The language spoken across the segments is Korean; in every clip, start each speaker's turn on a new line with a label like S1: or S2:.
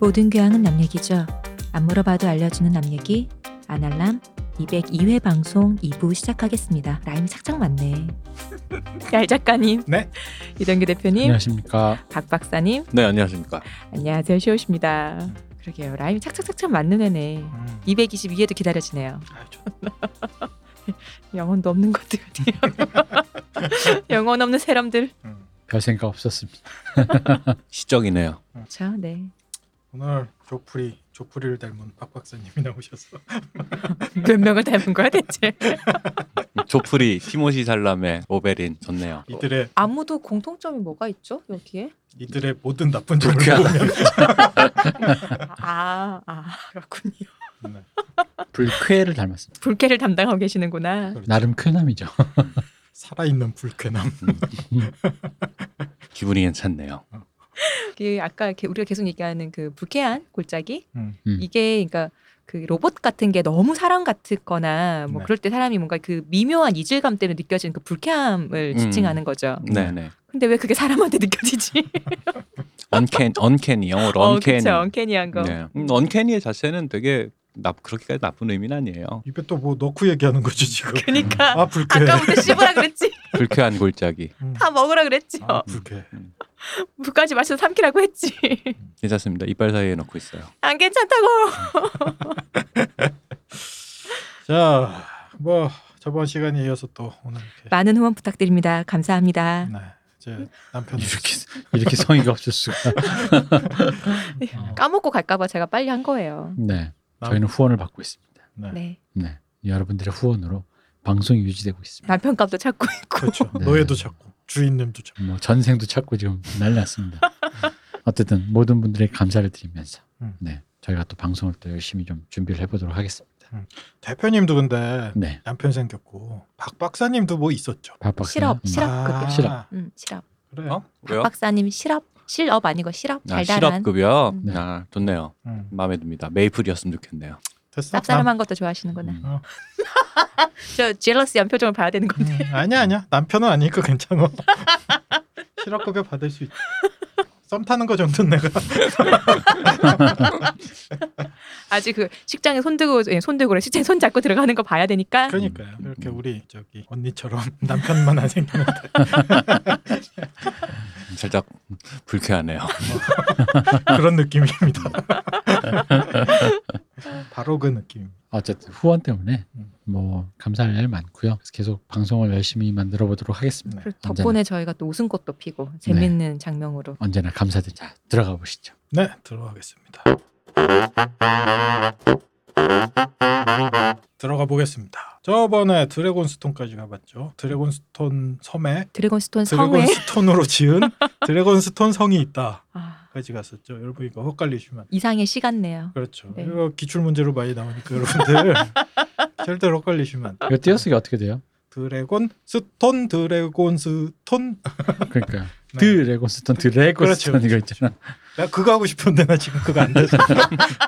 S1: 모든 교양은 남 얘기죠. 안 물어봐도 알려주는 남 얘기 아날람 202회 방송 2부 시작하겠습니다. 라임이 착착 맞네. 얄 작가님,
S2: 네.
S1: 유동규 대표님,
S3: 네.
S4: 안녕하십니까.
S1: 박 박사님,
S4: 네, 안녕하십니까.
S1: 안녕하세요 시오십니다. 그러게요, 라임이 착착착착 맞는 애네.
S2: 음.
S1: 222회도 기다려지네요. 영혼도 없는 것들 같아요. 영혼 없는 사람들.
S2: 음.
S4: 별 생각 없었습니다. 시적이네요.
S1: 자, 네.
S2: 오늘 조프리 조프리를 닮은 박 박사님이 나오셨어.
S1: 몇 명을 닮은 거야 대체?
S3: 조프리, 티모시 살람의 오베린 좋네요.
S2: 이들의
S1: 아무도 공통점이 뭐가 있죠 여기에?
S2: 이들의 모든 나쁜 점을
S3: 불쾌하다.
S1: 아, 아 그렇군요.
S2: 보면 네.
S4: 불쾌를 닮았습니다.
S1: 불쾌를 담당하고 계시는구나.
S4: 나름 큰함이죠.
S2: 그렇죠. 살아있는 불쾌남.
S3: 기분이 괜찮네요.
S1: 그 아까 이렇게 우리가 계속 얘기하는 그 불쾌한 골짜기
S2: 음.
S4: 음.
S1: 이게 그러니까 그 로봇 같은 게 너무 사람 같거나 뭐
S2: 네.
S1: 그럴 때 사람이 뭔가 그 미묘한 이질감 때문에 느껴지는 그 불쾌함을
S3: 음.
S1: 지칭하는 거죠.
S3: 네네.
S1: 근데 왜 그게 사람한테 느껴지지?
S3: 언캔, 언캔이 영어로
S1: 어,
S3: 언캔이.
S1: 그쵸, 언캐니한 거.
S3: 네. 음, 언캔이의 자체는 되게 나 그렇게까지 나쁜 의미는 아니에요.
S2: 입에 또 뭐 넣고 얘기하는 거지 지금.
S1: 그러니까
S2: 아 불쾌.
S1: 아까부터 씹으라 그랬지,
S3: 불쾌한 골짜기.
S2: 음.
S1: 다 어. 먹으라 그랬지.
S2: 아
S1: 요
S2: 불쾌.
S1: 물까지 마셔서 삼키라고 했지.
S3: 괜찮습니다. 이빨 사이에 넣고 있어요.
S1: 안 괜찮다고.
S2: 자, 뭐 저번 시간에 이어서 또 오늘 이렇게
S1: 많은 후원 부탁드립니다. 감사합니다.
S2: 네. 제 남편이
S4: 이렇게 이렇게 성의가 없을 수가. 어,
S1: 까먹고 갈까봐 제가 빨리 한 거예요.
S4: 네,
S1: 아.
S2: 남-
S4: 저희는 후원을 받고 있습니다.
S2: 네.
S1: 네.
S4: 네, 여러분들의 후원으로 방송이 유지되고 있습니다.
S1: 남편 값도 찾고 있고.
S2: 그렇죠.
S4: 네.
S2: 노예도 찾고 주인님도 찾고.
S4: 뭐 전생도 찾고 지금 난리났습니다. 어쨌든 모든 분들의 감사를 드리면서
S2: 음.
S4: 네 저희가 또 방송을 또 열심히 좀 준비를 해보도록 하겠습니다.
S2: 대표님도 근데
S4: 네,
S2: 남편 생겼고 박 박사님도 뭐 있었죠. 아,
S4: 박 박사.
S1: 실업,
S4: 음.
S1: 실업. 급여.
S4: 실업.
S1: 음, 실업.
S2: 그래.
S3: 어? 왜요?
S1: 박사님 실업, 실업 아니고 실업.
S3: 아,
S1: 달달한.
S3: 실업급여.
S1: 음.
S4: 네.
S3: 아, 좋네요.
S2: 음.
S3: 마음에 듭니다. 메이플이었으면 좋겠네요.
S2: 됐어.
S1: 쌉싸름한 것도 좋아하시는구나.
S4: 음.
S2: 어.
S1: 저 젤러스 연표정을 봐야 되는
S2: 음,
S1: 건데.
S2: 아니야 아니야 남편은 아니니까 괜찮아 실업급여 받을 수 있다 썸 타는 거 정도는 내가
S1: 아직 그 식장에 손들고 예, 손들고 그래. 식장에 손 잡고 들어가는 거 봐야 되니까.
S2: 그러니까요 이렇게 우리 저기 언니처럼 남편만 안 생기면
S3: 음, 살짝 불쾌하네요.
S2: 그런 느낌입니다 바로 그 느낌
S4: 어쨌든 후원 때문에
S2: 음.
S4: 뭐 감사할 일 많고요. 그래서 계속 방송을 열심히 만들어 보도록
S2: 네.
S4: 하겠습니다.
S1: 그리고 덕분에 저희가 또 웃음꽃도 피고 재밌는 장면으로.
S4: 언제나 감사드립니다. 자, 들어가 보시죠.
S2: 네 들어가겠습니다 들어가 보겠습니다 저번에 드래곤스톤까지 가봤죠 드래곤스톤 섬에
S1: 드래곤스톤 성에.
S2: 드래곤스톤으로 지은 드래곤스톤 성이 있다까지
S1: 아,
S2: 갔었죠 여러분 이거 헛갈리시면
S1: 이상의 시간네요.
S2: 그렇죠.
S1: 네.
S2: 이거 기출 문제로 많이 나오니까 여러분들 절대로 헷갈리시면 안 돼요.
S4: 이거 띄어쓰기 어떻게 돼요?
S2: 드래곤 스톤 드래곤 스톤
S4: 그러니까 요
S2: 네.
S4: 드래곤스톤 드래곤스톤
S2: 그렇죠.
S4: 이거 있잖아.
S2: 나 그거 하고 싶은데 나 지금 그거 안 돼서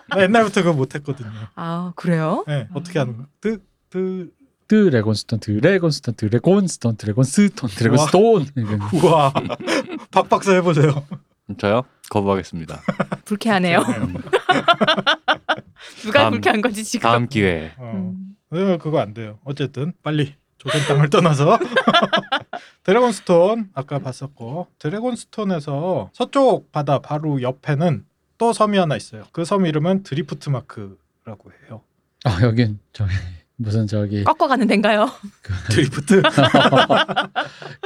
S2: 나 옛날부터 그거 못했거든요.
S1: 아 그래요?
S2: 네, 어떻게 하는 거야? 드드
S4: 드래곤스톤 드래곤스톤 드래곤스톤 드래곤스톤 드래곤스톤 이건
S2: 우와 박박사 해보세요. 어.
S3: 저요? 거부하겠습니다.
S1: 불쾌하네요. 누가
S3: 다음-
S1: 불쾌한 건지 지금.
S3: 다음 기회에.
S2: 어.
S1: 음.
S2: 네, 그거 안 돼요. 어쨌든 빨리 조선 땅을 떠나서 드래곤스톤 아까 봤었고 드래곤스톤에서 서쪽 바다 바로 옆에는 또 섬이 하나 있어요. 그 섬 이름은 드리프트 마크라고 해요.
S4: 아 여긴 저기 무슨 저기
S1: 꺾어가는 데인가요?
S2: 드리프트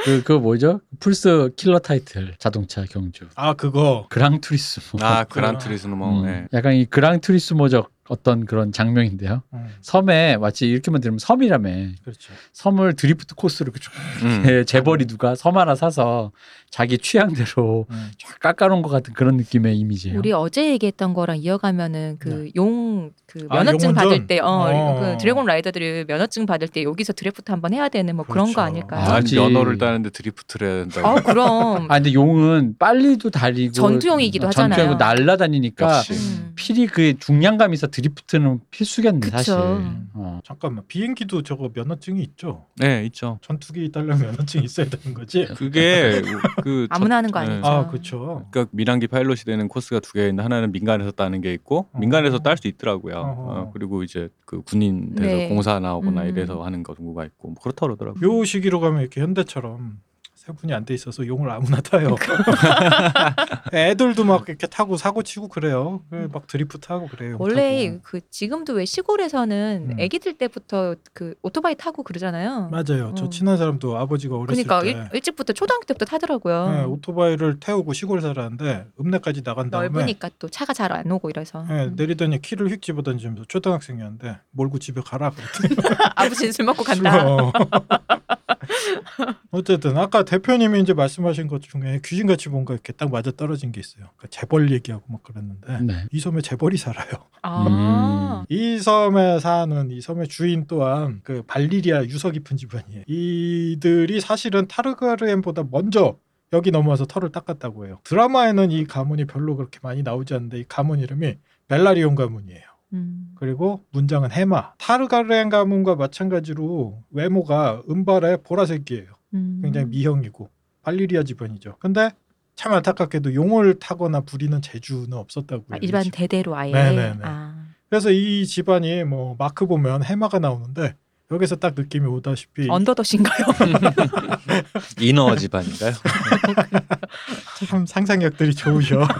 S4: 그, 그 뭐죠? 풀스 킬러 타이틀 자동차 경주
S2: 아 그거
S4: 그랑 투리스모.
S3: 아, 그란트리스모.
S4: 음,
S3: 네.
S4: 약간 이 그랑 투리스모적 어떤 그런 장면인데요.
S2: 음,
S4: 섬에 마치 이렇게만 들으면 섬이라며
S2: 그렇죠.
S4: 섬을 드리프트 코스로 이렇게 쭉
S3: 음.
S4: 예, 재벌이 누가 섬 하나 사서 자기 취향대로
S2: 음.
S4: 쫙 깎아놓은 것 같은 그런 느낌의 이미지예요.
S1: 우리 어제 얘기했던 거랑 이어가면은 그 용 그
S2: 네. 아,
S1: 면허증
S2: 용운전?
S1: 받을 때, 어,
S2: 어.
S1: 그 드래곤 라이더들이 면허증 받을 때 여기서 드래프트 한번 해야 되는 뭐 그런
S2: 그렇죠.
S1: 거 아닐까요?
S4: 아,
S3: 아,
S4: 그렇지.
S3: 연어를 따는데 드리프트를 해야 된다고.
S1: 아 그럼
S4: 아 근데 용은 빨리도 달리고
S1: 전투용이기도
S4: 전투하고
S1: 하잖아요.
S4: 날라다니니까
S3: 역시.
S1: 음.
S4: 필히 그 중량감이 있어 드리프트는 필수겠네
S1: 그쵸.
S4: 사실.
S2: 음.
S4: 어.
S2: 잠깐만 비행기도 저거 면허증이 있죠?
S3: 네, 있죠.
S2: 전투기 딸려 면허증 있어야 되는 거지?
S3: 그게 그 저-
S1: 아무나 하는 거
S3: 네.
S1: 아니죠?
S2: 아 그렇죠.
S3: 그러니까 민항기 파일럿이 되는 코스가 두 개 있는데 하나는 민간에서 따는 게 있고
S2: 어.
S3: 민간에서 딸 수 있더라고요.
S2: 어허.
S3: 어, 그리고 이제 그 군인 돼서
S1: 네.
S3: 공사 나오거나
S1: 음.
S3: 이래서 하는 경우가 있고 뭐 그렇다 그러더라고요.
S2: 요 시기로 가면 이렇게 현대처럼 세분이 안 돼 있어서 용을 아무나 타요.
S1: 그러니까.
S2: 네, 애들도 막 이렇게 타고 사고 치고 그래요. 그막 드리프트 하고 그래요.
S1: 음. 원래
S2: 타고.
S1: 그 지금도 왜 시골에서는
S2: 음.
S1: 아기들 때부터 그 오토바이 타고 그러잖아요.
S2: 맞아요. 저
S1: 어.
S2: 친한 사람도 아버지가 어렸을
S1: 그러니까 어.
S2: 때
S1: 일, 일찍부터 초등학교 때부터 타더라고요.
S2: 네, 오토바이를 태우고 시골 살았는데 읍내까지 나간 다음에
S1: 넓으니까 또 차가 잘 안 오고 이래서 음.
S2: 예, 내리더니 키를 휙 집어 던지면서 초등학생이었는데 몰고 집에 가라 그랬더니
S1: 아버지 술 먹고 간다.
S2: 어. 그렇죠. 어쨌든 아까 대표님이 이제 말씀하신 것 중에 귀신같이 뭔가 이렇게 딱 맞아 떨어진 게 있어요. 그러니까 재벌 얘기하고 막 그랬는데
S4: 네.
S2: 이 섬에 재벌이 살아요.
S1: 아,
S2: 이 섬에 사는 이 섬의 주인 또한 그 발리리아 유서 깊은 집안이에요. 이들이 사실은 타르가르엔보다 먼저 여기 넘어와서 털을 닦았다고 해요. 드라마에는 이 가문이 별로 그렇게 많이 나오지 않는데 이 가문 이름이 벨라리온 가문이에요.
S1: 음.
S2: 그리고 문장은 해마. 타르가르엔 가문과 마찬가지로 외모가 은발에 보라색이에요.
S1: 음.
S2: 굉장히 미형이고 발리리아 집안이죠. 근데 참 안타깝게도 용을 타거나 부리는 재주는 없었다고
S1: 아,
S2: 해요. 그렇죠.
S1: 일반 대대로 아예.
S2: 네네네.
S1: 아,
S2: 그래서 이 집안이 뭐 마크 보면 해마가 나오는데 여기서 딱 느낌이 오다시피
S1: 언더더신가요?
S3: 인어 집안인가요?
S2: 참 상상력들이 좋으셔.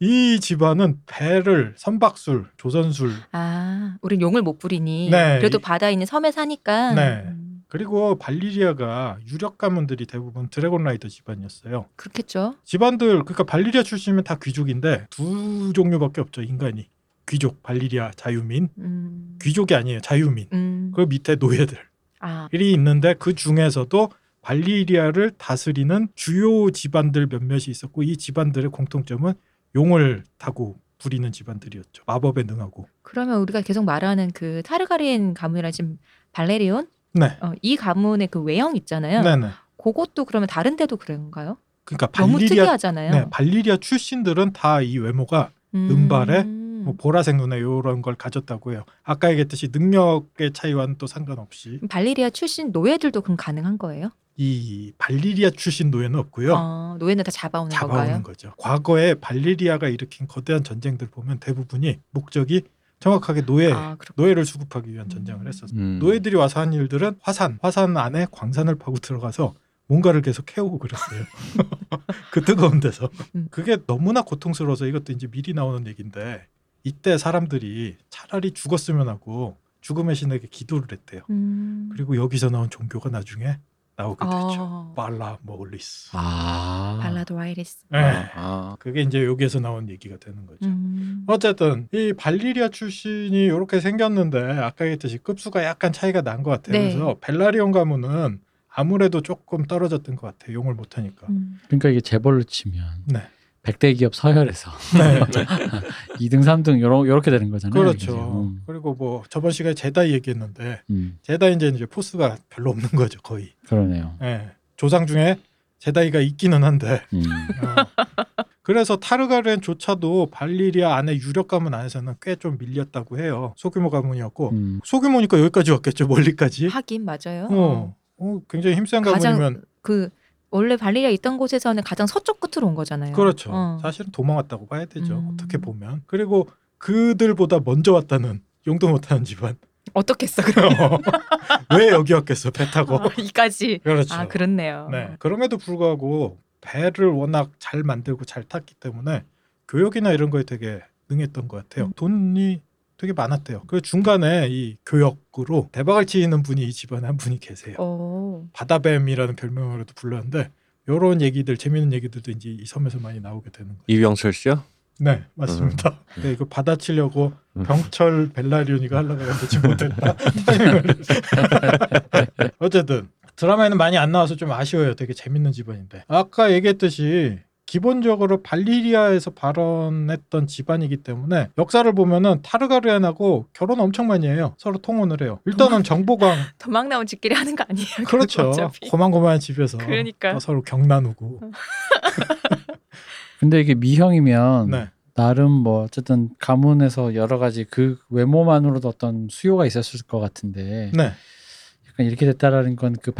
S2: 이 집안은 배를 선박술, 조선술
S1: 아, 우린 용을 못 부리니.
S2: 네.
S1: 그래도 바다에 있는 섬에 사니까.
S2: 네.
S1: 음,
S2: 그리고 발리리아가 유력 가문들이 대부분 드래곤 라이더 집안이었어요.
S1: 그렇겠죠.
S2: 집안들 그러니까 발리리아 출신이면 다 귀족인데 두 종류밖에 없죠 인간이 귀족 발리리아 자유민
S1: 음.
S2: 귀족이 아니에요 자유민
S1: 음.
S2: 그 밑에 노예들이
S1: 아,
S2: 있는데 그 중에서도 발리리아를 다스리는 주요 집안들 몇몇이 있었고 이 집안들의 공통점은 용을 타고 부리는 집안들이었죠 마법에 능하고
S1: 그러면 우리가 계속 말하는 그 타르가리엔 가문이랑 지금 발레리온
S2: 네
S1: 어, 이 가문의 그 외형 있잖아요.
S2: 네네
S1: 그것도 그러면 다른 데도 그런가요?
S2: 그러니까
S1: 너무
S2: 발리리아
S1: 특이하잖아요. 음.
S2: 네, 발리리아 출신들은 다 이 외모가 은발에 뭐 보라색 눈에 이런 걸 가졌다고 해요. 아까 얘기했듯이 능력의 차이와는 또 상관없이
S1: 발레리아 출신 노예들도 그럼 가능한 거예요?
S2: 이 발리리아 출신 노예는 없고요.
S1: 어, 노예는 다 잡아오는 건가요?
S2: 잡아오는 거죠. 과거에 발리리아가 일으킨 거대한 전쟁들 보면 대부분이 목적이 정확하게 노예
S1: 아, 그렇
S2: 노예를 수급하기 위한 전쟁을
S1: 음.
S2: 했었어요.
S3: 음.
S2: 노예들이 와서 한 일들은 화산 화산 안에 광산을 파고 들어가서 뭔가를 계속 캐오고 그랬어요. 그 뜨거운 데서
S1: 음.
S2: 그게 너무나 고통스러워서 이것도 이제 미리 나오는 얘기인데 이때 사람들이 차라리 죽었으면 하고 죽음의 신에게 기도를 했대요.
S1: 음.
S2: 그리고 여기서 나온 종교가 나중에 나오게 되죠.
S1: 어,
S2: 발라 모을리스.
S4: 아.
S1: 발라드 와이리스.
S3: 아,
S2: 예.
S3: 아.
S2: 그게 이제 여기에서 나온 얘기가 되는 거죠.
S1: 음.
S2: 그렇죠. 어쨌든 이 발리리아 출신이 이렇게 생겼는데 아까 얘기했듯이 급수가 약간 차이가 난 것 같아요.
S1: 네.
S2: 그래서 벨라리온 가문은 아무래도 조금 떨어졌던 것 같아요. 용을 못하니까.
S1: 음.
S4: 그러니까 이게 재벌로 치면
S2: 네.
S4: 백대 기업 서열에서
S2: 네,
S4: 2등, 3등 요러, 요렇게 되는 거잖아요. 이게
S2: 그렇죠.
S1: 음.
S4: 지금.
S2: 그리고 뭐 저번 시간에 제다 얘기했는데
S4: 음,
S2: 제다 이제 이제 포스가 별로 없는 거죠 거의.
S4: 그러네요.
S2: 예. 조상 중에 제다이가 있기는 한데
S4: 음.
S2: 어. 그래서 타르가렌조차도 발리리아 안에 유력 가문 안에서는 꽤 좀 밀렸다고 해요. 소규모 가문이었고
S4: 음.
S2: 소규모니까 여기까지 왔겠죠 멀리까지.
S1: 하긴 맞아요.
S2: 예? 어, 어, 굉장히 힘센
S1: 가장-
S2: 가문이면
S1: 그 원래 발레리아 있던 곳에서는 가장 서쪽 끝으로 온 거잖아요.
S2: 그렇죠.
S1: 어.
S2: 사실은 도망왔다고 봐야 되죠.
S1: 음.
S2: 어떻게 보면 그리고 그들보다 먼저 왔다는 용도 못하는 집안.
S1: 어떻겠어 그럼?
S2: 왜 여기 왔겠어 배 타고?
S1: 아, 이까지.
S2: 그렇죠.
S1: 아 그렇네요.
S2: 네. 그럼에도 불구하고 배를 워낙 잘 만들고 잘 탔기 때문에 교역이나 이런 거에 되게 능했던 것 같아요.
S1: 음.
S2: 돈이 되게 많았대요. 그 중간에 이 교역으로 대박을 치는 분이 이 집안에 한 분이
S1: 어.
S2: 계세요.
S1: 오.
S2: 바다뱀이라는 별명으로도 불렀는데 이런 얘기들 재미있는 얘기들도 이제 이 섬에서 많이 나오게 되는 거예요.
S3: 이병철 씨요?
S2: 네, 맞습니다. 네, 이거 받아치려고
S3: 음.
S2: 병철 벨라리온이가 하려고 했는지 못했다. 타이밍을. 어쨌든 드라마에는 많이 안 나와서 좀 아쉬워요. 되게 재밌는 집안인데. 아까 얘기했듯이 기본적으로 발리리아에서 발언했던 집안이기 때문에 역사를 보면은 타르가르엔하고 결혼 엄청 많이 해요. 서로 통혼을 해요. 일단은 정보광
S1: 도망 나온 집끼리 하는 거 아니에요?
S2: 그렇죠. 어,
S1: 어차피.
S2: 고만고만한 집에서
S1: 그러니까.
S2: 또 서로 경 나누고.
S4: 근데 이게 미형이면
S2: 네.
S4: 나름 뭐 어쨌든 가문에서 여러 가지 그 외모만으로도 어떤 수요가 있었을 것 같은데
S2: 네.
S4: 약간 이렇게 됐다라는 건 그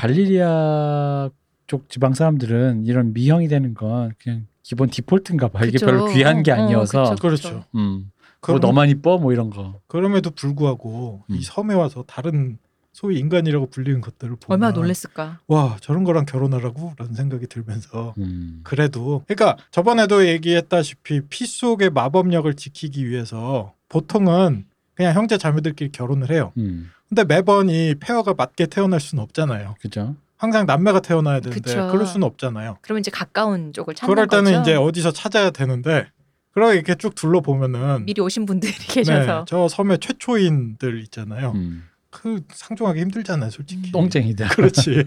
S4: 발리리아 쪽 지방 사람들은 이런 미형이 되는 건 그냥 기본 디폴트인가 봐. 이게
S5: 그쵸.
S4: 별로 귀한 게
S5: 어, 어,
S4: 아니어서
S5: 그쵸.
S2: 그렇죠.
S4: 음. 뭐
S2: 그럼,
S4: 너만 이뻐 뭐 이런 거.
S2: 그럼에도 불구하고
S4: 음.
S2: 이 섬에 와서 다른 소위 인간이라고 불리는 것들을 보면
S1: 얼마나 놀랬을까.
S2: 와 저런 거랑 결혼하라고라는 생각이 들면서
S4: 음.
S2: 그래도 그러니까 저번에도 얘기했다시피 피 속의 마법력을 지키기 위해서 보통은 그냥 형제 자매들끼리 결혼을 해요.
S4: 음.
S2: 근데 매번 이 페어가 맞게 태어날 수는 없잖아요.
S4: 그죠?
S2: 항상 남매가 태어나야 되는데
S1: 그쵸.
S2: 그럴 수는 없잖아요.
S1: 그러면 이제 가까운 쪽을 찾는
S2: 그럴 때는
S1: 거죠.
S2: 이제 어디서 찾아야 되는데 그러고 이렇게 쭉 둘러보면은
S1: 미리 오신 분들이
S2: 네,
S1: 계셔서
S2: 저 섬의 최초인들 있잖아요.
S4: 음.
S2: 그 상종하기 힘들잖아요, 솔직히.
S4: 똥쟁이다.
S2: 그렇지.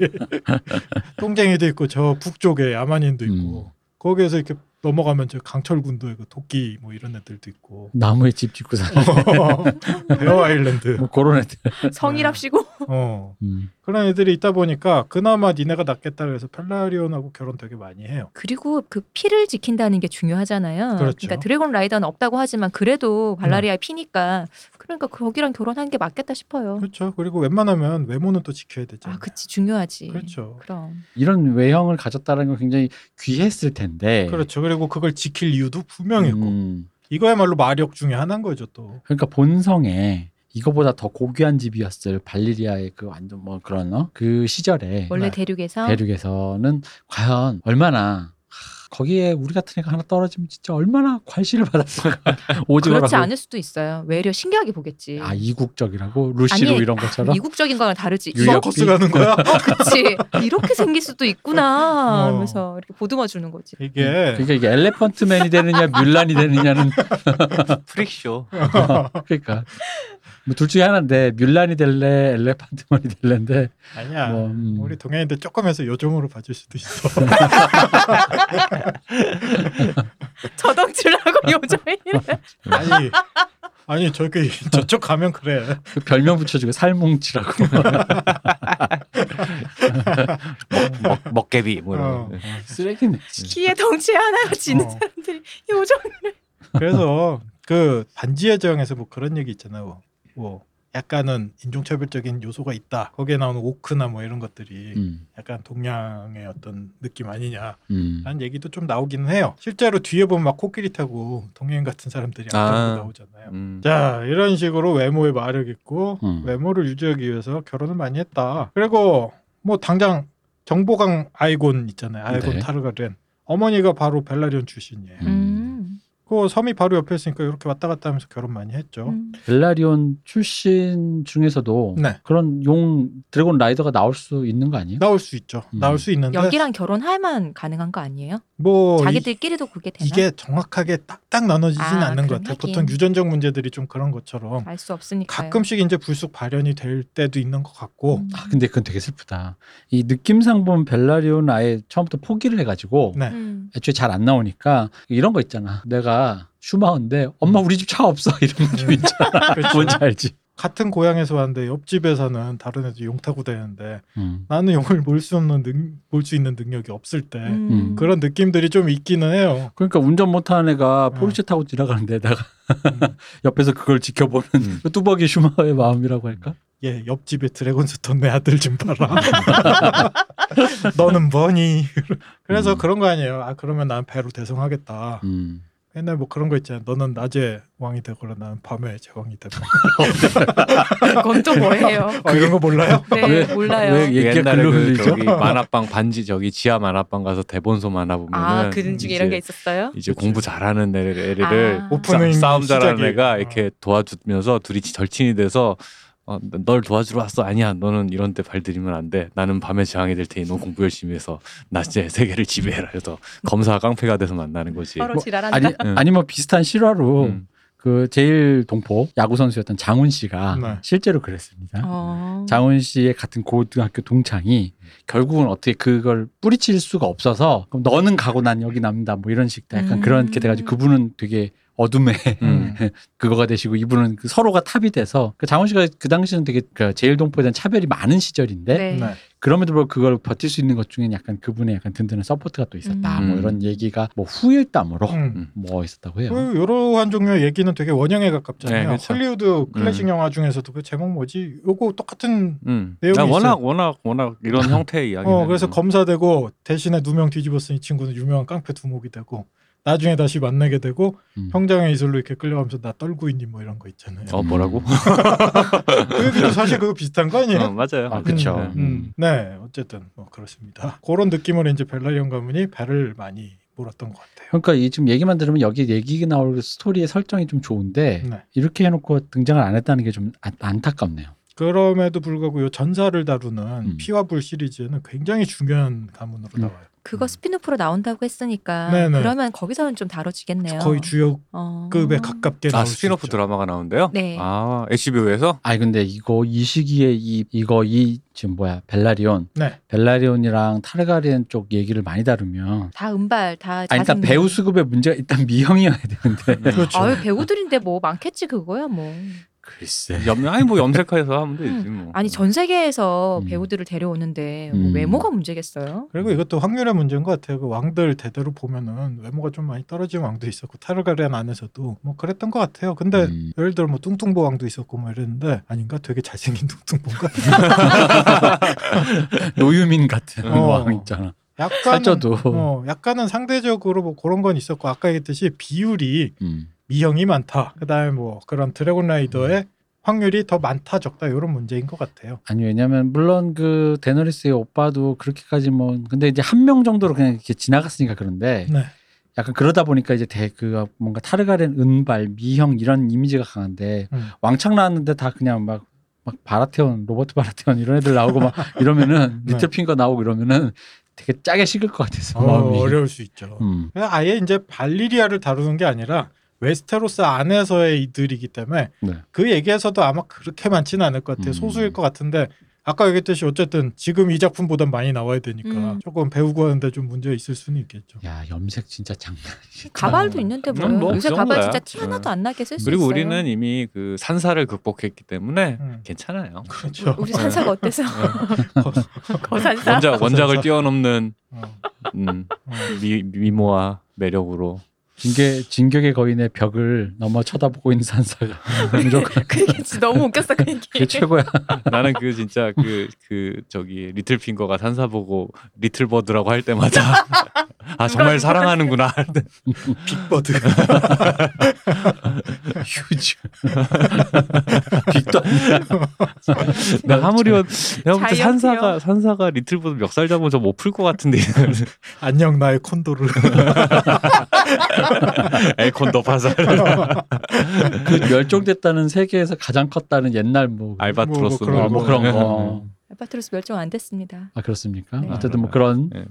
S2: 똥쟁이도 있고 저 북쪽에 야만인도 있고
S4: 음.
S2: 거기에서 이렇게 넘어가면 저 강철군도의 그 도끼 뭐 이런 애들도 있고
S4: 나무에 집 짓고 사는
S2: 베어 아일랜드
S4: 뭐 그런 애들.
S1: 성이랍시고
S2: 어
S4: 음.
S2: 그런 애들이 있다 보니까 그나마 니네가 낫겠다 그래서 펠라리온하고 결혼 되게 많이 해요.
S1: 그리고 그 피를 지킨다는 게 중요하잖아요.
S2: 그렇죠. 네.
S1: 러니까 드래곤 라이더는 없다고 하지만 그래도 발라리아의 피니까 그러니까 거기랑 결혼하는 게 맞겠다 싶어요.
S2: 그렇죠. 그리고 웬만하면 외모는 또 지켜야 되잖아요.
S1: 아, 그치 중요하지.
S2: 그렇죠.
S1: 그럼
S4: 이런 외형을 가졌다는 건 굉장히 귀했을 텐데.
S2: 그렇죠. 그리고 그걸 지킬 이유도 분명했고
S4: 음.
S2: 이거야말로 마력 중에 하나인 거죠 또.
S4: 그러니까 본성에 이거보다 더 고귀한 집이었을 발리리아의 그 완전 뭐 그런 어? 그 시절에
S1: 원래
S2: 네.
S1: 대륙에서
S4: 대륙에서는 과연 얼마나 하, 거기에 우리 같은 애가 하나 떨어지면 진짜 얼마나 관시를 받았을까 오징어라고
S1: 그렇지 않을 수도 있어요. 외려 신기하게 보겠지.
S4: 아 이국적이라고 루시로
S1: 아니,
S4: 이런 것처럼
S1: 이국적인 거랑 다르지.
S4: 유역-
S1: 이거
S2: 서커스 가는 거야?
S1: 그치 이렇게 생길 수도 있구나
S2: 어.
S1: 하면서 이렇게 보듬어 주는 거지.
S3: 네.
S2: 이게
S4: 그러니까 이게 엘레펀트맨이 되느냐 뮬란이 되느냐는
S3: 프릭쇼.
S4: 그러니까 뭐 둘 중에 하나인데 뮬란이 될래 엘레펀트맨이 될래인데
S2: 아니야.
S4: 뭐, 음. 네.
S2: 우리 동양인들 조금 해서 요정으로 봐줄 수도 있어.
S1: 저덩치라고 요정이래.
S2: 아니, 아니 저기 저쪽 가면 그래.
S4: 그 별명 붙여주고 살뭉치라고
S3: 먹, 먹, 먹개비 뭐 이런.
S2: 어.
S3: 거.
S4: 쓰레기네
S1: 키에 덩치 하나가 지는
S2: 어.
S1: 사람들이 요정.
S2: 그래서 그 반지의 제왕에서 뭐 그런 얘기 있잖아요. 뭐 약간은 인종차별적인 요소가 있다. 거기에 나오는 오크나 뭐 이런 것들이
S4: 음,
S2: 약간 동양의 어떤 느낌 아니냐.
S4: 음.
S2: 라는 얘기도 좀 나오기는 해요. 실제로 뒤에 보면 막 코끼리 타고 동양 같은 사람들이
S3: 아.
S2: 앞으로 나오잖아요.
S3: 음.
S2: 자 이런 식으로 외모에 마력 있고
S4: 음.
S2: 외모를 유지하기 위해서 결혼을 많이 했다. 그리고 뭐 당장 정보강 아이곤 있잖아요. 아이곤
S4: 네.
S2: 타르가렌 어머니가 바로 벨라리온 출신이에요.
S1: 음.
S2: 그 섬이 바로 옆에 있으니까 이렇게 왔다 갔다 하면서 결혼 많이 했죠.
S1: 음.
S4: 벨라리온 출신 중에서도
S2: 네.
S4: 그런 용 드래곤 라이더가 나올 수 있는 거 아니에요?
S2: 나올 수 있죠.
S4: 음.
S2: 나올 수 있는데
S1: 여기랑 결혼할만 가능한 거 아니에요?
S2: 뭐
S1: 자기들끼리도 그게 되나?
S2: 이, 게 정확하게 딱딱 나눠지진
S1: 아,
S2: 않는 것
S1: 그럼
S2: 같아요.
S1: 하긴.
S2: 보통 유전적 문제들이 좀 그런 것처럼
S1: 알 수 없으니까.
S2: 가끔씩 이제 불쑥 발현이 될 때도 있는 것 같고
S1: 음.
S4: 아, 근데 그건 되게 슬프다. 이 느낌상 보면 벨라리온 아예 처음부터 포기를 해가지고
S2: 네.
S1: 음.
S4: 애초에 잘 안 나오니까 이런 거 있잖아. 내가 슈마허인데 엄마 우리 집 차 없어 이런 느낌 있잖아.
S2: 음. 그렇죠.
S4: 뭔지 알지?
S2: 같은 고향에서 왔는데 옆집에 사는 다른 애도 용 타고 다니는데
S4: 음.
S2: 나는 용을 볼 수 없는 능, 볼수 있는 능력이 없을 때
S1: 음.
S2: 그런 느낌들이 좀 있기는 해요.
S4: 그러니까 운전 못하는 애가
S2: 음.
S4: 포르쉐 타고 지나가는데 내가
S2: 음.
S4: 옆에서 그걸 지켜보는
S3: 음.
S4: 그 뚜벅이 슈마허의 마음이라고 할까?
S2: 얘 옆집에 드래곤 스톤 내 아들 좀 봐라. 너는 뭐니? 그래서
S4: 음.
S2: 그런 거 아니에요. 아 그러면 난 배로 대성하겠다.
S4: 음.
S2: 옛날 뭐 그런 거 있잖아. 너는 낮에 왕이 되거나 나는 밤에 제왕이 되고.
S1: 그건 또 뭐예요?
S2: 아, 이런 거 몰라요?
S1: 네,
S4: 왜-
S1: 몰라요.
S4: 왜 얘기가
S3: 옛날에
S4: 글로
S3: 그
S4: 흘리죠?
S3: 저기 만화방 반지 저기 지하 만화방 가서 대본소 만화 보면은
S1: 아, 그 중에 이런 게 있었어요?
S3: 이제 공부 잘하는 애를, 애를
S1: 아.
S2: 오프닝
S3: 싸, 움 잘하는
S2: 시작이- 어.
S3: 애가 이렇게 도와주면서 둘이 절친이 돼서 어, 널 도와주러 왔어 아니야 너는 이런 데 발들이면 안 돼 나는 밤에 저항이 될 테니 너 공부 열심히 해서 낮에 세계를 지배해라 해서 검사 깡패가 돼서 만나는 거지
S1: 서로
S4: 뭐,
S1: 지랄한다.
S4: 아니 아니 뭐 비슷한 실화로
S3: 음.
S4: 그 제일 동포 야구 선수였던 장훈 씨가
S2: 네.
S4: 실제로 그랬습니다.
S1: 어.
S4: 장훈 씨의 같은 고등학교 동창이
S3: 음.
S4: 결국은 어떻게 그걸 뿌리칠 수가 없어서 그럼 너는 가고 난 여기 남는다 뭐 이런 식 약간
S1: 음.
S4: 그렇게 돼가지고 그분은 되게 어둠에
S1: 네.
S3: 음.
S4: 그거가 되시고 이분은 그 서로가 탑이 돼서 그 장원 씨가 그 당시는 되게 그 제일동포에 대한 차별이 많은 시절인데
S1: 네.
S2: 네.
S4: 그럼에도 불구하고 그걸 버틸 수 있는 것 중에는 약간 그분의 약간 든든한 서포트가 또 있었다
S1: 음.
S4: 뭐 이런 얘기가 뭐 후일담으로
S3: 어.
S2: 음.
S4: 뭐 있었다고 해요.
S2: 그 요러한 종류의 얘기는 되게 원형에
S3: 네,
S2: 가깝잖아요.
S3: 그렇죠.
S2: 헐리우드 클래식 영화 중에서도 그 제목 뭐지? 요거 똑같은
S3: 음.
S2: 내용이
S3: 아, 워낙
S2: 있어요.
S3: 워낙 워낙
S4: 아.
S3: 이런 형태의 이야기.
S2: 어 그래서 검사되고 대신에 누명 뒤집어 쓴 이 친구는 유명한 깡패 두목이 되고 나중에 다시 만나게 되고
S4: 음.
S2: 형장의 이슬로 이렇게 끌려가면서 나 떨고 있니 뭐 이런 거 있잖아요.
S3: 어 뭐라고?
S2: 그 얘기도 사실 그거 비슷한 거 아니에요?
S3: 어, 맞아요.
S4: 아, 그쵸.
S3: 네.
S2: 음. 네, 어쨌든 뭐 그렇습니다. 그런 느낌으로 이제 벨라리온 가문이 배를 많이 물었던 것 같아요.
S4: 그러니까 이 지금 얘기만 들으면 여기 얘기 나올 스토리의 설정이 좀 좋은데
S2: 네.
S4: 이렇게 해놓고 등장을 안 했다는 게 좀 안타깝네요.
S2: 그럼에도 불구하고 요 전사를 다루는
S4: 음.
S2: 피와 불 시리즈는 굉장히 중요한 가문으로
S4: 음.
S2: 나와요.
S1: 그거 스피노프로 나온다고 했으니까
S2: 네, 네.
S1: 그러면 거기서는 좀 다뤄지겠네요.
S2: 거의 주요
S1: 어.
S2: 급에 가깝게
S3: 아
S2: 나올 수
S3: 스피노프
S2: 있죠.
S3: 드라마가 나온대요?
S1: 네.
S3: 아 HBO에서?
S4: 아니 근데 이거 이 시기에 이 이거 이 지금 뭐야 벨라리온
S2: 네.
S4: 벨라리온이랑 타르가리엔 쪽 얘기를 많이 다루면
S1: 다 은발 다
S4: 아 일단
S1: 네, 자생력.
S4: 배우 수급의 문제가 일단 미형이어야 되는데
S3: 음.
S2: 그렇죠.
S1: 아유 배우들인데 뭐 많겠지 그거야 뭐.
S2: 네.
S4: 글쎄
S3: 염 아니 뭐 염색해서 하면 되지 뭐.
S1: 음. 아니 전 세계에서
S4: 음.
S1: 배우들을 데려오는데 뭐
S4: 음.
S1: 외모가 문제겠어요?
S2: 그리고 이것도 확률의 문제인 것 같아요. 그 왕들 대대로 보면은 외모가 좀 많이 떨어진 왕도 있었고 타르가렌 안에서도 뭐 그랬던 것 같아요. 근데
S4: 음.
S2: 예를 들어 뭐 뚱뚱보 왕도 있었고 뭐 이랬는데 아닌가 되게 잘생긴 뚱뚱보가
S4: 노유민 같은
S2: 어.
S4: 왕 있잖아
S2: 약간은
S4: 살쪄도
S2: 어, 약간은 상대적으로 뭐 그런 건 있었고 아까 얘기했듯이 비율이
S4: 음.
S2: 미형이 많다. 그다음에 뭐 그런 드래곤 라이더의 확률이 더 많다 적다 이런 문제인 것 같아요.
S4: 아니 왜냐면 물론 그 데너리스의 오빠도 그렇게까지 뭐 근데 이제 한 명 정도로 그냥 이렇게 지나갔으니까 그런데
S2: 네.
S4: 약간 그러다 보니까 이제 대그 뭔가 타르가렌 은발 미형 이런 이미지가 강한데
S2: 음.
S4: 왕창 나왔는데 다 그냥 막 막 바라테온 로버트 바라테온 이런 애들 나오고 막 이러면은
S2: 네.
S4: 리틀핑거 나오고 이러면은 되게 짜게 식을 것 같아서 마음이
S2: 어, 려울수 있죠.
S4: 음.
S2: 그래서 아예 이제 발리리아를 다루는 게 아니라 웨스테로스 안에서의 이들이기 때문에
S4: 네.
S2: 그 얘기에서도 아마 그렇게 많지는 않을 것 같아요.
S4: 음.
S2: 소수일 것 같은데 아까 얘기했듯이 어쨌든 지금 이 작품보다 많이 나와야 되니까
S1: 음.
S2: 조금 배우고 하는데 좀 문제 있을 수는 있겠죠.
S4: 야 염색 진짜 장난
S1: 가발도 있는데 뭐
S3: 음, 뭐
S1: 요새
S3: 그
S1: 가발
S3: 정도야.
S1: 진짜 티 하나도 안 나게 쓸 수
S3: 그리고
S1: 있어요.
S3: 우리는 이미 그 산사를 극복했기 때문에
S2: 음.
S3: 괜찮아요.
S2: 그렇죠.
S1: 우리 산사가 어때서 거산사
S3: 원작 원작을 뛰어넘는
S2: 어,
S3: 음,
S2: 어.
S3: 미, 미모와 매력으로
S4: 징계 진격의 거인의 벽을 넘어 쳐다보고 있는 산사가 무조건
S1: 그 얘기 진짜 너무 웃겼어 그
S4: 그게
S1: 얘기.
S4: 최고야
S3: 나는 그 진짜 그 그 저기 리틀 핑거가 산사 보고 리틀 버드라고 할 때마다 아 정말 사랑하는구나 할 때.
S2: 빅버드.
S4: 휴지 빅도 아니야
S3: 내가 아무리 봐도- 내가
S1: 자이언트요?
S3: 볼때 산사가 산사가 리틀 버드 멱살 잡으면 저 못 풀 것 같은데
S2: 안녕 나의 콘도르.
S3: 에콘더 파살
S4: 그 멸종됐다는 세계에서 가장 컸다는 옛날 뭐,
S3: 알바트로스
S2: 뭐, 뭐
S4: 어, 뭐 그런
S3: 네.
S4: 거.
S1: 아파트로스 멸종 안
S3: 음.
S1: 됐습니다.
S4: 아 그렇습니까?
S1: 네.
S4: 어쨌든 뭐 그런
S3: 예.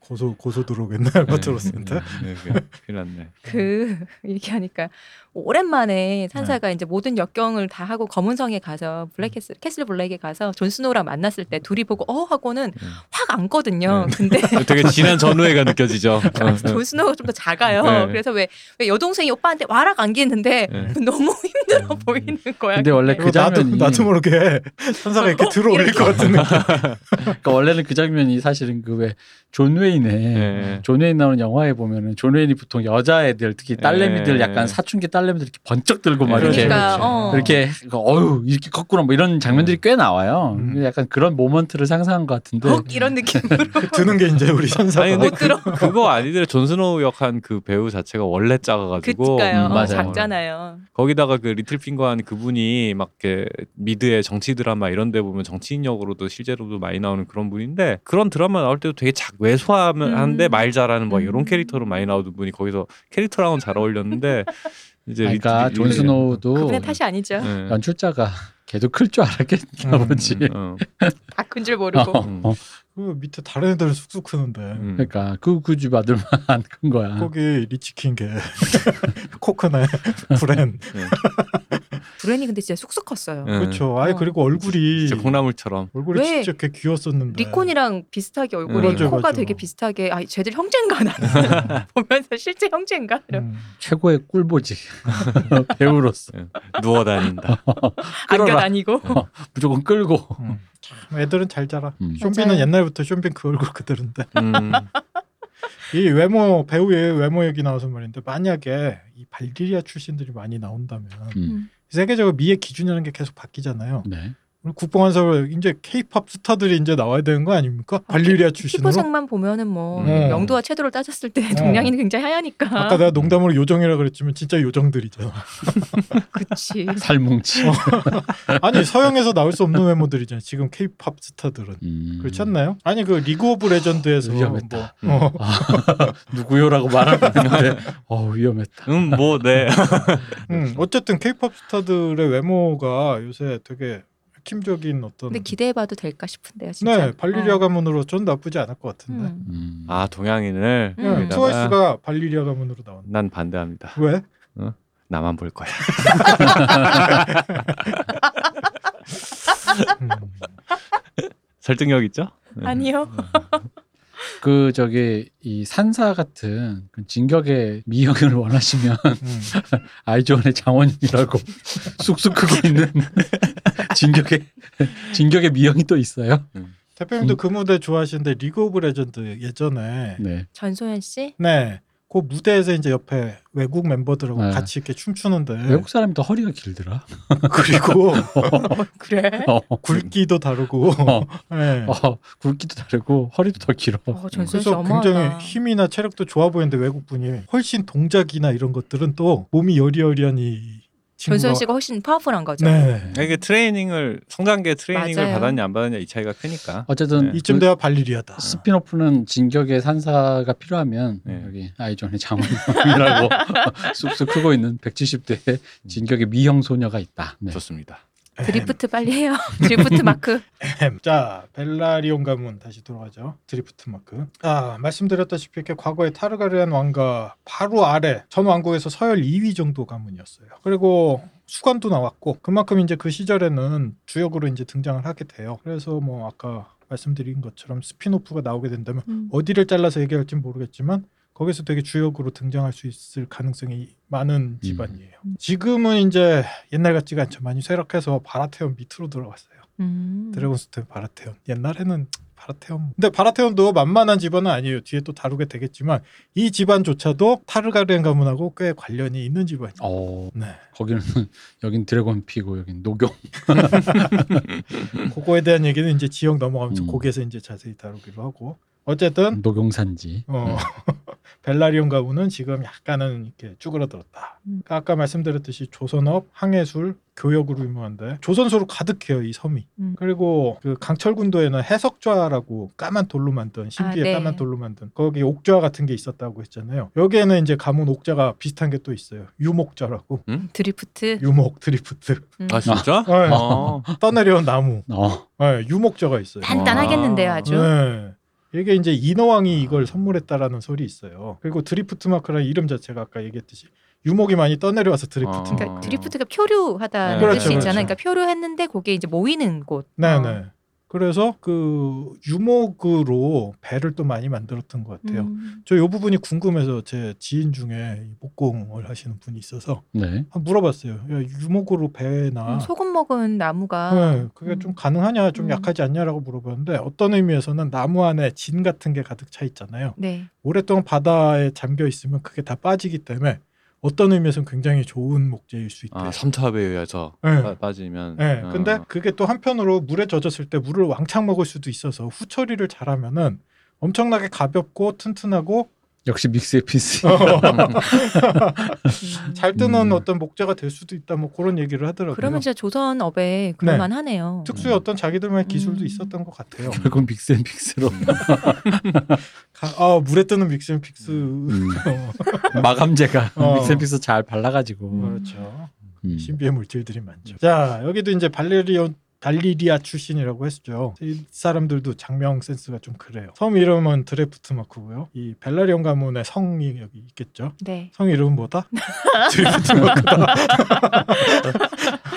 S2: 고소 고소 들어오겠네 알바트로스한테.
S3: 네, 네, 네. 큰일 났네.
S1: 그 얘기하니까 오랜만에
S3: 네.
S1: 산사가 이제 모든 역경을 다 하고 검은성에 가서 블랙캐슬
S3: 음.
S1: 캐슬 블랙에 가서 존 스노우랑 만났을 때 둘이 보고 어 하고는
S3: 네.
S1: 확 안거든요.
S3: 네.
S1: 근데
S3: 되게 지난 전후회가 느껴지죠. 어,
S1: 존 스노우가 좀 더 작아요.
S3: 네.
S1: 그래서 왜, 왜 여동생이 오빠한테 와락 안기는데
S3: 네. 음.
S1: 너무 힘들어 보이는 거야.
S4: 근데 원래 그
S2: 그리고 나도
S4: 장면이-
S2: 나도 모르게 천사가 이렇게
S1: 어?
S2: 들어올릴
S1: 이렇게.
S2: 것 같은 느낌.
S4: 그러니까 원래는 그 장면이 사실은 그 왜 존 웨인의
S3: 네.
S4: 존 웨인 나오는 영화에 보면은 존 웨인이 보통 여자애들 특히 딸내미들
S3: 네.
S4: 약간 사춘기 딸내미들 이렇게 번쩍 들고 막
S3: 그러니까,
S4: 이렇게
S1: 어.
S4: 이렇게 어유 이렇게 컸구나 뭐 이런 장면들이
S3: 네.
S4: 꽤 나와요.
S2: 음.
S4: 근데 약간 그런 모먼트를 상상한 것 같은데
S1: 헉 이런 느낌으로
S2: 그 드는 게 이제 우리 천사가.
S3: 아니, 근데
S1: 못 들어.
S3: 그거 아니더라. 존 스노우 역한 그 배우 자체가 원래 작아가지고
S1: 그니까요. 어,
S4: 음, 맞아요.
S1: 작잖아요.
S3: 거기다가 그 리틀 핑거한 그분이 막 이렇게 미드의 정치 드라마 이런 데 보면 정치인 역으로도 실제로도 많이 나오는 그런 분인데 그런 드라마 나올 때도 되게 작 외소한데
S1: 음.
S3: 말 잘하는 막 이런
S1: 음.
S3: 캐릭터로 많이 나오던 분이 거기서 캐릭터랑은 잘 어울렸는데 이제
S4: 그러니까
S3: 리틀-
S4: 존
S3: 리틀-
S4: 스노우도 네.
S1: 그분의 탓이 아니죠.
S3: 예.
S4: 연출자가 걔도 클 줄 알았겠나
S2: 음,
S4: 보지.
S3: 음, 어,
S1: 다 큰 줄 모르고.
S4: 어,
S3: 음.
S4: 어.
S2: 그 밑에 다른 애들은 쑥쑥 크는데
S3: 음.
S4: 그러니까 그 굳이 받을만 안 큰 거야.
S2: 거기 리치킨게 코크네 브랜
S3: 예.
S1: 브랜이 근데 진짜 쑥쑥컸어요.
S3: 예.
S2: 그렇죠. 아예
S1: 어.
S2: 그리고 얼굴이
S3: 진짜 콩나물처럼.
S2: 얼굴이
S1: 왜?
S2: 진짜 꽤 귀여웠었는데.
S1: 리콘이랑 비슷하게 얼굴이
S3: 맞아요,
S1: 코가
S2: 맞아요. 네.
S1: 되게 비슷하게 아 쟤들 형제인가 나 보면서 실제 형제인가 이런
S2: 음.
S4: 최고의 꿀보지 배우로서
S3: 누워 다닌다.
S1: 안겨
S4: 끌어라.
S1: 다니고
S4: 무조건 끌고
S2: 음. 참, 애들은 잘 자라.
S4: 음.
S2: 쇼빈은
S1: 맞아요.
S2: 옛날부터 쇼빈 그 얼굴 그대로인데
S3: 음,
S2: 이 외모 배우의 외모 얘기 나와서 말인데 만약에 이 발디리아 출신들이 많이 나온다면
S4: 음.
S2: 세계적으로 미의 기준이라는 게 계속 바뀌잖아요.
S4: 네.
S2: 우리 국뽕한사로 이제 케이팝 스타들이 이제 나와야 되는 거 아닙니까? 발리리아 출신으로.
S1: 키포상만 보면은 뭐
S3: 음.
S1: 영도와 채도를 따졌을 때 동양인이 굉장히 하얘니까
S2: 아까 내가 농담으로 요정이라 그랬지만 진짜 요정들이잖아.
S1: 그치
S4: 살뭉치
S3: 어.
S2: 아니 서양에서 나올 수 없는 외모들이잖아. 지금 케이팝 스타들은.
S4: 음.
S2: 그렇지 않나요? 아니 그 리그 오브 레전드에서
S4: 위험했다.
S2: 뭐 어,
S4: 누구요라고 말하는데 어 위험했다
S3: 음, 뭐, 네.
S2: 음, 어쨌든 케이팝 스타들의 외모가 요새 되게 핵심적인 어떤
S1: 근데 기대해봐도 될까 싶은데요 진짜
S2: 네 발리리아
S1: 어.
S2: 가문으로 전 나쁘지 않을 것 같은데
S1: 음.
S4: 음.
S3: 아, 동양인을.
S1: 음.
S2: 네,
S1: 여기다가-
S2: 트와이스가 발리리아 가문으로 나왔네
S3: 난 반대합니다.
S2: 왜?
S3: 나만 볼 거야.
S2: 음.
S3: 설득력 있죠? 네.
S1: 아니요
S4: 그 저기 이 산사 같은 그 진격의 미형을 원하시면
S2: 음.
S4: 아이즈원의 장원이라고 쑥쑥 크고 있는 진격의 진격의 미형이 또 있어요.
S2: 대표님도 그 무대 좋아하시는데 리그 오브 레전드 예전에
S4: 네.
S1: 전소연 씨
S2: 네. 그 무대에서 이제 옆에 외국 멤버들하고
S4: 네.
S2: 같이 이렇게 춤추는데
S4: 외국 사람이 더 허리가 길더라.
S2: 그리고
S1: 그래
S4: 어,
S2: 굵기도 다르고
S4: 어,
S2: 네.
S4: 어, 굵기도 다르고 허리도 더 길어.
S1: 어, 전소연 씨
S2: 그래서
S1: 어마하다
S2: 굉장히 힘이나 체력도 좋아 보이는데 외국 분이 훨씬 동작이나 이런 것들은 또 몸이 여리여리한 이 친구가
S1: 전소연 씨가 훨씬 파워풀한 거죠
S2: 네
S3: 이게 그 트레이닝을, 성장계 트레이닝을
S1: 맞아요.
S3: 받았냐 안 받았냐 이 차이가 크니까.
S4: 어쨌든
S3: 네.
S2: 이쯤
S4: 그
S2: 돼야 발리리아다.
S4: 스피노프는 진격의 산사가 필요하면
S3: 네.
S4: 여기 아이존의 장원이라고 쑥쑥 크고 있는 170대 진격의 미형 소녀가 있다. 네.
S3: 좋습니다.
S2: 네.
S1: 드리프트 빨리 해요 드리프트 마크
S2: 햄. 자, 벨라리온 가문 다시 돌아가죠. 드리프트 마크. 아, 말씀드렸다시피 이렇게 과거에 타르가리안 왕가 바로 아래 전 왕국에서 서열 2위 정도 가문이었어요. 그리고 수관도 나왔고 그만큼 이제 그 시절에는 주역으로 이제 등장을 하게 돼요. 그래서 뭐 아까 말씀드린 것처럼 스피노프가 나오게 된다면
S1: 음.
S2: 어디를 잘라서 얘기할지 는 모르겠지만 거기서 되게 주역으로 등장할 수 있을 가능성이 많은 집안이에요. 지금은 이제 옛날 같지가 않죠. 많이 쇠락해서 바라테온 밑으로 돌아갔어요.
S1: 음.
S2: 드래곤스톤 바라테온 옛날에는 바라테온 근데 바라테온도 만만한 집안은 아니에요 뒤에 또 다루게 되겠지만 이 집안조차도 타르가렌 가문하고 꽤 관련이 있는 집안이에요
S4: 어,
S2: 네.
S4: 거기는 여긴 드래곤 피고 여긴 녹용.
S2: 그거에 대한 얘기는 이제 지역 넘어가면서
S4: 음.
S2: 거기에서 이제 자세히 다루기로 하고 어쨌든
S4: 녹용산지.
S2: 어,
S1: 음.
S2: 벨라리온 가문은 지금 약간은 이렇게 쭈그러들었다 그러니까
S1: 음.
S2: 아까 말씀드렸듯이 조선업 항해술 교역으로 유명한데 조선소로 가득해요 이 섬이
S1: 음.
S2: 그리고 그 강철군도에는 해석좌라고 까만 돌로 만든 신비의
S1: 아, 네.
S2: 까만 돌로 만든 거기 옥좌 같은 게 있었다고 했잖아요. 여기에는 이제 가문 옥좌가 비슷한 게 또 있어요. 유목좌라고
S1: 드리프트
S2: 유목 드리프트
S1: 음.
S3: 아, 진짜?
S2: 네.
S3: 어.
S2: 떠내려온 나무
S4: 어.
S2: 네, 유목좌가 있어요.
S1: 단단하겠는데요 아주
S2: 네. 이게 이제 인어왕이 이걸 선물했다라는 설이 있어요. 그리고 드리프트 마크라는 이름 자체가 아까 얘기했듯이 유목이 많이 떠내려와서 드리프트.
S3: 어.
S2: 마크.
S4: 아.
S1: 그러니까 드리프트가 표류하다는
S3: 네.
S1: 뜻이
S3: 그렇죠,
S1: 있잖아요.
S2: 그렇죠.
S1: 그러니까 표류했는데 그게 이제 모이는 곳.
S2: 네네.
S1: 아.
S2: 그래서 그 유목으로 배를 또 많이 만들었던 것 같아요.
S1: 음.
S2: 저 요 부분이 궁금해서 제 지인 중에 이 목공을 하시는 분이 있어서
S4: 네.
S2: 한번 물어봤어요. 야, 유목으로 배나
S1: 음, 소금 먹은 나무가
S2: 아. 네, 그게 좀
S1: 음.
S2: 가능하냐, 좀
S1: 음.
S2: 약하지 않냐라고 물어봤는데 어떤 의미에서는 나무 안에 진 같은 게 가득 차 있잖아요.
S1: 네.
S2: 오랫동안 바다에 잠겨 있으면 그게 다 빠지기 때문에 어떤 의미에서는 굉장히 좋은 목재일 수 있대요.
S3: 아, 삼탑에 의해서
S2: 네.
S3: 빠- 빠지면.
S2: 네,
S4: 아.
S3: 어.
S2: 근데 그게 또 한편으로 물에 젖었을 때 물을 왕창 먹을 수도 있어서 후처리를 잘하면은 엄청나게 가볍고 튼튼하고
S4: 역시 믹스의 피스.
S3: 어.
S1: 음.
S2: 잘 뜨는
S4: 음.
S2: 어떤 목재가 될 수도 있다 뭐 그런 얘기를 하더라고요.
S1: 그러면 진짜 조선업에
S2: 네.
S1: 그럴만하네요.
S2: 특수의 어떤 자기들만의 기술도
S1: 음.
S2: 있었던 것 같아요.
S4: 결국 믹스앤 픽스로
S2: 가- 아 물에 뜨는 믹스앤 픽스.
S4: 음.
S2: 어,
S4: 마감재가
S2: 어.
S4: 믹스앤 픽스 잘 발라가지고
S1: 음.
S2: 그렇죠.
S4: 음.
S2: 신비의 물질들이 많죠. 자 여기도 이제 발레리온 발리리아 출신이라고 했죠. 이 사람들도 장명 센스가 좀 그래요. 섬 이름은 드레프트마크고요. 이 벨라리온 가문의 성이 여기 있겠죠.
S1: 네.
S2: 성 이름은 뭐다? 드레프트마크다.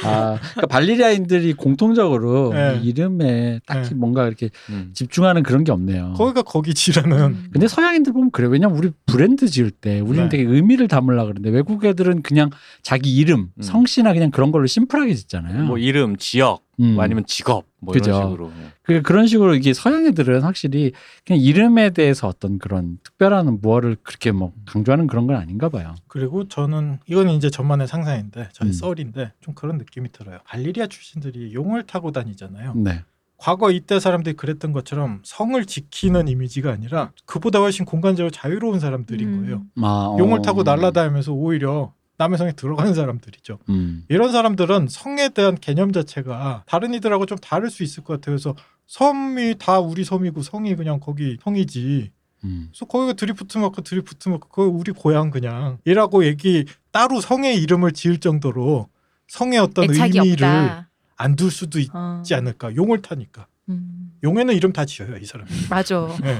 S4: 아, 그러니까 발리리아인들이 공통적으로
S2: 네.
S4: 이 이름에 딱히
S2: 네.
S4: 뭔가 이렇게
S3: 음.
S4: 집중하는 그런 게 없네요.
S2: 거기가 거기지라는.
S1: 음.
S4: 근데 서양인들 보면 그래. 왜냐면 우리 브랜드 지을 때 우리는
S2: 네.
S4: 되게 의미를 담으려 그러는데 외국 애들은 그냥 자기 이름,
S3: 음.
S4: 성씨나 그냥 그런 걸로 심플하게 짓잖아요.
S3: 뭐 이름, 지역,
S4: 음.
S3: 뭐 아니면 직업 뭐
S4: 그죠.
S3: 이런 식으로.
S4: 그 그런 식으로 이게 서양 애들은 확실히 그냥 이름에 대해서 어떤 그런 특별한 무엇을 그렇게 뭐 강조하는 그런 건 아닌가 봐요.
S2: 그리고 저는 이건 이제 저만의 상상인데 저의
S4: 음.
S2: 썰인데 좀 그런 느낌이 들어요. 발리리아 출신들이 용을 타고 다니잖아요.
S4: 네.
S2: 과거 이때 사람들이 그랬던 것처럼 성을 지키는 이미지가 아니라 그보다 훨씬 공간적으로 자유로운 사람들인
S1: 음.
S2: 거예요.
S4: 아, 어.
S2: 용을 타고 날아다니면서 오히려 남의 성에 들어가는 사람들이죠.
S4: 음.
S2: 이런 사람들은 성에 대한 개념 자체가 다른 이들하고 좀 다를 수 있을 것 같아요. 그래서 섬이 다 우리 섬이고 성이 그냥 거기 성이지.
S4: 음.
S2: 그래서 거기가 드리프트 마크 드리프트 마크 그거 우리 고향 그냥 이라고 얘기 따로 성의 이름을 지을 정도로 성의 어떤
S1: 애착이
S2: 의미를
S1: 없다.
S2: 안 둘 수도 있지
S1: 어.
S2: 않을까. 용을 타니까.
S1: 음.
S2: 용에는 이름 다 지어요 이 사람.
S1: 맞아.
S2: 네.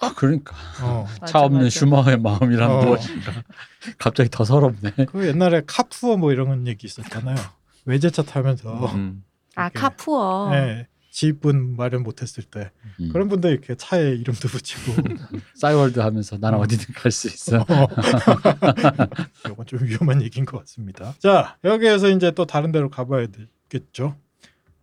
S4: 아, 그러니까
S2: 어.
S4: 차 없는 슈머의 마음이라는
S2: 어.
S4: 어. 갑자기 더 서럽네.
S2: 그 옛날에 카푸어 뭐 이런 얘기 있었잖아요. 외제차 타면서
S3: 음.
S1: 아
S2: 이렇게.
S1: 카푸어.
S2: 예, 지분 마련 못했을 때
S4: 음.
S2: 그런 분들 이렇게 차에 이름도 붙이고
S4: 싸이월드 하면서 나는 어디든 갈 수 있어.
S2: 이건 좀 위험한 얘기인 것 같습니다. 자 여기에서 이제 또 다른 데로 가봐야 되겠죠.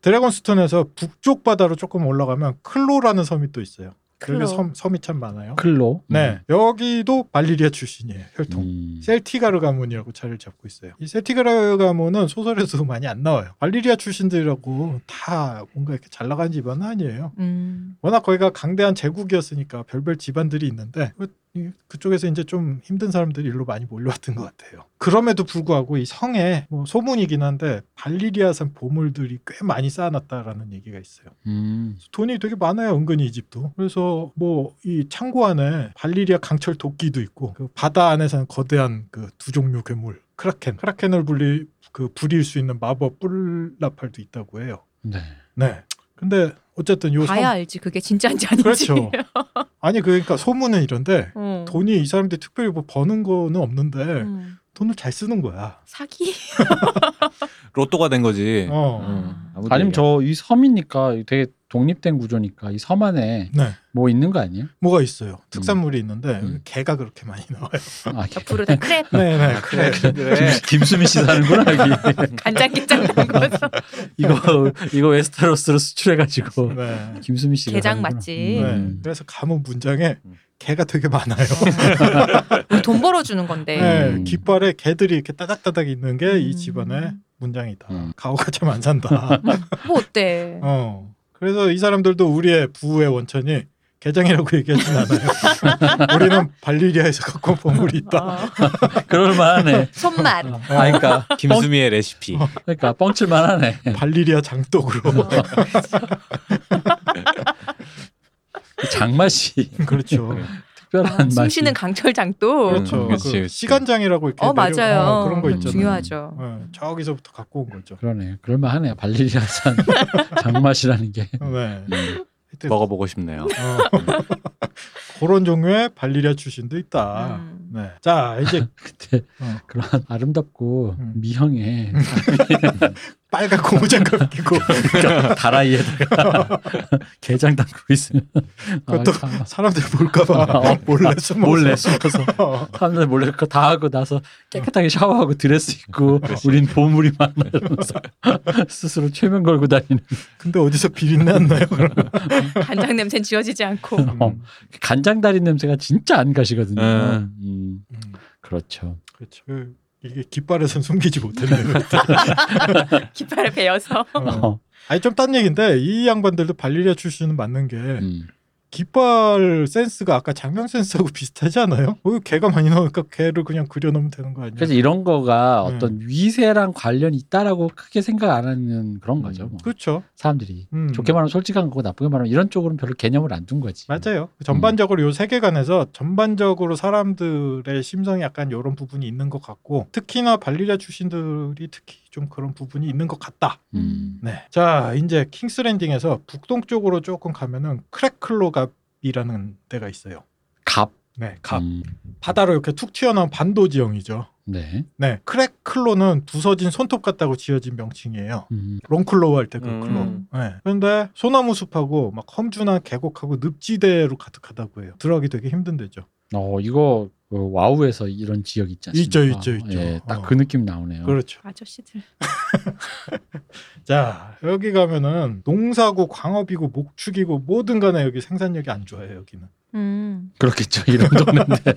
S2: 드래곤스톤에서 북쪽 바다로 조금 올라가면 클로라는 섬이 또 있어요.
S1: 클로.
S2: 여기 섬 섬이 참 많아요.
S4: 클로.
S2: 네 여기도 발리리아 출신이에요 혈통.
S4: 음.
S2: 셀티가르 가문이라고 자리를 잡고 있어요. 이 셀티가르 가문은 소설에서도 많이 안 나와요. 발리리아 출신들이라고 다 뭔가 이렇게 잘 나가는 집안은 아니에요.
S1: 음.
S2: 워낙 거기가 강대한 제국이었으니까 별별 집안들이 있는데 그- 이- 그쪽에서 이제 좀 힘든 사람들이 일로 많이 몰려왔던 것 같아요. 그럼에도 불구하고 이 성에 뭐 소문이긴 한데 발리리아산 보물들이 꽤 많이 쌓아놨다라는 얘기가 있어요.
S4: 음.
S2: 돈이 되게 많아요 은근히 이 집도 그래서 뭐 이 창고 안에 발리리아 강철 도끼도 있고 그 바다 안에 사는 거대한 그 두 종류 괴물 크라켄 크라켄을 불리 그 부릴 수 있는 마법 뿔라팔도 있다고 해요
S4: 네.
S2: 네 근데 어쨌든 요
S1: 봐야
S2: 섬,
S1: 알지 그게 진짜인지 아닌지.
S2: 그렇죠 아니 그러니까 소문은 이런데
S1: 어.
S2: 돈이 이 사람들이 특별히 뭐 버는 거는 없는데
S1: 음.
S2: 돈을 잘 쓰는 거야
S1: 사기.
S3: 로또가 된 거지.
S2: 어
S3: 음, 아무도
S4: 아니면
S3: 얘기
S4: 저 이 섬이니까 되게 독립된 구조니까 이 섬 안에
S2: 네.
S4: 뭐 있는 거 아니에요?
S2: 뭐가 있어요 특산물이 있는데
S4: 음.
S2: 개가 그렇게 많이 나와요
S4: 아,
S1: 앞으로 다 크랩
S3: 아,
S2: 네네 그래
S4: 김수민 씨 사는구나 여기.
S1: 간장게장 난 거죠.
S4: 이거 이거 웨스테로스로 수출해가지고
S2: 네.
S4: 김수민 씨가
S1: 게장
S4: 사는구나.
S1: 맛집.
S2: 네.
S4: 음.
S2: 그래서 가문 문장에
S3: 음.
S2: 개가 되게 많아요.
S1: 우리 돈 벌어주는 건데.
S2: 네,
S4: 음.
S2: 깃발에 개들이 이렇게 따닥따닥 있는 게 이
S1: 음.
S2: 집안의 문장이다.
S4: 음.
S2: 가오가 참 안 산다.
S1: 뭐 어때?
S2: 어. 그래서 이 사람들도 우리의 부의 원천이 개장이라고 얘기하진 않아요. 우리는 발리리아에서 갖고 온 보물이 있다.
S1: 어.
S4: 그럴 만하네.
S1: 손맛.
S4: 아, 그러니까
S2: 어.
S3: 김수미의 레시피.
S4: 그러니까 뻥칠 만하네.
S2: 발리리아 장독으로.
S1: 음.
S4: 장맛이
S2: 그렇죠.
S4: 특별한
S1: 아, 숨
S4: 맛이.
S1: 쉬는 강철장도.
S3: 그렇죠.
S2: 그렇죠.
S3: 그치,
S2: 그
S3: 그치.
S2: 시간장이라고 이렇게
S1: 어
S2: 내려-
S1: 맞아요. 음,
S2: 어, 그런 거
S4: 그거
S2: 있잖아요.
S1: 중요하죠.
S2: 어, 저기서부터 갖고 온 거죠.
S4: 그러네. 그럴 만하네. 발리리아산 장맛이라는 게.
S2: 네. 하여튼
S3: 먹어보고 싶네요.
S2: 어. 그런 종류의 발리리아 출신도 있다.
S1: 음.
S2: 네. 자 이제
S4: 그때
S2: 어.
S4: 그런 아름답고
S2: 음.
S4: 미형의
S2: 빨간 고무장갑 끼고
S4: 다라이에다가 게장 담그고 있으면
S2: 그것도
S4: 아, 참.
S2: 사람들 볼까봐
S4: 어.
S2: 몰래 숨어.
S4: 몰래 숨어서
S2: 어.
S4: 사람들 몰래 그거 다 하고 나서 깨끗하게 샤워하고
S2: 아,
S4: 드레스 입고 우린 보물이 많아 이러면서 스스로 최면 걸고 다니는
S2: 근데 어디서 비린내 안 나요? 그럼?
S1: 간장 냄새는 지워지지 않고.
S2: 음.
S4: 어. 간장다리 냄새가 진짜 안 가시거든요.
S3: 네.
S4: 음,
S2: 음,
S4: 그렇죠.
S2: 그렇죠. 그, 이게 깃발에선 숨기지 못했네. 그것도.
S1: 깃발을 베어서.
S2: 어.
S4: 어,
S2: 아니 좀 딴 얘기인데 이 양반들도 발리리아 출신은 맞는 게
S4: 음.
S2: 깃발 센스가 아까 장명 센스하고 비슷하지 않아요? 어, 개가 많이 나오니까 개를 그냥 그려놓으면 되는 거 아니에요?
S4: 그래서 이런 거가
S2: 네.
S4: 어떤 위세랑 관련이 있다라고 크게 생각 안 하는 그런 거죠. 뭐.
S2: 그렇죠.
S4: 사람들이
S2: 음.
S4: 좋게 말하면 솔직한 거고 나쁘게 말하면 이런 쪽으로는 별로 개념을 안 둔 거지.
S2: 맞아요. 전반적으로 요 세계관에서 전반적으로 사람들의 심성이 약간 이런 부분이 있는 것 같고 특히나 발리리아 출신들이 특히 좀 그런 부분이 있는 것 같다.
S3: 음.
S2: 네. 자, 이제 킹스랜딩에서 북동쪽으로 조금 가면은 크래클로갑이라는 데가 있어요.
S3: 갑.
S2: 네, 갑.
S4: 음,
S2: 바다로 이렇게 툭 튀어나온 반도 지형이죠.
S4: 네.
S2: 네, 크래클로는 부서진 손톱 같다고 지어진 명칭이에요.
S4: 음,
S2: 롱클로우 할 때 그
S3: 음.
S2: 클로. 네. 그런데 소나무 숲하고 막 험준한 계곡하고 늪지대로 가득하다고 해요. 들어가기 되게 힘든 데죠.
S4: 어 이거 그 와우에서 이런 지역 있지
S2: 있죠,
S4: 않습니까?
S2: 있죠, 있죠.
S4: 예, 딱
S2: 어.
S4: 그 느낌 나오네요.
S2: 그렇죠.
S1: 아저씨들.
S2: 자, 여기 가면은 농사고 광업이고 목축이고 뭐든 간에 여기 생산력이 안 좋아요, 여기는.
S1: 음.
S4: 그렇겠죠. 이런 동네인데.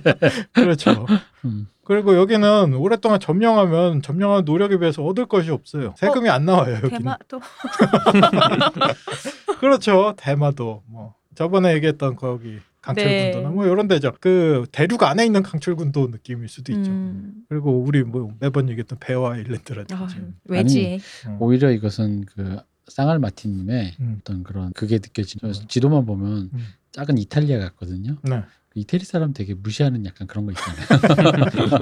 S2: 그렇죠.
S4: 음.
S2: 그리고 여기는 오랫동안 점령하면 점령한 노력에 비해서 얻을 것이 없어요. 세금이 안 나와요, 여기는.
S1: 대마도
S2: 그렇죠. 대마도 뭐 저번에 얘기했던 거기 강철군도나
S1: 네.
S2: 뭐 이런 데죠. 그 대륙 안에 있는 강철군도 느낌일 수도 있죠.
S1: 음.
S2: 그리고 우리 뭐 매번 얘기했던 배와 일랜드라든지. 음.
S1: 아, 음. 외지에
S4: 오히려 이것은 그 쌍알 마틴님의
S2: 음.
S4: 어떤 그런 그게 느껴지는 지도만 보면
S2: 음.
S4: 작은 이탈리아 같거든요.
S2: 네.
S4: 그 이태리 사람 되게 무시하는 약간 그런 거 있잖아요.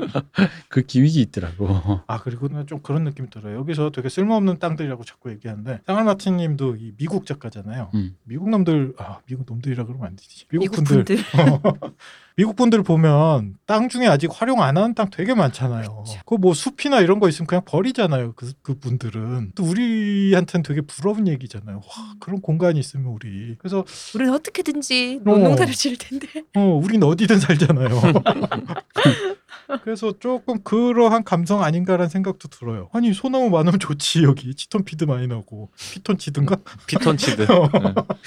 S4: 그 기믹이 있더라고.
S2: 아 그리고는 좀 그런 느낌이 들어요. 여기서 되게 쓸모없는 땅들이라고 자꾸 얘기하는데 쌍알마틴님도 이 미국 작가잖아요.
S4: 음.
S2: 미국 놈들 아 미국 놈들이라 그러면 안 되지. 미국
S1: 미국
S2: 분들
S1: 분들.
S2: 미국 분들 보면 땅 중에 아직 활용 안 하는 땅 되게 많잖아요.
S3: 그렇죠.
S2: 그 뭐 숲이나 이런 거 있으면 그냥 버리잖아요. 그, 그 분들은 또 우리한테는 되게 부러운 얘기잖아요. 와
S3: 음.
S2: 그런 공간이 있으면 우리 그래서
S1: 우리는 어떻게든지
S2: 어.
S1: 농농사를 지을 텐데.
S2: 어 우린 어디든 살잖아요. 그래서 조금 그러한 감성 아닌가라는 생각도 들어요. 아니 소나무 많으면 좋지 여기 치톤피드 많이 나고 피톤치든가
S3: 피톤치드.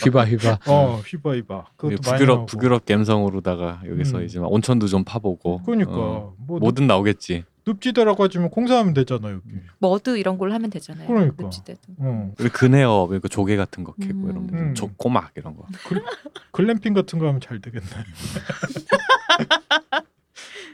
S4: 휘바 휘바.
S2: 어 휘바이바
S3: 음. 네.
S2: 어. 그것도 많이 나오고.
S3: 부유럽 부유럽 감성으로다가 여기서
S2: 음.
S3: 이제 막 온천도 좀 파보고.
S2: 그러니까
S3: 어,
S2: 뭐
S3: 뭐든 음. 나오겠지.
S2: 늪지대라고 하지면 공사하면 되잖아요 여기.
S1: 머드 이런 걸 하면 되잖아요.
S2: 그러니까.
S1: 늪지대도.
S2: 어.
S3: 우리 그네어 그러니까 조개 같은 거 캐고
S1: 음.
S3: 이런 거,
S2: 음.
S3: 조, 꼬막 이런 거.
S2: 글램핑 같은 거 하면 잘 되겠네.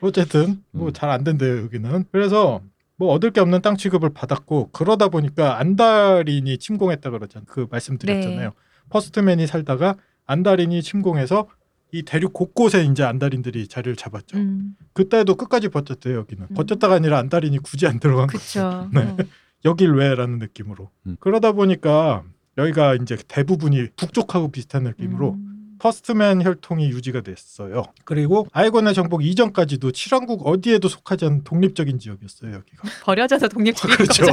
S2: 어쨌든 뭐
S3: 음.
S2: 잘 안 된대요 여기는. 그래서 뭐 얻을 게 없는 땅 취급을 받았고 그러다 보니까 안달인이 침공했다 그러잖아요. 그 말씀드렸잖아요.
S1: 네.
S2: 퍼스트맨이 살다가 안달인이 침공해서 이 대륙 곳곳에 이제 안달인들이 자리를 잡았죠.
S1: 음.
S2: 그때도 끝까지 버텼대요 여기는.
S1: 음.
S2: 버텼다가 아니라 안달인이 굳이 안 들어간 거죠.
S1: 그렇죠.
S2: 네. 여길 왜라는 느낌으로.
S3: 음.
S2: 그러다 보니까 여기가 이제 대부분이 북쪽하고 비슷한
S1: 음.
S2: 느낌으로 퍼스트맨 혈통이 유지가 됐어요. 그리고 아이곤의 정복 이전까지도 칠왕국 어디에도 속하지 않은 독립적인 지역이었어요. 여기가
S1: 버려져서 독립주의
S2: 그렇죠.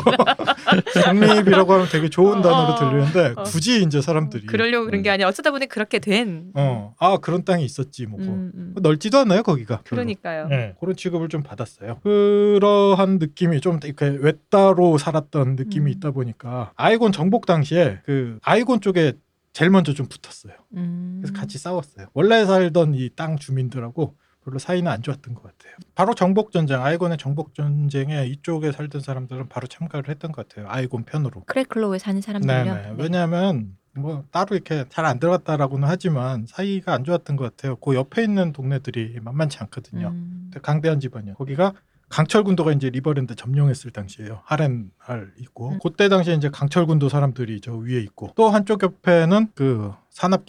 S2: 독립이라고 하면 되게 좋은
S1: 아, 어,
S2: 단어로
S1: 어,
S2: 들리는데
S1: 어.
S2: 굳이 이제 사람들이 음.
S1: 그러려고 그런 게 아니라 어쩌다 보니 그렇게 된.
S2: 어, 아 그런 땅이 있었지 뭐고
S1: 음, 음.
S2: 넓지도 않아요 거기가. 별로.
S1: 그러니까요.
S2: 예, 그런 취급을 좀 받았어요. 그러한 느낌이 좀 이렇게 외따로 살았던 느낌이
S1: 음.
S2: 있다 보니까 아이곤 정복 당시에 그 아이곤 쪽에 제일 먼저 좀 붙었어요.
S1: 음.
S2: 그래서 같이 싸웠어요. 원래 살던 이 땅 주민들하고 별로 사이는 안 좋았던 것 같아요. 바로 정복 전쟁, 아이곤의 정복 전쟁에 이쪽에 살던 사람들은 바로 참가를 했던 것 같아요. 아이곤 편으로.
S1: 크래클로우에 사는 사람들이요.
S2: 네네. 왜냐하면 뭐 따로 이렇게 잘 안 들어갔다라고는 하지만 사이가 안 좋았던 것 같아요. 그 옆에 있는 동네들이 만만치 않거든요. 네.
S1: 음.
S2: 근데 강대한 집안이요. 거기가 강철군도가 이제 리버랜드 점령했을 당시에요. 하렌할 있고
S1: 음.
S2: 그때 당시에 이제 강철군도 사람들이 저 위에 있고 또 한쪽 옆에는 그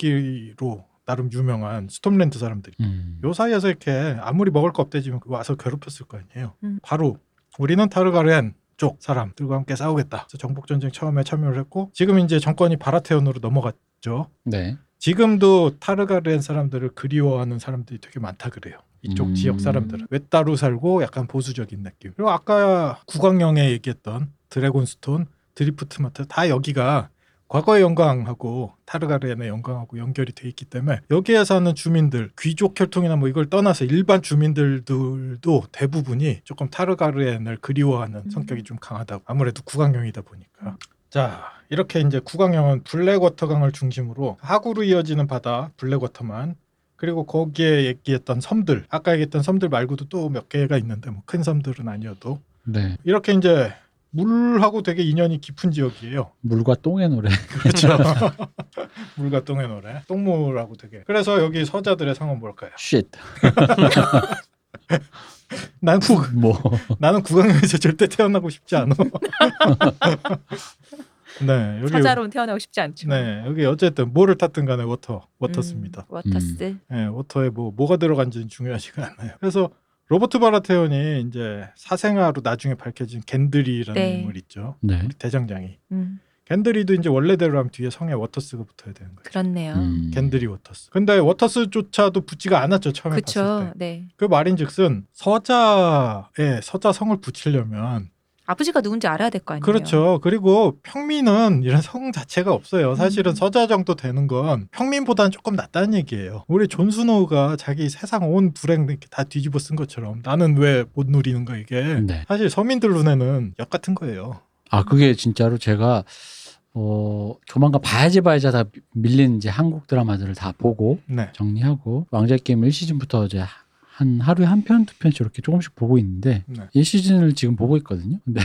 S2: 산악기로 나름 유명한 스톰랜드 사람들이
S4: 음.
S2: 요 사이에서 이렇게 아무리 먹을 거 없대지만 그 와서 괴롭혔을 거 아니에요.
S1: 음.
S2: 바로 우리는 타르가렌 쪽 사람들과 함께 싸우겠다. 그래서 정복 전쟁 처음에 참여를 했고 지금 이제 정권이 바라테온으로 넘어갔죠.
S4: 네.
S2: 지금도 타르가렌 사람들을 그리워하는 사람들이 되게 많다 그래요. 이쪽
S4: 음.
S2: 지역 사람들은 외따로 살고 약간 보수적인 느낌. 그리고 아까 구강영에 얘기했던 드래곤스톤, 드리프트마트 다 여기가 과거의 영광하고 타르가렌의 영광하고 연결이 돼 있기 때문에 여기에 사는 주민들 귀족 혈통이나 뭐 이걸 떠나서 일반 주민들도 대부분이 조금 타르가렌을 그리워하는
S1: 음.
S2: 성격이 좀 강하다고 아무래도 구강형이다 보니까 자 이렇게 이제 구강형은 블랙워터강을 중심으로 하구로 이어지는 바다 블랙워터만 그리고 거기에 얘기했던 섬들 아까 얘기했던 섬들 말고도 또 몇 개가 있는데 뭐 큰 섬들은 아니어도
S4: 네.
S2: 이렇게 이제 물하고 되게 인연이 깊은 지역이에요.
S4: 물과 똥의 노래.
S2: 그렇죠. 물과 똥의 노래. 똥물하고 되게. 그래서 여기 서자들의 상은 뭘까요?
S4: 쉿.
S2: 난 구,
S4: 뭐.
S2: 나는 구강에서 절대 태어나고 싶지 않아. 네, 여기
S1: 사자로는 태어나고 싶지 않죠.
S2: 네, 여기 어쨌든 뭐를 탔든 간에 워터,
S1: 음,
S2: 워터스입니다.
S1: 워터스.
S2: 예, 워터에 뭐 뭐가 들어간지는 중요하지가 않아요. 그래서 로버트 바라테온이 이제 사생아로 나중에 밝혀진 겐드리라는
S1: 네.
S2: 인물 있죠.
S4: 네.
S2: 대장장이.
S1: 음,
S2: 겐드리도 이제 원래대로 하면 뒤에 성에 워터스가 붙어야 되는 거예요.
S1: 그렇네요.
S4: 음.
S2: 겐드리 워터스. 근데 워터스조차도 붙지가 않았죠 처음에 봤을
S1: 그쵸.
S2: 때.
S1: 네.
S2: 그 말인즉슨 서자에 서자 성을 붙이려면
S1: 아버지가 누군지 알아야 될 거 아니에요.
S2: 그렇죠. 그리고 평민은 이런 성 자체가 없어요. 사실은
S1: 음.
S2: 서자 정도 되는 건 평민보다는 조금 낫다는 얘기예요. 우리 존스노우가 자기 세상 온 불행 이렇게 다 뒤집어 쓴 것처럼 나는 왜 못 누리는가 이게
S4: 네.
S2: 사실 서민들 눈에는 역 같은 거예요.
S4: 아 그게 진짜로 제가 어 조만간 봐야지 봐야지 다 밀린 이제 한국 드라마들을 다 보고
S2: 네.
S4: 정리하고 왕좌의 게임 1시즌부터 이제 한 하루에 한 편, 두 편씩 이렇게 조금씩 보고 있는데
S2: 네.
S4: 1시즌을 지금 보고 있거든요. 근데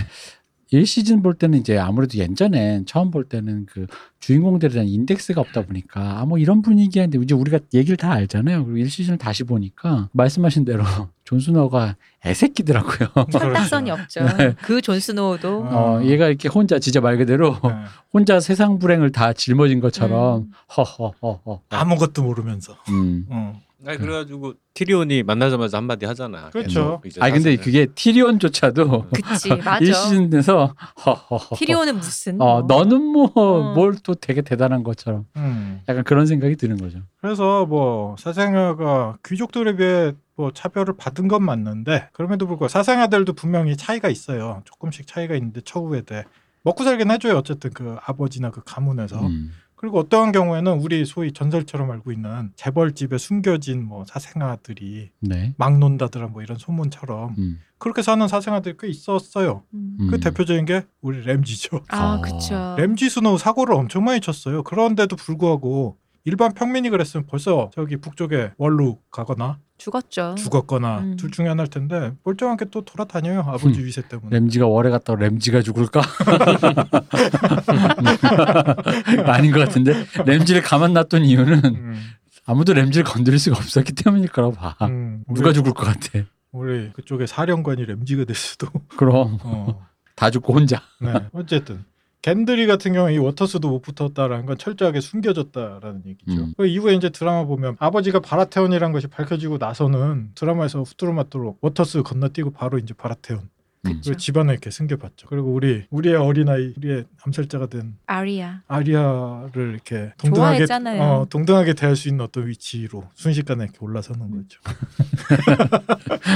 S4: 1시즌 볼 때는 이제 아무래도 예전엔 처음 볼 때는 그 주인공들에 대한 인덱스가 없다 보니까 아뭐 이런 분위기인데 이제 우리가 얘기를 다 알잖아요. 그리고 1시즌을 다시 보니까 말씀하신 대로 존스너가 애새끼더라고요.
S2: 그렇죠.
S1: 상당성이 없죠.
S4: 네.
S1: 그 존스노우도
S2: 어,
S4: 어, 얘가 이렇게 혼자 진짜 말 그대로
S2: 네.
S4: 혼자 세상 불행을 다 짊어진 것처럼
S1: 음.
S4: 허허허허.
S2: 아무것도 모르면서.
S4: 음.
S2: 어.
S3: 아니 그래가지고 티리온이 만나자마자 한마디 하잖아.
S2: 그렇죠.
S3: 앤너 이제
S4: 아 근데
S3: 사실은.
S4: 그게 티리온조차도
S1: 그치 네, 맞아.
S4: 1시즌에서 허허허.
S1: 티리오는 무슨?
S4: 어, 너는 뭐
S1: 어.
S4: 뭘 또 되게 대단한 것처럼
S2: 음.
S4: 약간 그런 생각이 드는 거죠.
S2: 그래서 뭐 사생아가 귀족들에 비해 뭐 차별을 받은 건 맞는데 그럼에도 불구하고 사생아들도 분명히 차이가 있어요. 조금씩 차이가 있는데 처우에 대해 먹고 살긴 해줘요. 어쨌든 그 아버지나 그 가문에서
S4: 음.
S2: 그리고 어떠한 경우에는 우리 소위 전설처럼 알고 있는 재벌집에 숨겨진 뭐 사생아들이
S4: 네.
S2: 막 논다더라 뭐 이런 소문처럼
S4: 음.
S2: 그렇게 사는 사생아들이 꽤 있었어요.
S1: 음.
S4: 음.
S2: 그 대표적인 게 우리 램지죠.
S1: 아
S4: 어.
S1: 그쵸.
S2: 램지 스노우 사고를 엄청 많이 쳤어요. 그런데도 불구하고 일반 평민이 그랬으면 벌써 저기 북쪽에 월루 가거나
S1: 죽었죠.
S2: 죽었거나
S1: 음.
S2: 둘 중에 하나일 텐데 멀쩡하게 또 돌아다녀요
S4: 음.
S2: 아버지 위세 때문에.
S4: 램지가 월에 갔다 고 램지가 죽을까? 아닌 것 같은데 램지를 가만 놔둔 이유는
S2: 음,
S4: 아무도 램지를 건드릴 수가 없었기 때문일 거라고 봐.
S2: 음, 우리,
S4: 아, 누가 죽을 것 같아?
S2: 우리 그쪽에 사령관이 램지가 될 수도.
S4: 그럼
S2: 어.
S4: 다 죽고 혼자.
S2: 네. 어쨌든 겐드리 같은 경우에 이 워터스도 못 붙었다라는 건 철저하게 숨겨졌다라는 얘기죠.
S4: 음.
S2: 그 이후에 이제 드라마 보면 아버지가 바라테온이라는 것이 밝혀지고 나서는 드라마에서 후뚜루마뚜루 워터스 건너뛰고 바로 이제 바라테온
S1: 그쵸.
S2: 그 집안을 이렇게 숨겨봤죠. 그리고 우리 우리의 어린아이 우리의 암살자가 된
S1: 아리아.
S2: 아리아를 이렇게 동등하게
S1: 좋아했잖아요.
S2: 어, 동등하게 대할 수 있는 어떤 위치로 순식간에 이렇게 올라서는 거죠.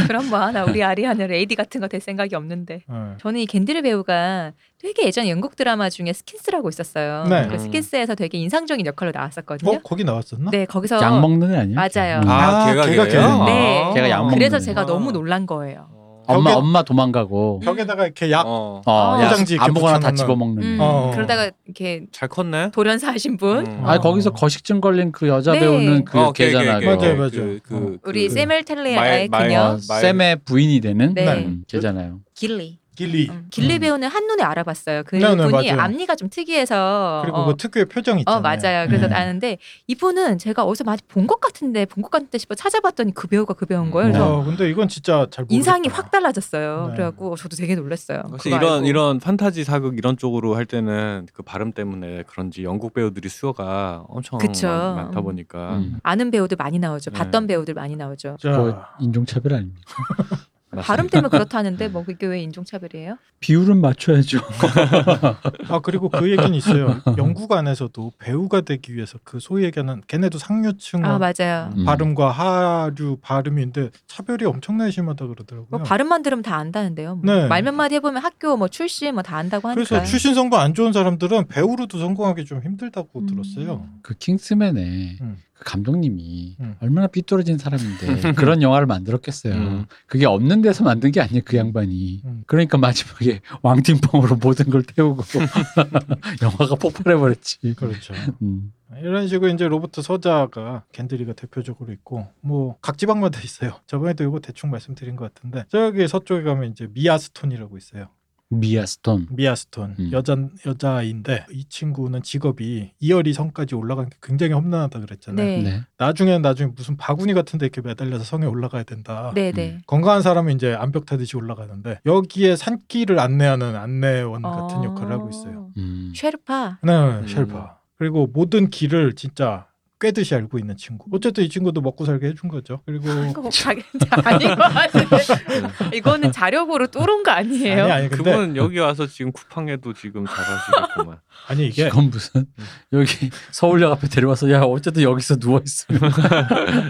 S1: 그럼 뭐 하나 우리 아리아는 레이디 같은 거 될 생각이 없는데.
S2: 예.
S1: 저는 이 겐디르 배우가 되게 예전 영국 드라마 중에 스킨스라고 있었어요.
S2: 네.
S3: 음.
S1: 그 스킨스에서 되게 인상적인 역할로 나왔었거든요.
S2: 어 거기 나왔었나?
S1: 네, 거기서
S4: 약 먹는 애 아니야?
S1: 맞아요.
S4: 음.
S3: 아,
S2: 아,
S3: 걔가
S2: 걔가
S3: 걔예요?
S2: 걔네.
S1: 네.
S3: 아.
S4: 걔가 약 먹는
S1: 그래서
S4: 애.
S1: 제가
S3: 아.
S1: 너무 놀란 거예요.
S4: 엄마
S2: 벽에-
S4: 엄마 도망가고
S2: 벽에다가 이렇게 약
S3: 어.
S4: 어,
S1: 아.
S4: 야,
S2: 포장지 이렇게
S4: 아무거나 다
S2: 붙여놓는-
S4: 집어먹는.
S1: 음,
S4: 애.
S2: 어.
S1: 그러다가 이렇게
S3: 잘 컸네.
S1: 돌연사하신 분,
S3: 음.
S4: 아니 거기서 거식증 걸린 그 여자
S1: 네.
S4: 배우는 그
S3: 어, 걔,
S4: 걔잖아.
S3: 걔, 걔.
S4: 그
S2: 맞아요, 맞아요.
S3: 그, 그,
S1: 우리
S3: 그-
S1: 세멜텔레아의
S3: 말-
S1: 그녀
S3: 말-
S4: 어, 쌤의 부인이 되는
S1: 네.
S4: 음, 걔잖아요.
S1: 길리.
S2: 길리
S1: 음, 길리
S2: 음.
S1: 배우는 한눈에 알아봤어요.
S2: 네, 네,
S1: 그분이
S2: 맞아요.
S1: 앞니가 좀 특이해서
S2: 그리고
S1: 어,
S2: 그 특유의 표정 있잖아요.
S1: 어, 맞아요.
S3: 음.
S1: 그래서
S2: 네.
S1: 아는데 이분은 제가 어디서 많이 본 것 같은데 본 것 같은데 싶어 찾아봤더니 그 배우가 그 배우인 거예요. 그래서
S4: 네.
S2: 어, 근데 이건 진짜 잘 모르겠다.
S1: 인상이 확 달라졌어요.
S2: 네.
S1: 그래갖고 저도 되게 놀랐어요.
S3: 혹시
S1: 그거
S3: 이런
S1: 알고.
S3: 이런 판타지 사극 이런 쪽으로 할 때는 그 발음 때문에 그런지 영국 배우들이 수요가 엄청
S1: 그쵸.
S3: 많- 많다 보니까
S4: 음.
S1: 아는 배우들 많이 나오죠.
S3: 네.
S1: 봤던 배우들 많이 나오죠.
S2: 자,
S4: 뭐 인종차별 아닙니까?
S1: 발음 때문에 그렇다는데 뭐 그게 왜 인종차별이에요?
S4: 비율은 맞춰야죠.
S2: 아 그리고 그 얘기는 있어요. 영국 안에서도 배우가 되기 위해서 그 소위 얘기하는 걔네도 상류층
S1: 아 맞아요.
S3: 음.
S4: 음.
S2: 발음과 하류 발음인데 차별이 엄청나게 심하다 그러더라고요.
S1: 뭐 바름만 들으면 다 안다는데요. 뭐.
S2: 네.
S1: 말몇 마디 해보면 학교 뭐 출신 뭐 다 안다고 하니까.
S2: 그래서 출신 성분 안 좋은 사람들은 배우로도 성공하기 좀 힘들다고
S1: 음.
S2: 들었어요.
S4: 그 킹스맨의
S2: 음.
S4: 그 감독님이
S2: 음.
S4: 얼마나 삐뚤어진 사람인데 그런 영화를 만들었겠어요.
S3: 음.
S4: 그게 없는 데서 만든 게 아니에요. 그 양반이.
S2: 음.
S4: 그러니까 마지막에 왕팅펑으로 모든 걸 태우고 영화가 폭발해버렸지.
S2: 그렇죠.
S4: 음.
S2: 이런 식으로 이제 로버트 서자가 겐드리가 대표적으로 있고 뭐 각 지방마다 있어요. 저번에도 이거 대충 말씀드린 것 같은데 저기 서쪽에 가면 이제 미아스톤이라고 있어요.
S4: 미아 스톤.
S2: 미아스톤
S4: 음.
S2: 여자 여자인데 이 친구는 직업이 이어리 성까지 올라간 게 굉장히 험난하다 그랬잖아요.
S1: 네.
S4: 네.
S2: 나중에는 나중에 무슨 바구니 같은 데 이렇게 매달려서 성에 올라가야 된다.
S1: 네네.
S2: 건강한 사람은 이제 암벽 타듯이 올라가는데 여기에 산길을 안내하는
S3: 음.
S2: 안내원
S1: 어. 아.
S2: 같은 역할을 하고 있어요.
S4: 음.
S1: 쉐르파.
S2: 네, 셀파. 그리고 모든 길을 진짜 꿰듯이 알고 있는 친구. 어쨌든 이 친구도 먹고 살게 해준 거죠. 그리고
S1: 이거 뭐 자, 아닌 것 같은데 이거는 자력으로 뚫은 거
S2: 아니
S1: 아니에요?
S2: 아니 근데
S3: 그분은 여기 와서 지금 쿠팡에도 지금 잘하시겠구만.
S2: 아니 이게 음.
S4: 이건 무슨 여기 서울역 앞에 데려와서 야 어쨌든 여기서 누워 있어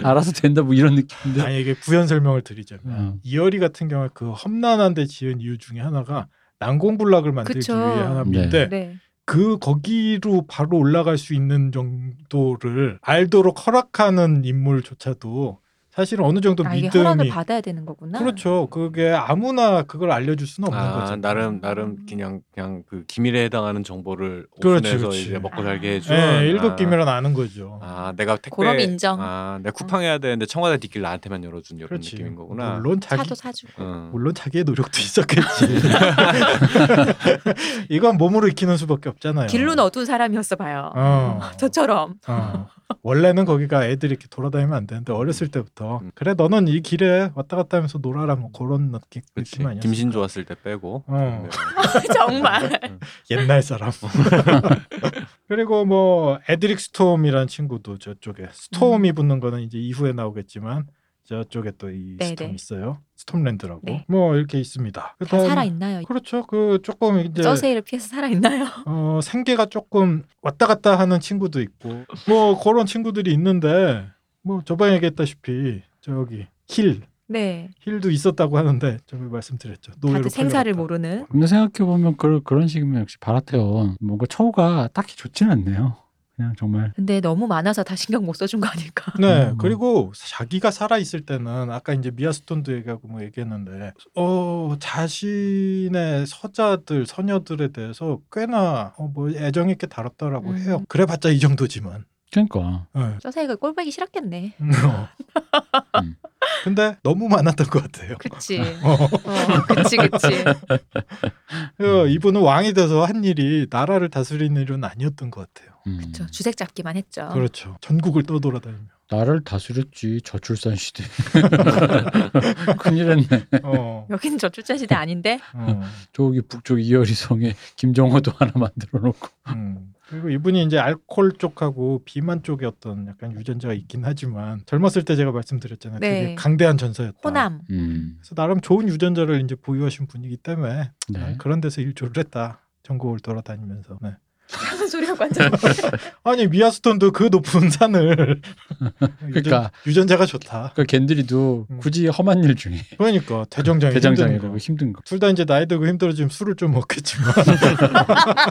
S4: 알아서 된다 뭐 이런
S3: 네.
S4: 느낌인데
S2: 아니 이게 부연 설명을 드리자면
S4: 음.
S2: 이열이 같은 경우에 그 험난한 데 지은 이유 중에 하나가 난공불락을 만들기
S1: 그쵸.
S2: 위해 하나인데
S1: 네.
S2: 그 거기로 바로 올라갈 수 있는 정도를 알도록 허락하는 인물조차도 사실은 어느 정도
S1: 아, 이게 허락을
S2: 믿음이
S1: 받아야 되는 거구나.
S2: 그렇죠. 그게 아무나 그걸 알려줄 수는 없는
S3: 아
S2: 거죠. 음.
S3: 나름 나름 그냥 그냥 그 기밀에 해당하는 정보를
S2: 그렇죠, 그렇지,
S3: 오픈해서
S2: 그렇지.
S3: 이제 먹고
S1: 아.
S3: 살게 해준.
S2: 예, 일급
S3: 아.
S2: 기밀은 아는 거죠.
S3: 아 내가 택배
S1: 그럼 인정. 음.
S3: 아 내가 쿠팡 해야 되는데 청와대 뒷길 나한테만 열어준 이런
S2: 그렇지.
S3: 느낌인 거구나.
S2: 물론 자기
S1: 차도 사주고.
S3: 음.
S2: 물론 자기의 노력도 있었겠지. 이건 몸으로 익히는 수밖에 없잖아요.
S1: 길로 넣어둔 사람이었어 봐요.
S2: 네. 어.
S1: 저처럼.
S2: 어. 원래는 거기가 애들이 이렇게 돌아다니면 안 되는데 어렸을 때부터
S3: 음.
S2: 그래 너는 이 길에 왔다 갔다 하면서 놀아라 뭐 그런 느낌
S3: 그치.
S2: 느낌 아니었어?
S3: 김신조 왔을 때 빼고. 네.
S2: 어.
S1: 정말.
S2: 옛날 사람. 그리고 뭐 에드릭 스톰이라는 친구도 저쪽에 스톰이
S1: 음.
S2: 붙는 거는 이제 이후에 나오겠지만 저쪽에 또 이
S1: 네네.
S2: 스톰 있어요. 스톰랜드라고.
S1: 네.
S2: 뭐 이렇게 있습니다.
S1: 다
S2: 그다음-
S1: 살아 있나요?
S2: 그렇죠. 그 조금 이제
S1: 저세일을 피해서 살아 있나요?
S2: 어, 생계가 조금 왔다 갔다 하는 친구도 있고 뭐 그런 친구들이 있는데 뭐 저번에 얘기했다시피 저기 힐
S1: 네.
S2: 힐도 있었다고 하는데 저번에 말씀드렸죠. 노예로
S1: 다들 생사를
S2: 팔려갔다.
S1: 모르는.
S4: 근데 생각해 보면 그, 그런 식이면 역시 바라테온 뭔가 처우가 딱히 좋진 않네요 그냥 정말
S1: 근데 너무 많아서 다 신경 못 써준 거 아닐까?
S2: 네,
S4: 음.
S2: 그리고 자기가 살아 있을 때는 아까 이제 미아스톤도 얘기하고 뭐 얘기했는데, 어 자신의 서자들 서녀들에 대해서 꽤나 어, 뭐 애정 있게 다뤘다라고
S1: 음.
S2: 해요. 그래봤자 이 정도지만.
S4: 그러니까
S2: 예.
S1: 저세일가 꼴보기 싫었겠네.
S2: 어.
S4: 음.
S2: 근데 너무 많았던 것 같아요.
S1: 그치.
S2: 어.
S1: 어, 그치, 그치.
S4: 음.
S2: 그 이분은 왕이 돼서 한 일이 나라를 다스리는 일은 아니었던 것 같아요.
S4: 음.
S1: 저 주색 잡기만 했죠.
S4: 아.
S2: 그렇죠. 전국을 떠돌아다니며.
S4: 나를 다스렸지 저출산 시대 큰일했네
S2: 어,
S1: 여긴 저출산 시대 아닌데
S2: 어.
S4: 저기 북쪽 이어리성에 김정호도 하나 만들어 놓고
S2: 음. 그리고 이분이 이제 알코올 쪽하고 비만 쪽에 어떤 약간 유전자가 있긴 하지만 젊었을 때 제가 말씀드렸잖아요.
S1: 네.
S2: 되게 강대한 전사였다.
S1: 호남.
S4: 음.
S2: 그래서 나름 좋은 유전자를 이제 보유하신 분이기 때문에 아,
S4: 네.
S2: 그런 데서 일조를 했다. 전국을 돌아다니면서. 네.
S1: 무슨 소리라고 완전.
S2: 아니 미아스톤도 그 높은 산을
S4: 그러니까.
S2: 유전, 자가 좋다.
S4: 그 겐들이도
S2: 음.
S4: 굳이 험한 일 중에
S2: 그러니까 대정장이
S4: 대장장이라고 힘든 거.
S2: 둘 다 이제 나이 들고 힘들어지면 술을 좀 먹겠지만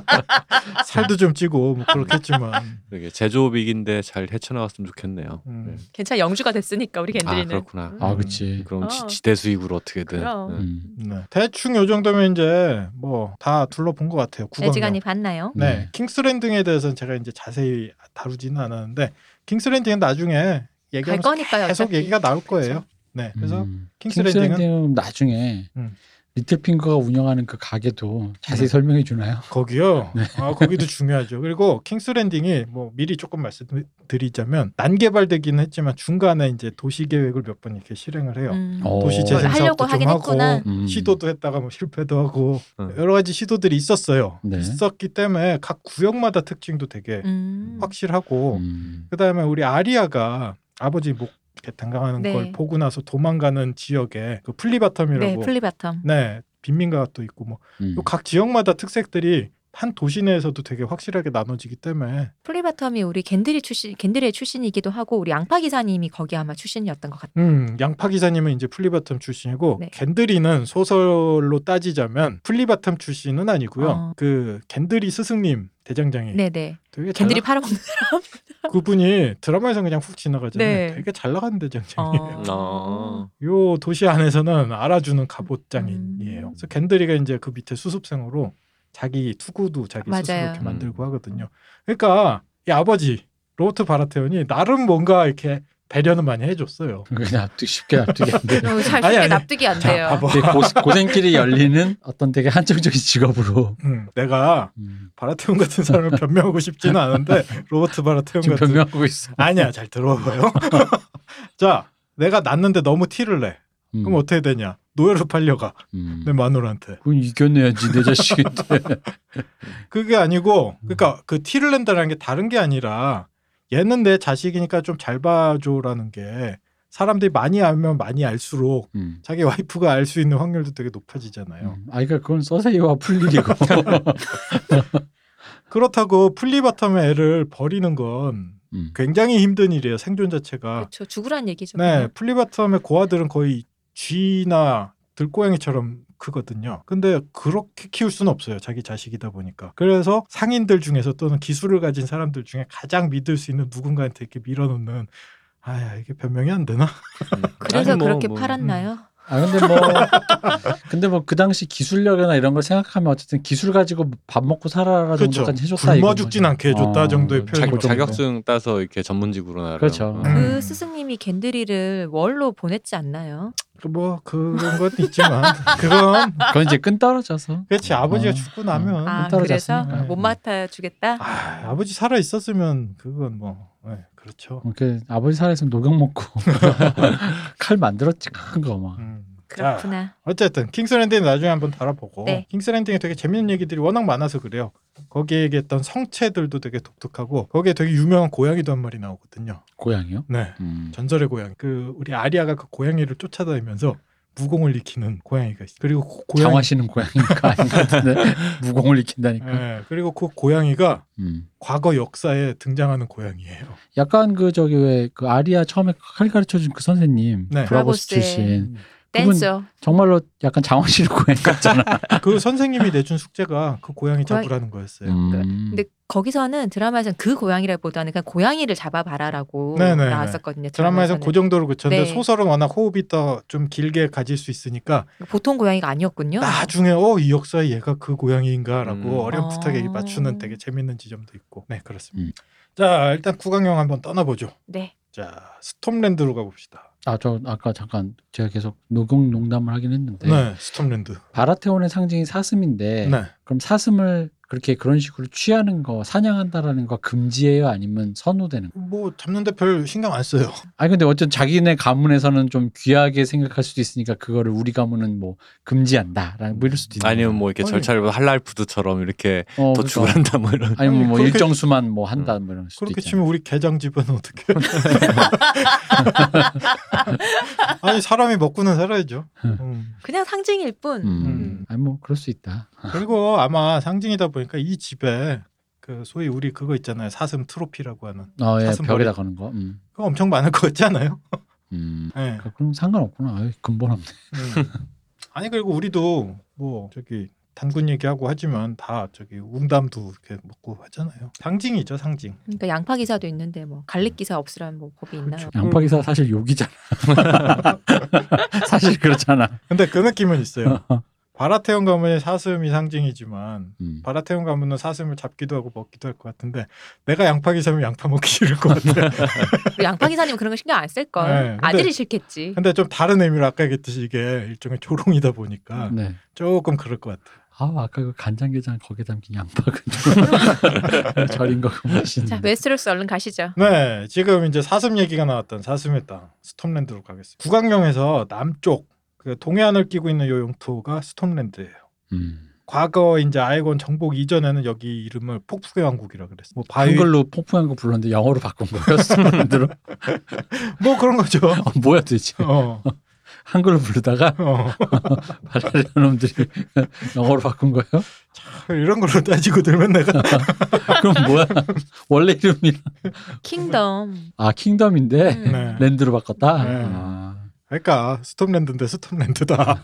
S2: 살도 좀 찌고 뭐 그렇겠지만
S3: 되게 제조업이긴데 잘 헤쳐나왔으면 좋겠네요.
S2: 음.
S3: 네.
S1: 괜찮아 영주가 됐으니까 우리
S3: 아
S1: 겐들이는. 네,
S3: 그렇구나.
S4: 아, 그치.
S3: 그럼 지-
S1: 어.
S3: 지대 수익으로 어떻게든.
S1: 그럼.
S3: 음.
S4: 음.
S2: 네. 대충 요 정도면 이제 뭐 다 둘러본 것 같아요.
S1: 애지간이
S2: 구강이.
S1: 봤나요?
S2: 네. 킹스랜딩에 대해서는 제가 이제 자세히 다루지는 않았는데 킹스랜딩은 나중에
S1: 갈
S2: 얘기하면서
S1: 거니까요.
S2: 계속
S1: 어차피. 그렇죠.
S2: 얘기가 나올 거예요.
S1: 그쵸.
S2: 네. 그래서
S4: 음.
S2: 킹스랜딩은
S4: 킹스랜딩은 나중에
S2: 음. 네.
S4: 리틀핑거가 운영하는 그 가게도 자세히 설명해 주나요?
S2: 거기요. 아, 거기도 중요하죠. 그리고 킹스랜딩이 뭐 미리 조금 말씀드리자면 난개발되기는 했지만 중간에 이제 도시 계획을 몇 번 이렇게 실행을 해요.
S1: 음.
S4: 어.
S2: 도시 재생
S1: 하려고
S2: 사업도 좀
S1: 하긴
S2: 하고
S1: 했구나.
S4: 음. 어.
S2: 시도도 했다가 뭐 실패도 하고
S3: 음.
S2: 여러 가지 시도들이 있었어요.
S4: 네.
S2: 있었기 때문에 각 구역마다 특징도 되게
S1: 음.
S2: 확실하고
S4: 음.
S2: 그다음에 우리 아리아가 아버지 목 이렇게 당당하는
S1: 네.
S2: 걸 보고 나서 도망가는 지역에 그 플리바텀이라고
S1: 네 플리바텀.
S2: 네, 빈민가가 또 있고 뭐
S4: 음.
S2: 각 지역마다 특색들이 한 도시 내에서도 되게 확실하게 나눠지기 때문에
S1: 플리바텀이 우리 겐들이 출신 겐들의 출신이기도 하고 우리 양파 기사님이 거기 아마 출신이었던 것 같아요.
S2: 음, 양파 기사님은 이제 플리바텀 출신이고
S1: 네.
S2: 겐드리는 소설로 따지자면 플리바텀 출신은 아니고요.
S1: 어.
S2: 그 겐드리 스승님 대장장이
S1: 네네.
S2: 되게 잘
S1: 겐들이
S2: 나-
S1: 팔아먹는.
S2: 그분이 드라마에서 그냥 훅 지나가잖아요.
S1: 네.
S2: 되게 잘 나가는 대장장이에요.
S1: 어.
S3: 어.
S2: 요 도시 안에서는 알아주는 갑옷장인이에요.
S1: 음.
S2: 그래서 겐드리가 이제 그 밑에 수습생으로 자기 투구도 자기 스스로
S1: 맞아요.
S2: 이렇게 만들고 하거든요. 그러니까 이 아버지 로버트 바라테온이 나름 뭔가 이렇게 배려는 많이 해줬어요.
S4: 그게 납득 쉽게 납득이 안 돼.
S1: 어, 잘
S2: 아니,
S1: 쉽게
S2: 아니.
S1: 납득이 안 돼요.
S2: 봐봐.
S4: 되게 고- 고생길이 열리는 어떤 되게 한정적인 직업으로
S2: 음, 내가
S4: 음.
S2: 바라테온 같은 사람을 변명하고 싶지는 않은데 로버트 바라테온
S4: 지금
S2: 같은
S4: 변명하고 있어.
S2: 아니야 잘 들어봐요. 자 내가 났는데 너무 티를 내.
S4: 음.
S2: 그럼 어떻게 네. 되냐? 노예로 팔려가
S4: 음.
S2: 내 마누라한테.
S4: 그건 이겨내야지 내 자식인데. 음.
S2: 그게 아니고 그러니까 그 티를 낸다는 게 다른 게 아니라 얘는 내 자식이니까 좀 잘 봐줘라는 게 사람들이 많이 알면 많이 알수록
S4: 음.
S2: 자기 와이프가 알 수 있는 확률도 되게 높아지잖아요.
S4: 음. 아, 그러니까 그건 써세요와 풀리고
S2: 그렇다고 풀리바텀의 애를 버리는 건
S4: 음.
S2: 굉장히 힘든 일이에요. 생존 자체가.
S1: 그렇죠. 죽으란 얘기죠.
S2: 네, 풀리바텀의 고아들은 거의 쥐나 들고양이처럼 크거든요. 근데 그렇게 키울 수는 없어요. 자기 자식이다 보니까. 그래서 상인들 중에서 또는 기술을 가진 사람들 중에 가장 믿을 수 있는 누군가한테 이렇게 밀어놓는 아야 이게 변명이 안 되나?
S1: 그래서
S3: 아니, 뭐,
S1: 그렇게
S3: 뭐.
S1: 팔았나요?
S4: 아 근데 뭐 근데 뭐 그 당시 기술력이나 이런 걸 생각하면 어쨌든 기술 가지고 밥 먹고 살아라
S2: 그쵸.
S4: 정도까지 해줬다
S2: 그렇죠. 굶어
S4: 이거
S2: 죽진 않게 해줬다
S4: 어,
S2: 정도의
S4: 자-
S2: 표현이
S3: 자격,
S4: 정도.
S3: 자격증 따서 이렇게 전문직으로 나가요.
S4: 그렇죠.
S3: 어.
S2: 음.
S1: 그 스승님이 겐드리를 월로 보냈지 않나요?
S2: 뭐 그런 것도 있지만 그건
S4: 그건 이제 끈 떨어져서
S2: 그렇지 아버지가
S4: 어.
S2: 죽고 나면
S1: 아 그래서
S4: 떨어졌으니까.
S2: 음, 네.
S1: 못 맡아 주겠다.
S2: 아, 아버지 살아 있었으면 그건 뭐 네, 그렇죠.
S4: 그 아버지 살아서 녹용 먹고 칼 만들었지 큰 거 막.
S2: 음. 자,
S1: 그렇구나.
S2: 어쨌든 킹스랜딩 나중에 한번 달아보고
S1: 네.
S2: 킹스랜딩에 되게 재밌는 얘기들이 워낙 많아서 그래요. 거기에 얘기했던 성체들도 되게 독특하고 거기에 되게 유명한 고양이도 한 마리 나오거든요.
S4: 고양이요?
S2: 네,
S4: 음.
S2: 전설의 고양이. 그 우리 아리아가 그 고양이를 쫓아다니면서 무공을 익히는 고양이가 있어. 그리고 그 고양이,
S4: 장화시는 고양이니까 아닌 것 같은데 무공을 익힌다니까.
S2: 네, 그리고 그 고양이가
S4: 음.
S2: 과거 역사에 등장하는 고양이예요.
S4: 약간 그 저기 왜 그 아리아 처음에 칼 가르쳐준 그 선생님
S2: 네.
S4: 브라보스
S1: 브라보스의-
S4: 출신 그분-
S1: 댄서.
S4: 정말로 약간 장화시는 고양이 같잖아.
S2: 그 선생님이 내준 숙제가 그 고양이
S1: 고양이-
S2: 잡으라는 거였어요.
S4: 음.
S1: 근데 거기서는 드라마에서는 그 고양이라기보다는 그냥 고양이를 잡아봐라라고
S2: 네네.
S1: 나왔었거든요.
S2: 드라마에서는 그 정도로 그쳤는데
S1: 네.
S2: 소설은 워낙 호흡이 더 좀 길게 가질 수 있으니까
S1: 보통 고양이가 아니었군요.
S2: 나중에 어 이 역사에 얘가 그 고양이인가라고
S3: 음.
S2: 어렴풋하게
S1: 아.
S2: 맞추는 되게 재밌는 지점도 있고 네 그렇습니다.
S4: 음.
S2: 자 일단 구강형 한번 떠나보죠.
S1: 네.
S2: 자 스톰랜드로 가봅시다.
S4: 아 저 아까 잠깐 제가 계속 녹용 농담을 하긴 했는데
S2: 네, 스톰랜드.
S4: 바라테온의 상징이 사슴인데
S2: 네.
S4: 그럼 사슴을 그렇게 그런 식으로 취하는 거 사냥한다라는 거 금지예요 아니면 선호되는 거?
S2: 뭐 잡는데 별 신경 안 써요.
S4: 아니 근데 어쨌든 자기네 가문에서는 좀 귀하게 생각할 수도 있으니까 그거를 우리 가문은 뭐 금지한다라는 뭐 이럴 수도 있는
S3: 아니면 뭐 이렇게
S2: 아니.
S3: 절차를 할랄 푸드처럼 이렇게
S4: 뭐
S3: 도축을 한다 뭐 음. 이런.
S4: 아니면 뭐
S2: 아니, 그렇게-
S4: 일정 수만 뭐 한다 뭐 이런 수도
S2: 그렇게
S4: 있잖아요.
S2: 치면 우리 개장 집은 어떻게? 아니 사람이 먹고는 살아야죠. 음.
S1: 그냥 상징일 뿐.
S4: 음.
S2: 음.
S4: 아니 뭐 그럴 수 있다.
S2: 그리고 아마 상징이다 보니까 이 집에 그 소위 우리 그거 있잖아요 사슴 트로피라고 하는
S4: 어, 예,
S2: 사슴
S4: 벽에다
S2: 머리.
S4: 거는 거. 음.
S2: 그거 엄청 많을 것 같지 않아요?
S4: 음.
S2: 네.
S4: 그럼 상관없구나. 아유, 근본 없네.
S2: 음. 아니 그리고 우리도 뭐 저기 단군 얘기하고 하지만 다 저기 웅담도 이렇게 먹고 하잖아요. 상징이죠 상징.
S1: 그러니까 양파 기사도 있는데 뭐 갈릭 기사 없으라는 뭐 법이
S2: 그렇죠.
S1: 있나요?
S4: 음. 양파
S2: 음.
S4: 기사 사실 욕이잖아. 사실 그렇잖아.
S2: 근데 그 느낌은 있어요. 바라테온 가문의 사슴이 상징이지만
S4: 음.
S2: 바라테온 가문은 사슴을 잡기도 하고 먹기도 할 것 같은데 내가 양파 기사면 양파 먹기 싫을 것 같아.
S1: 양파 기사님 은 그런 거 신경 안 쓸 걸.
S2: 네, 근데-
S1: 아들이 싫겠지.
S2: 근데 좀 다른 의미로 아까 얘기했듯이 이게 일종의 조롱이다 보니까
S4: 네.
S2: 조금 그럴 것 같아.
S4: 아 아까 그 간장게장 거기에 담긴 양파가 좀 절인 거그 맛있는.
S1: 자 웨스트로스 얼른 가시죠.
S2: 네, 지금 이제 사슴 얘기가 나왔던 사슴의 땅 스톰랜드로 가겠습니다. 구강령에서 남쪽 그 동해안을 끼고 있는 요 영토가 스톰랜드예요.
S4: 음.
S2: 과거 이제 아이곤 정복 이전에는 여기 이름을 폭풍의 왕국이라 그랬어. 뭐 바위
S4: 한글로 폭풍한 거 불렀는데 영어로 바꾼 거였어. 만들어.
S2: 뭐 그런 거죠.
S4: 아, 뭐야 도대체.
S2: 어,
S4: 한글로 부르다가
S2: 어.
S4: 발랄한 놈들이 영어로 바꾼 거예요?
S2: 이런 걸로 따지고 들면 내가
S4: 아, 그럼 뭐야? 원래 이름이
S1: 킹덤.
S4: 아 킹덤인데
S1: 음.
S2: 네.
S4: 랜드로 바꿨다.
S2: 네.
S4: 아.
S2: 그러니까 스톰랜드인데 스톰랜드다.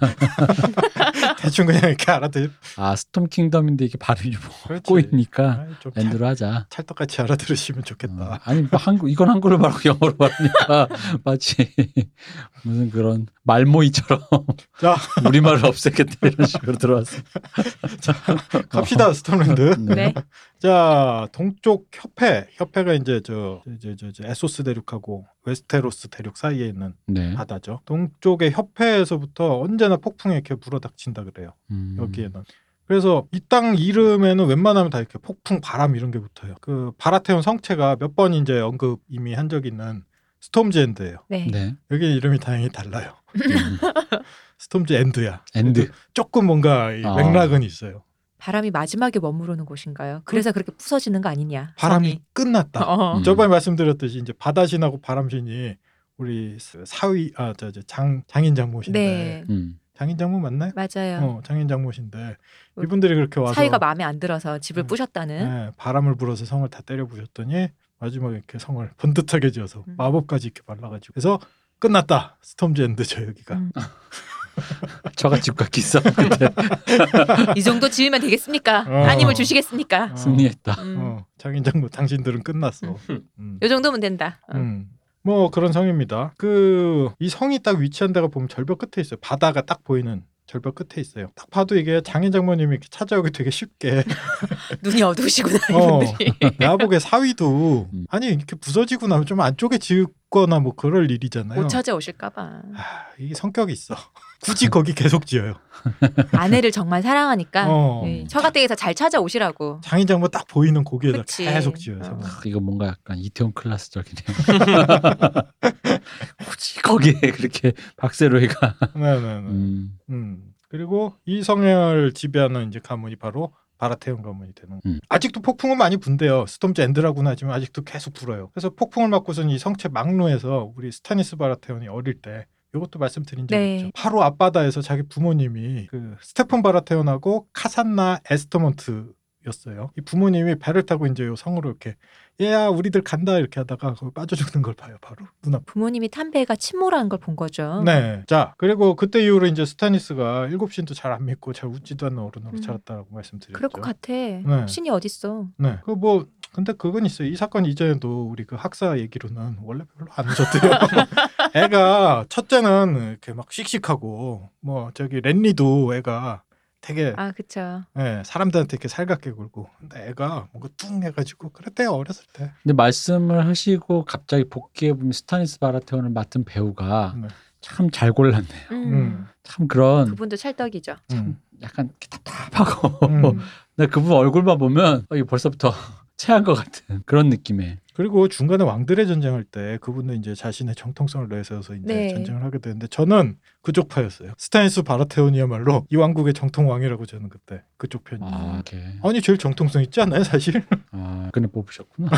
S2: 대충 그냥 이렇게 알아들.
S4: 아 스톰 킹덤인데 이게 발음이
S2: 그렇지.
S4: 꼬이니까
S2: 아이, 좀 찰-
S4: 랜드로 하자.
S2: 찰떡같이 알아들으시면
S4: 어,
S2: 좋겠다.
S4: 아니 뭐 한국 이건 한글로 말하고 영어로 말하니까 마치 무슨 그런 말모이처럼
S2: 자.
S4: 우리말을 없애겠다 이런 식으로 들어왔어.
S2: 갑시다 스톰랜드.
S1: 네.
S2: 자 동쪽 협회 협회가 이제 저 저 저 저 에소스 대륙하고 웨스테로스 대륙 사이에 있는
S4: 네.
S2: 바다죠. 동쪽의 협회에서부터 언제나 폭풍이 이렇게 불어닥친다 그래요.
S4: 음.
S2: 여기에는. 그래서 이 땅 이름에는 웬만하면 다 이렇게 폭풍 바람 이런 게 붙어요. 그 바라테온 성체가 몇 번 이제 언급 이미 한 적 있는 스톰즈 엔드예요.
S1: 네.
S4: 네.
S2: 여기 이름이 다행히 달라요.
S4: 음.
S2: 스톰즈 엔드야.
S4: 엔드.
S2: 조금 뭔가 이
S4: 아.
S2: 맥락은 있어요.
S5: 바람이 마지막에 머무르는 곳인가요? 그래서 그렇게 부서지는 거 아니냐?
S2: 바람이 끝났다.
S5: 어.
S4: 음.
S2: 저번에 말씀드렸듯이 이제 바다신하고 바람신이 우리 사위 아저장 장인 장모신데
S1: 네,
S4: 음.
S2: 장인 장모 맞나요?
S5: 맞아요. 뭐
S2: 어 장인 장모신데 이분들이 그렇게 와서
S5: 사위가 마음에 안 들어서 집을
S2: 음.
S5: 부셨다는.
S2: 예, 바람을 불어서 성을 다 때려 부셨더니 마지막에 이렇게 성을 번듯하게 지어서
S5: 음.
S2: 마법까지 이렇게 발라가지고 그래서 끝났다 스톰즈 엔드죠 여기가
S5: 음.
S4: 저같이 같기 싸움 끝에
S2: 아.
S1: 이 정도 지으면 되겠습니까?
S2: 어.
S1: 하나님을 주시겠습니까?
S2: 어,
S4: 승리했다.
S1: 음.
S2: 어, 장인 장모 당신들은 끝났어. 음.
S1: 요 정도면 된다. 어.
S2: 음. 뭐 그런 성입니다. 그 이 성이 딱 위치한 데가 보면 절벽 끝에 있어요. 바다가 딱 보이는 절벽 끝에 있어요. 딱 봐도 이게 장인 장모님이 이렇게 찾아오기 되게 쉽게
S1: 눈이 어두우시구나
S2: 어.
S1: 이분들이.
S2: 내가 보기에 사위도
S4: 음.
S2: 아니 이렇게 부서지고 나면 좀 안쪽에 지거나 뭐 그럴 일이잖아요.
S1: 못 찾아오실까봐.
S2: 아, 이게 성격이 있어. 굳이 거기 계속 지어요.
S5: 아내를 정말 사랑하니까
S2: 어.
S1: 네, 처가댁에서 잘 찾아오시라고.
S2: 장인 장모 딱 보이는 고기에다
S1: 그치.
S2: 계속 지어요.
S1: 어.
S2: 성을.
S4: 이거 뭔가 약간 이태원 클라스적이네요. 굳이 거기에 그렇게 박세로이가
S2: 네네네. 음.
S4: 음,
S2: 그리고 이 성을 지배하는 이제 가문이 바로 바라테온 가문이 되는.
S4: 음.
S2: 아직도 폭풍은 많이 분대요. 스톰즈 엔드라고는 하지만 아직도 계속 불어요. 그래서 폭풍을 맞고선 이 성체 막로에서 우리 스타니스 바라테온이 어릴 때 이것도 말씀드린 적
S1: 네.
S2: 있죠. 바로 앞바다에서 자기 부모님이 그 스테폰 바라테온하고 카산나 에스터먼트 였어요. 이 부모님이 배를 타고 이제 요 성으로 이렇게 얘야 우리들 간다 이렇게 하다가 거기 빠져 죽는 걸 봐요. 바로 눈앞.
S5: 부모님이 탄배가 침몰한 걸 본 거죠.
S2: 네. 자, 그리고 그때 이후로 이제 스타니스가 일곱 신도 잘 안 믿고 잘 웃지도 않는 어른으로
S5: 음.
S2: 자랐다라고 말씀드렸죠.
S5: 그럴 것 같아. 신이 어딨어?
S2: 네. 그 뭐 근데 그건 있어요. 이 사건 이전에도 우리 그 학사 얘기로는 원래 별로 안 웃었대요. 애가 첫째는 이렇게 막 씩씩하고 뭐 저기 랜리도 애가 되게
S5: 아 그쵸.
S2: 예, 사람들한테 이렇게 살갑게 굴고 근데 애가 뭔가 뚱 해가지고 그랬대요 어렸을 때.
S4: 근데 말씀을 하시고 갑자기 복귀해 보면 스타니스 바라테온을 맡은 배우가
S2: 네.
S4: 참 잘 골랐네요.
S5: 음.
S2: 음.
S4: 참 그런
S5: 그분도 찰떡이죠.
S2: 음.
S4: 약간 이렇게 답답하고
S2: 음.
S4: 나 그분 얼굴만 보면 어, 이거 벌써부터 체한 것 같은 그런 느낌의
S2: 그리고 중간에 왕들의 전쟁할 때 그분은 이제 자신의 정통성을 내세워서 이제
S1: 네.
S2: 전쟁을 하게 되는데 저는 그쪽 파였어요. 스타니스 바라테온이야말로 이 왕국의 정통 왕이라고 저는 그때 그쪽 편이. 아.
S4: 아 이렇게
S2: 아니 제일 정통성 있지 않나요 사실?
S4: 아 그냥 뽑으셨구나.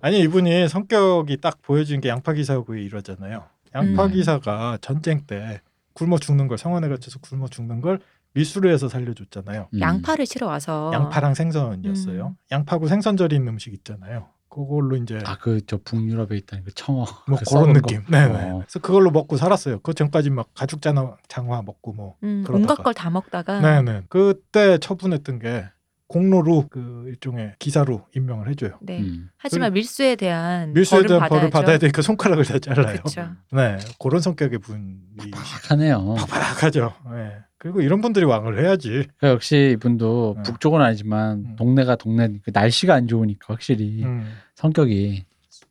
S2: 아니 이분이 성격이 딱 보여준 게 양파 기사고의 일화잖아요. 양파
S4: 음.
S2: 기사가 전쟁 때 굶어 죽는 걸 성원에 갇혀서 굶어 죽는 걸 미술을 해서 살려줬잖아요.
S4: 음.
S5: 양파를 치러
S1: 아.
S5: 와서
S2: 양파랑 생선이었어요.
S5: 음.
S2: 양파고 생선 절인 음식 있잖아요. 그걸로 이제
S4: 아그 저 북유럽에 있다는 그 청어
S2: 뭐 그런
S4: 그 썩은 거.
S2: 느낌. 네, 네.
S4: 어.
S2: 그래서 그걸로 먹고 살았어요. 그 전까지 막 가죽 장화, 장화 먹고 뭐.
S5: 음,
S2: 그러다가.
S5: 온갖 걸 다 먹다가
S2: 네, 네. 그때 처분했던 게 공로로 그 일종의 기사로 임명을 해줘요.
S5: 네.
S4: 음.
S5: 하지만 밀수에 대한
S2: 그 밀수에
S5: 음, 벌은
S2: 대한 벌을 받아야
S5: 받아야죠.
S2: 되니까 손가락을 다 잘라요.
S5: 그렇죠.
S2: 네, 그런 성격의 분이
S4: 하네요.
S2: 팍팍하죠. 네. 그리고 이런 분들이 왕을 해야지.
S4: 그러니까 역시 이분도
S2: 네.
S4: 북쪽은 아니지만
S2: 음.
S4: 동네가 동네 그 날씨가 안 좋으니까 확실히
S2: 음.
S4: 성격이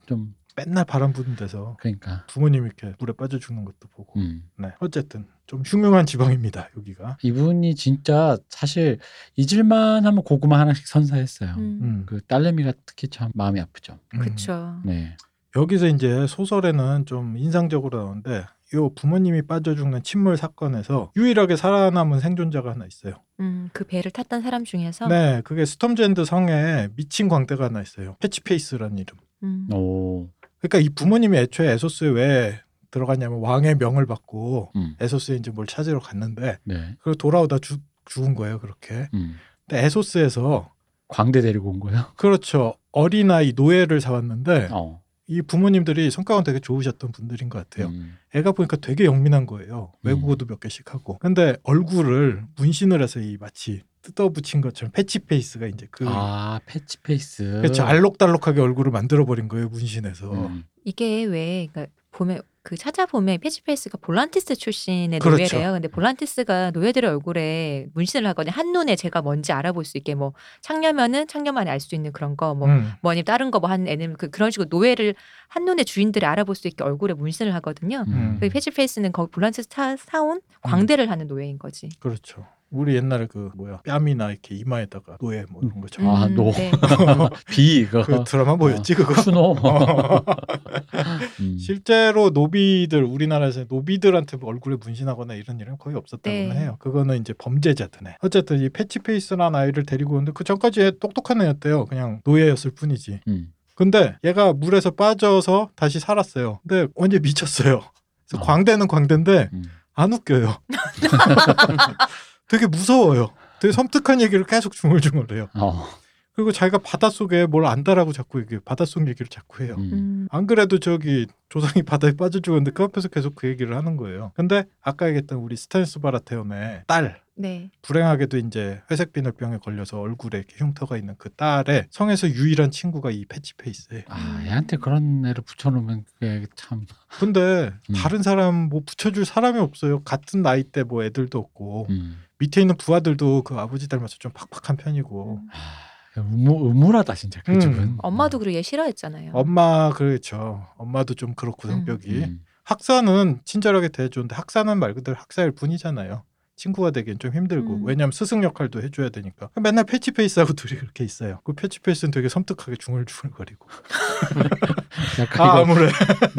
S4: 좀
S2: 맨날 바람 부는 데서
S4: 그러니까
S2: 부모님 이렇게 물에 빠져 죽는 것도 보고.
S4: 음.
S2: 네, 어쨌든 좀 흉흉한 지방입니다. 여기가.
S4: 이분이 진짜 사실 잊을만 하면 고구마 하나씩 선사했어요.
S5: 음.
S2: 음.
S4: 그 딸내미가 특히 참 마음이 아프죠.
S2: 음.
S5: 그렇죠.
S4: 네.
S2: 여기서 이제 소설에는 좀 인상적으로 나오는데 요 부모님이 빠져 죽는 침몰 사건에서 유일하게 살아남은 생존자가 하나 있어요.
S5: 음, 그 배를 탔던 사람
S1: 아.
S5: 중에서
S2: 네, 그게 스톰젠드 성에 미친 광대가 하나 있어요. 패치페이스라는 이름.
S4: 어.
S5: 음,
S4: 오.
S2: 그러니까 이 부모님이 애초에 에소스에 왜 들어갔냐면 왕의 명을 받고
S4: 음.
S2: 에소스에 이제 뭘 찾으러 갔는데
S4: 네.
S2: 그리고 돌아오다 죽, 죽은 거예요, 그렇게.
S4: 음.
S2: 근데 에소스에서
S4: 광대 데리고 온 거예요.
S2: 그렇죠. 어린아이 노예를 사왔는데
S4: 어.
S2: 이 부모님들이 성격은 되게 좋으셨던 분들인 것 같아요.
S4: 음.
S2: 애가 보니까 되게 영민한 거예요.
S4: 음.
S2: 외국어도 몇 개씩 하고. 근데 얼굴을 문신을 해서 이 마치 뜯어붙인 것처럼 패치 페이스가 이제 그
S4: 아 패치 페이스.
S2: 그렇죠. 알록달록하게 어. 얼굴을 만들어 버린 거예요 문신에서.
S4: 음.
S5: 이게 왜 그러니까 보면 그 찾아보면 패치페이스가 볼란티스 출신의
S2: 그렇죠.
S5: 노예래요. 근데 볼란티스가 노예들의 얼굴에 문신을 하거든요. 한눈에 제가 뭔지 알아볼 수 있게 뭐 창녀면은 창녀만이 알 수 있는 그런 거뭐
S2: 음.
S5: 뭐니 다른 거 뭐 한 애는 그, 그런 식으로 노예를 한눈에 주인들이 알아볼 수 있게 얼굴에 문신을 하거든요.
S4: 음.
S5: 그 패치페이스는 거기 볼란티스 사, 사온 광대를 하는 노예인 거지.
S2: 그렇죠. 우리 옛날에 그 뭐야 뺨이나 이렇게 이마에다가 노예 뭐 이런 거 저.
S4: 아,
S1: 음,
S4: 노.
S1: 네.
S4: 비 이거
S2: 그 드라마 뭐였지 그거?
S4: 추노.
S2: 어.
S4: 음.
S2: 실제로 노비들 우리나라에서 노비들한테 뭐 얼굴에 문신하거나 이런 일은 거의 없었다고
S1: 네.
S2: 해요. 그거는 이제 범죄자들네. 어쨌든 이 패치페이스라는 아이를 데리고 오는데 그 전까지 얘 똑똑한 애였대요. 그냥 노예였을 뿐이지.
S4: 음.
S2: 근데 얘가 물에서 빠져서 다시 살았어요. 근데 완전 미쳤어요. 그래서
S4: 어.
S2: 광대는 광대인데
S4: 음.
S2: 안 웃겨요. 되게 무서워요. 되게 섬뜩한 얘기를 계속 중얼중얼해요.
S4: 어.
S2: 그리고 자기가 바닷속에 뭘 안다라고 자꾸 얘기해요. 바닷속 얘기를 자꾸 해요.
S4: 음.
S1: 음.
S2: 안 그래도 저기 조상이 바다에 빠져 죽었는데 그 앞에서 계속 그 얘기를 하는 거예요. 근데 아까 얘기했던 우리 스탠스 바라테온의 딸
S1: 네.
S2: 불행하게도 이제 회색 비늘병에 걸려서 얼굴에 이렇게 흉터가 있는 그 딸의 성에서 유일한 친구가 이 패치페이스예요.
S4: 아, 애한테 그런 애를 붙여놓으면 그게 참.
S2: 근데
S4: 음.
S2: 다른 사람 뭐 붙여줄 사람이 없어요. 같은 나이 때 뭐 애들도 없고
S4: 음.
S2: 밑에 있는 부하들도 그 아버지 닮아서 좀 팍팍한
S4: 음.
S2: 편이고
S4: 아, 의무, 의무라다 진짜 그
S2: 음.
S4: 집은.
S1: 엄마도 그리고 얘 싫어했잖아요.
S2: 엄마 그렇죠. 엄마도 좀 그렇고
S1: 음.
S2: 성격이
S4: 음.
S2: 학사는 친절하게 대해주는데 학사는 말 그대로 학사일 뿐이잖아요. 친구가 되기엔 좀 힘들고
S1: 음.
S2: 왜냐하면 스승 역할도 해줘야 되니까 맨날 패치페이스하고 둘이 그렇게 있어요. 그 패치페이스는 되게 섬뜩하게 중얼중얼거리고
S4: 약간
S2: 아,
S4: 이거
S2: 아무래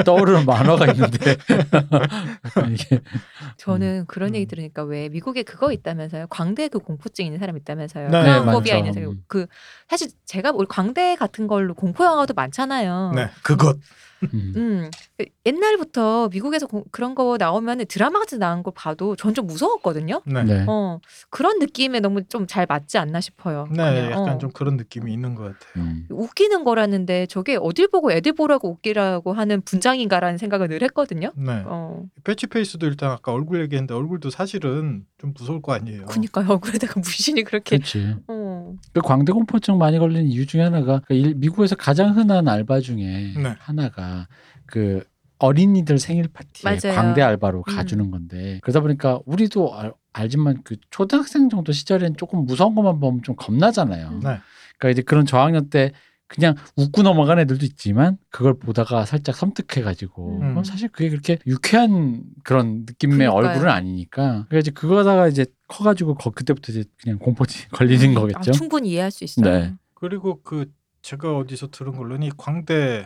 S4: 떠오르는 만화가 있는데 약간 이게
S1: 저는 그런 얘기
S2: 음.
S1: 들으니까 왜 미국에 그거 있다면서요? 광대 그 공포증 있는 사람 있다면서요?
S2: 네,
S1: 크라우포비아
S4: 맞죠.
S1: 있는 사람
S4: 음.
S1: 그 사실 제가 우리 광대 같은 걸로 공포 영화도 많잖아요.
S2: 네 그것
S4: 음.
S1: 음 그 옛날부터 미국에서 고- 그런 거 나오면 드라마 같은 나온 걸 봐도 전 좀 무서웠거든요.
S2: 네, 네,
S4: 네.
S1: 어 그런 느낌에 너무 좀 잘 맞지 않나 싶어요. 그냥,
S2: 네, 약간
S1: 어.
S2: 좀 그런 느낌이 있는 것 같아요.
S4: 음.
S1: 웃기는 거라는데 저게 어딜 보고 애들 보라고 웃기라고 하는 분장인가라는 생각을 늘 했거든요.
S2: 네
S1: 어
S2: 패치페이스도 일단 아까 얼굴 얘기했는데 얼굴도 사실은 좀 무서울 거 아니에요.
S1: 그니까 얼굴에다가 문신이 그렇게
S4: 그렇지.
S1: 어
S4: 그 광대 공포증 많이 걸리는 이유 중에 하나가 그 일- 미국에서 가장 흔한 알바 중에
S2: 네.
S4: 하나가 그 어린이들 생일 파티에
S1: 맞아요.
S4: 광대 알바로
S1: 음.
S4: 가주는 건데 그러다 보니까 우리도 알, 알지만 그 초등학생 정도 시절엔 조금 무서운 것만 보면 좀 겁나잖아요.
S1: 음.
S2: 네.
S4: 그러니까 이제 그런 저학년 때 그냥 웃고 넘어간 애들도 있지만 그걸 보다가 살짝 섬뜩해가지고
S2: 음.
S4: 어, 사실 그게 그렇게 유쾌한 그런 느낌의
S1: 그러니까요.
S4: 얼굴은 아니니까 그러니까 이제 그거다가 이제 커가지고 거- 그때부터 이제 그냥 공포증 걸리는
S1: 아,
S4: 거겠죠.
S1: 충분히 이해할 수 있어요.
S4: 네.
S2: 그리고 그 제가 어디서 들은 걸로니 광대에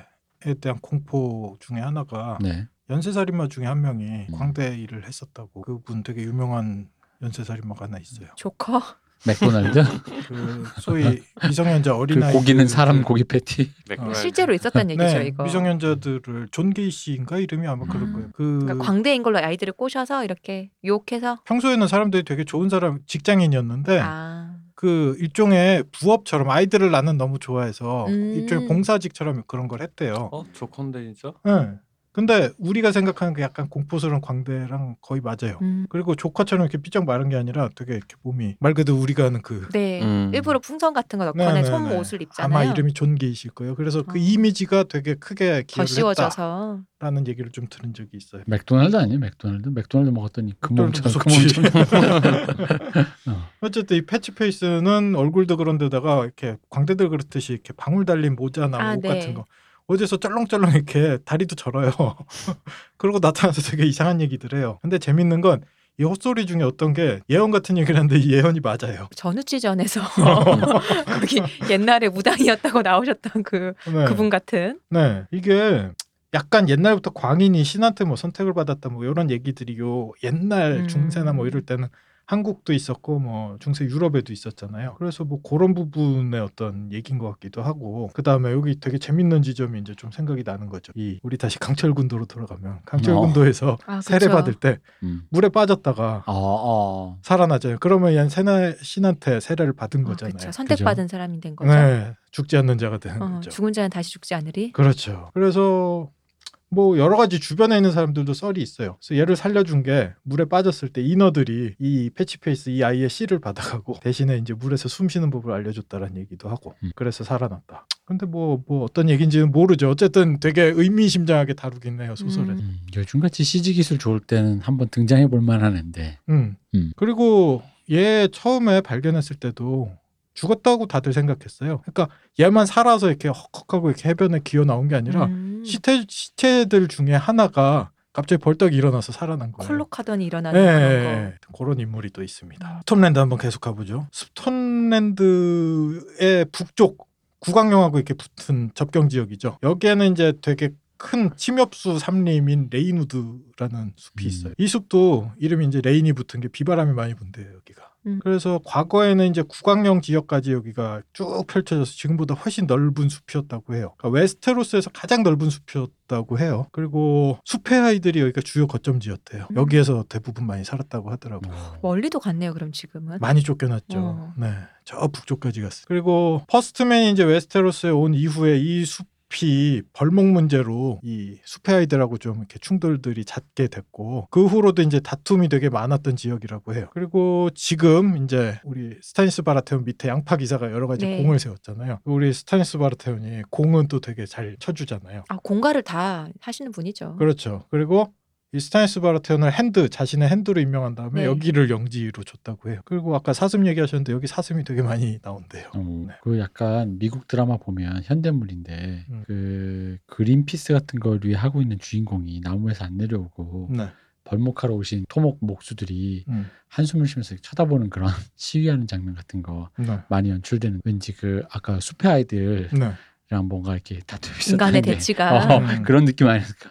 S2: 대한 공포 중에 하나가
S4: 네.
S2: 연쇄살인마 중에 한 명이
S4: 음.
S2: 광대 일을 했었다고 그분 되게 유명한 연쇄살인마가 하나 있어요.
S1: 조커
S4: 맥도날드
S1: 음.
S2: 그 소위 미성년자
S4: 그
S2: 어린아이
S4: 고기는 사람 고기 패티.
S2: 네.
S1: 실제로 있었단 얘기죠
S2: 네,
S1: 이거.
S2: 미성년자들을 존 게이시인가 이름이 아마 그럴
S1: 음.
S2: 거예요. 그
S1: 그러니까 광대인 걸로 아이들을 꼬셔서 이렇게 유혹해서
S2: 평소에는 사람들이 되게 좋은 사람 직장인이었는데
S1: 아
S2: 그 일종의 부업처럼 아이들을 나는 너무 좋아해서
S1: 음.
S2: 일종의 봉사직처럼 그런 걸 했대요.
S3: 어 조컨대 진짜?
S2: 네. 근데 우리가 생각하는 그 약간 공포스러운 광대랑 거의 맞아요.
S1: 음.
S2: 그리고 조커처럼 이렇게 삐쩍 마른 게 아니라 되게 이렇게 몸이 말 그대로 우리가 아는 그
S1: 네
S3: 음.
S1: 일부러 풍선 같은 거
S2: 네,
S1: 넣거나
S2: 네,
S1: 솜
S2: 네.
S1: 옷을 입잖아요.
S2: 아마 이름이 존 게이실 거예요. 그래서 그
S1: 어.
S2: 이미지가 되게 크게
S1: 더
S2: 기여를
S1: 씌워져서
S2: 했다라는 얘기를 좀 들은 적이 있어요.
S4: 맥도날드 아니에요? 맥도날드. 맥도날드 먹었더니 그
S2: 맥도날드
S4: 금몸처럼
S2: 무섭지.
S4: 어.
S2: 어쨌든 이 패치페이스는 얼굴도 그런데다가 이렇게 광대들 그렇듯이 이렇게 방울 달린 모자나
S1: 아,
S2: 옷
S1: 네.
S2: 같은 거 어디서 쩔렁쩔렁 이렇게 다리도 절어요. 그러고 나타나서 되게 이상한 얘기들 해요. 근데 재밌는 건 이 헛소리 중에 어떤 게 예언 같은 얘기를 하는데 이 예언이 맞아요.
S1: 전우치전에서
S2: 어.
S1: 거기 옛날에 무당이었다고 나오셨던 그
S2: 네.
S1: 그분 같은
S2: 네, 이게 약간 옛날부터 광인이 신한테 뭐 선택을 받았다 뭐 이런 얘기들이 요 옛날
S1: 음.
S2: 중세나 뭐 이럴 때는 한국도 있었고 뭐 중세 유럽에도 있었잖아요. 그래서 뭐 그런 부분의 어떤 얘기인 것 같기도 하고 그 다음에 여기 되게 재밌는 지점이 이제 좀 생각이 나는 거죠. 이 우리 다시 강철군도로 돌아가면 강철군도에서
S1: 아, 그쵸.
S2: 세례 받을 때
S4: 음.
S2: 물에 빠졌다가
S4: 어, 어.
S2: 살아나잖아요. 그러면 얘는 세나 신한테 세례를 받은
S1: 아, 그쵸.
S2: 거잖아요.
S1: 선택받은 사람이 된 거죠.
S2: 네, 죽지 않는 자가 되는
S1: 어,
S2: 거죠.
S1: 죽은 자는 다시 죽지 않으리.
S2: 그렇죠. 그래서 뭐 여러 가지 주변에 있는 사람들도 썰이 있어요. 그래서 얘를 살려준 게 물에 빠졌을 때 인어들이 이 패치페이스 이 아이의 씨를 받아가고 대신에 이제 물에서 숨쉬는 법을 알려줬다라는 얘기도 하고
S4: 음.
S2: 그래서 살아났다. 근데 뭐 뭐 어떤 얘기인지는 모르죠. 어쨌든 되게 의미심장하게 다루긴 해요 소설은. 음.
S1: 음.
S4: 음, 요즘같이 CG 기술 좋을 때는 한번 등장해 볼 만한 앤데. 음.
S2: 그리고 얘 처음에 발견했을 때도 죽었다고 다들 생각했어요. 그러니까 얘만 살아서 이렇게 헉헉하고 이렇게 해변에 기어 나온 게 아니라
S1: 음.
S2: 시체, 시체들 중에 하나가 갑자기 벌떡 일어나서 살아난 거예요.
S1: 콜록하더니 일어나는 그런 거.
S2: 예, 그런 인물이 또 있습니다. 스톤랜드 한번 계속 가보죠. 스톤랜드의 북쪽 구강령하고 이렇게 붙은 접경 지역이죠. 여기에는 이제 되게 큰 침엽수 삼림인 레인우드라는 숲이
S4: 음.
S2: 있어요. 이 숲도 이름이 이제 레인이 붙은 게 비바람이 많이 분대요 여기가.
S5: 음.
S2: 그래서 과거에는 이제 구강령 지역까지 여기가 쭉 펼쳐져서 지금보다 훨씬 넓은 숲이었다고 해요. 그러니까 웨스테로스에서 가장 넓은 숲이었다고 해요. 그리고 숲의 아이들이 여기가 주요 거점지였대요.
S1: 음.
S2: 여기에서 대부분 많이 살았다고
S4: 뭐,
S2: 하더라고요.
S1: 멀리도 갔네요. 그럼 지금은.
S2: 많이 쫓겨났죠.
S1: 음. 어.
S2: 네. 저 북쪽까지 갔어요. 그리고 퍼스트맨이 이제 웨스테로스에 온 이후에 이 숲이 벌목 문제로 이 숲의 아이들하고 좀 이렇게 충돌들이 잦게 됐고 그 후로도 이제 다툼이 되게 많았던 지역이라고 해요. 그리고 지금 이제 우리 스타니스 바라테온 밑에 양파 기사가 여러 가지
S1: 네.
S2: 공을 세웠잖아요. 우리 스타니스 바라테온이 공은 또 되게 잘 쳐주잖아요.
S1: 아 공가를 다 하시는 분이죠.
S2: 그렇죠. 그리고 이 스타니스 바라테온을 핸드 자신의 핸드로 임명한 다음에
S1: 네.
S2: 여기를 영지로 줬다고 해요. 그리고 아까 사슴 얘기하셨는데 여기 사슴이 되게 많이 나온대요.
S4: 어,
S2: 네.
S4: 그 약간 미국 드라마 보면 현대물인데
S2: 음.
S4: 그 그린피스 같은 걸 위해 하고 있는 주인공이 나무에서 안 내려오고
S2: 네.
S4: 벌목하러 오신 토목 목수들이
S2: 음.
S4: 한숨을 쉬면서 쳐다보는 그런 시위하는 장면 같은 거
S2: 네.
S4: 많이 연출되는 왠지 그 아까 숲의 아이들이랑
S2: 네.
S4: 뭔가 이렇게 다툼이
S1: 인간의
S4: 있었는데
S1: 대치가
S4: 어,
S2: 음.
S4: 그런 느낌 아니었을까?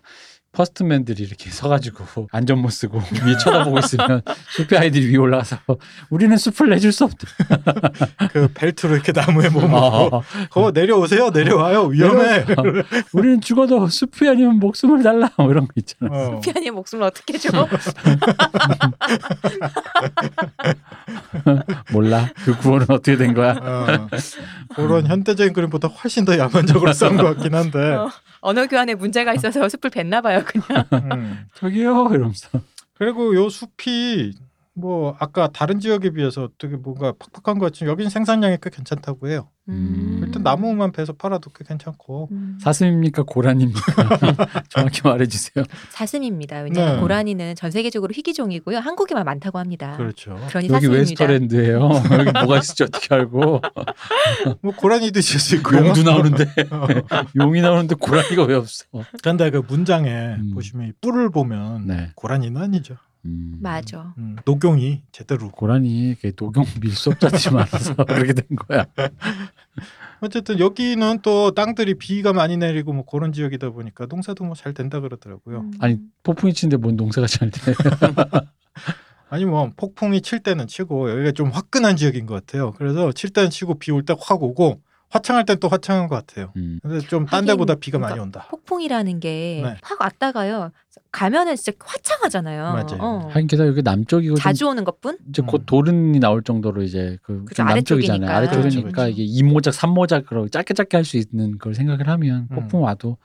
S4: 퍼스트맨들이 이렇게 서가지고 안전 모 쓰고 위에 쳐다보고 있으면 숲의 아이들이 위에 올라가서 우리는 숲을 내줄 수 없다.
S2: 그 벨트로 이렇게 나무에 몸을
S4: 어,
S2: 거 내려오세요. 내려와요. 위험해.
S4: 우리는 죽어도 숲이 아니면 목숨을 달라 뭐 이런 거 있잖아.
S2: 어.
S1: 피아니의 목숨을 어떻게 줘?
S4: 몰라 그 구원은 어떻게 된 거야?
S2: 어. 그런 현대적인 그림보다 훨씬 더 야만적으로 싸운 것 같긴 한데.
S1: 어. 언어 교환에 문제가 있어서 숲을 뱉나 봐요. 그냥
S2: 음.
S4: 저기요 이러면서
S2: 그리고 요 숲이 뭐 아까 다른 지역에 비해서 되게 뭔가 팍팍한 것 같지만 여기는 생산량이 꽤 괜찮다고 해요.
S4: 음.
S2: 일단 나무만 베서 팔아도 꽤 괜찮고
S1: 음.
S4: 사슴입니까 고란입니까? 정확히 말해주세요.
S1: 네, 사슴입니다. 왜냐하면
S2: 네.
S1: 고라니는 전 세계적으로 희귀종이고요. 한국에만 많다고 합니다.
S2: 그렇죠.
S1: 그러니
S4: 여기
S1: 사슴입니다.
S4: 웨스터랜드예요. 여기 뭐가 있을지 어떻게 알고?
S2: 뭐 고라니도 있을 수 있고요.
S4: 용도 나오는데
S2: 어.
S4: 용이 나오는데 고라니가 왜 없어?
S2: 그런데 그 문장에
S4: 음.
S2: 보시면 이 뿔을 보면
S4: 네.
S2: 고라니는 아니죠.
S4: 음.
S1: 맞아.
S2: 음, 녹용이 제대로.
S4: 고라니 그 노경 밀수업자들이 많아서 그렇게 된 거야.
S2: 어쨌든 여기는 또 땅들이 비가 많이 내리고 뭐 그런 지역이다 보니까 농사도 뭐 잘 된다 그러더라고요.
S1: 음.
S4: 아니 폭풍이 치는데 뭔 농사가 잘 돼?
S2: 아니 뭐 폭풍이 칠 때는 치고 여기가 좀 화끈한 지역인 것 같아요. 그래서 칠 때는 치고 비 올 때 확 오고 화창할 땐 또 화창한 것 같아요.
S4: 음.
S2: 근데 좀 딴
S1: 하긴,
S2: 데보다 비가 많이
S1: 그러니까
S2: 온다.
S1: 폭풍이라는 게
S2: 네.
S1: 확 왔다가요. 가면은 진짜 화창하잖아요.
S2: 맞아요.
S1: 어.
S4: 하긴 게다가 여기 남쪽이고 좀
S1: 자주 오는 것뿐.
S4: 이제 곧
S2: 음.
S4: 도른이 나올 정도로 이제 그
S1: 그죠,
S4: 좀 남쪽이잖아요.
S1: 아래쪽이니까.
S4: 아래쪽이니까
S2: 그렇죠, 그렇죠.
S4: 이게 이모작 삼모작으로 짧게 짧게 할 수 있는 걸 생각을 하면
S2: 음.
S4: 폭풍 와도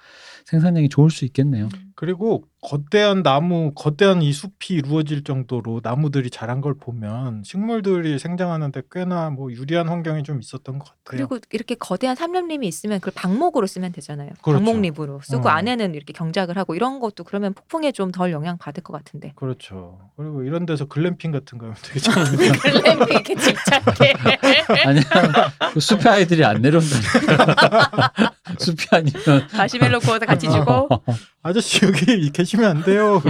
S4: 생산량이 좋을 수 있겠네요.
S2: 그리고 거대한 나무, 거대한 이 숲이 이루어질 정도로 나무들이 자란 걸 보면 식물들이 생장하는데 꽤나 뭐 유리한 환경이 좀 있었던 것 같아요.
S1: 그리고 이렇게 거대한 삼렘림이 있으면 그걸 방목으로 쓰면 되잖아요.
S2: 그렇죠.
S1: 방목립으로 쓰고
S2: 어.
S1: 안에는 이렇게 경작을 하고 이런 것도 그러면 폭풍에 좀 덜 영향 받을 것 같은데.
S2: 그렇죠 그리고 이런 데서 글램핑 같은 거 하면 되게 좋은데.
S1: 글램핑 이렇게 집착해.
S4: 아니야 그 숲의 아이들이 안 내려온다니까. 숲이 아니면 어,
S1: 마시멜로 구워서
S2: 어.
S1: 같이 주고.
S2: 아저씨 여기 계시면 안 돼요.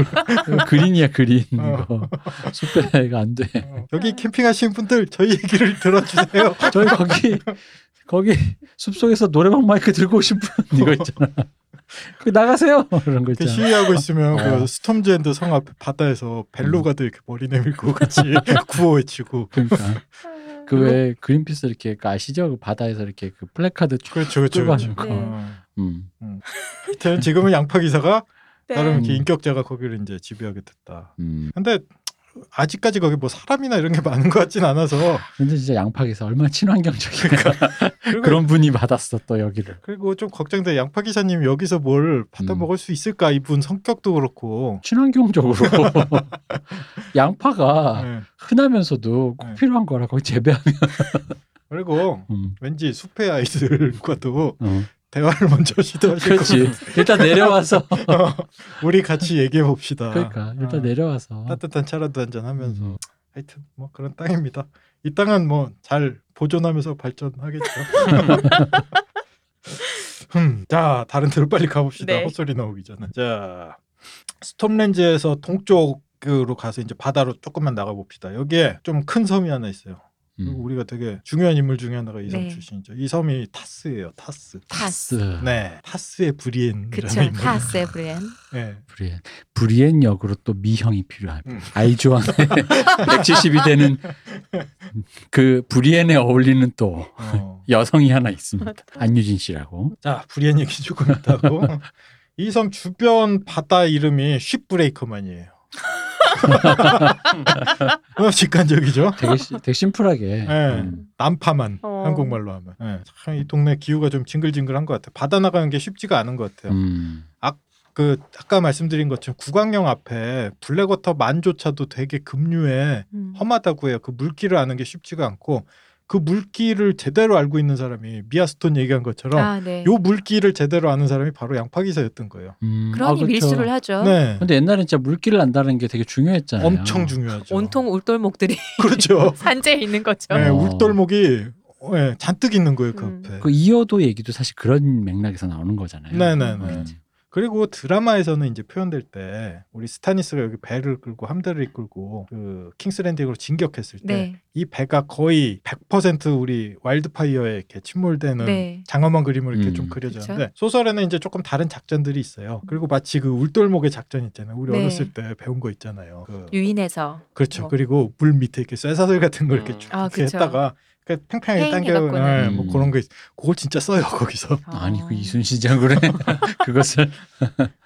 S4: 그린이야 그린
S2: 어.
S4: 이거 숲의 아이가 안 돼.
S2: 여기 캠핑하시는 분들 저희 얘기를 들어주세요.
S4: 저희 거기 거기 숲속에서 노래방 마이크 들고 오신 분 이거 있잖아. 그 나가세요 그런 거
S2: 이렇게
S4: 있잖아.
S2: 시위하고 있으면
S4: 어.
S2: 그 스톰즈 앤드 성 앞에 바다에서 벨루가들 이렇게 머리 내밀고 같이 구호 외치고
S4: 그러니까 그 왜 그린피스 이렇게 그 아시죠? 그 바다에서 이렇게 그 플래카드 쭉
S2: 그렇죠 그렇죠.
S4: 들고
S2: 그렇죠.
S4: 하는 거.
S1: 네.
S2: 어.
S4: 음.
S2: 하여튼 지금은 양파 기사가 다른
S1: 네.
S2: 이렇게 인격자가 거기를 이제 지배하게 됐다.
S4: 음.
S2: 근데 아직까지 거기 뭐 사람이나 이런 게 많은 것 같진 않아서
S4: 근데 진짜 양파기사 얼마나 친환경적인가
S2: 그러니까. 그리고,
S4: 그런 분이 받았어 또 여기를.
S2: 그리고 좀 걱정돼 양파 기사님 여기서 뭘 받아
S4: 음.
S2: 먹을 수 있을까 이분 성격도 그렇고
S4: 친환경적으로 양파가
S2: 네.
S4: 흔하면서도 꼭
S2: 네.
S4: 필요한 거라고 재배하면
S2: 그리고
S4: 음.
S2: 왠지 숲의 아이들과도
S4: 어.
S2: 대화를 먼저 시도하실 것
S4: 그렇지 일단 내려와서
S2: 같아요. 우리 같이 얘기해 봅시다.
S4: 그러니까 일단 내려와서
S2: 따뜻한 차라도 한잔 하면서
S4: 음.
S2: 하여튼 뭐 그런 땅입니다. 이 땅은 뭐 잘 보존하면서 발전하겠죠. 음, 자 다른 데로 빨리 가봅시다.
S1: 네.
S2: 헛소리 나오기 전에. 자 스톰렌즈에서 동쪽으로 가서 이제 바다로 조금만 나가 봅시다. 여기에 좀 큰 섬이 하나 있어요.
S4: 음.
S2: 그리고 우리가 되게 중요한 인물 중에 하나가 이 섬
S1: 네.
S2: 출신이죠. 이 섬이 타스예요. 타스.
S1: 타스.
S2: 네, 타스의 브리엔이라는
S1: 그쵸.
S2: 인물.
S1: 타스의 브랜.
S2: 네.
S4: 브리엔. 브리엔 역으로 또 미형이 필요한
S2: 음.
S4: 아이즈원의 170이 되는 그 브리엔에 어울리는 또
S2: 어.
S4: 여성이 하나 있습니다. 안유진 씨라고.
S2: 자, 불이한 얘기 조금 있다고. 이 섬 주변 바다 이름이 쉽브레이커만이에요. 너무 직관적이죠.
S4: 되게, 시- 되게 심플하게.
S2: 네.
S4: 음.
S2: 남파만
S1: 어.
S2: 한국말로 하면. 예, 참 이 동네 기후가 좀 징글징글한 것 같아요. 바다 나가는 게 쉽지가 않은 것 같아요.
S4: 음.
S2: 그 아까 말씀드린 것처럼 구강령 앞에 블랙워터 만조차도 되게 급류에
S1: 음.
S2: 험하다고 해요. 그 물기를 아는 게 쉽지가 않고 그 물기를 제대로 알고 있는 사람이 미아스톤 얘기한 것처럼
S1: 아, 네.
S2: 요 물기를 제대로 아는 사람이 바로 양파기사였던 거예요.
S4: 음. 아,
S1: 그러니
S4: 그렇죠.
S1: 밀수를 하죠.
S2: 네.
S4: 근데 옛날엔 진짜 물기를 안다는 게 되게 중요했잖아요.
S2: 엄청 중요하죠.
S1: 온통 울돌목들이
S2: 그렇죠.
S1: 산재에 있는 거죠.
S2: 예,
S4: 어.
S2: 울돌목이 예, 잔뜩 있는 거예요 그
S1: 음.
S2: 앞에.
S4: 그 이어도 얘기도 사실 그런 맥락에서 나오는 거잖아요.
S2: 네네네.
S4: 음.
S2: 그리고 드라마에서는 이제 표현될 때 우리 스타니스가 여기 배를 끌고 함대를 이끌고 그 킹스랜딩으로 진격했을 때 이
S1: 네.
S2: 배가 거의 100% 우리 와일드파이어에 이렇게 침몰되는
S1: 네.
S2: 장엄한 그림을 이렇게
S4: 음.
S2: 좀 그려졌는데 소설에는 이제 조금 다른 작전들이 있어요. 그리고 마치 그 울돌목의 작전 있잖아요. 우리
S1: 네.
S2: 어렸을 때 배운 거 있잖아요. 그
S1: 유인해서
S2: 그렇죠.
S1: 뭐.
S2: 그리고 물 밑에 이렇게 쇠사슬 같은 걸 이렇게
S3: 음.
S2: 쭉
S1: 아,
S2: 이렇게
S1: 그쵸.
S2: 했다가 그 팽팽하게
S1: 페인
S2: 당겨
S1: 해갖고는.
S2: 네, 뭐
S4: 음.
S2: 그런 거 있- 그걸 진짜 써요 거기서.
S4: 아니 그
S1: 어.
S4: 이순신 장군의 그것을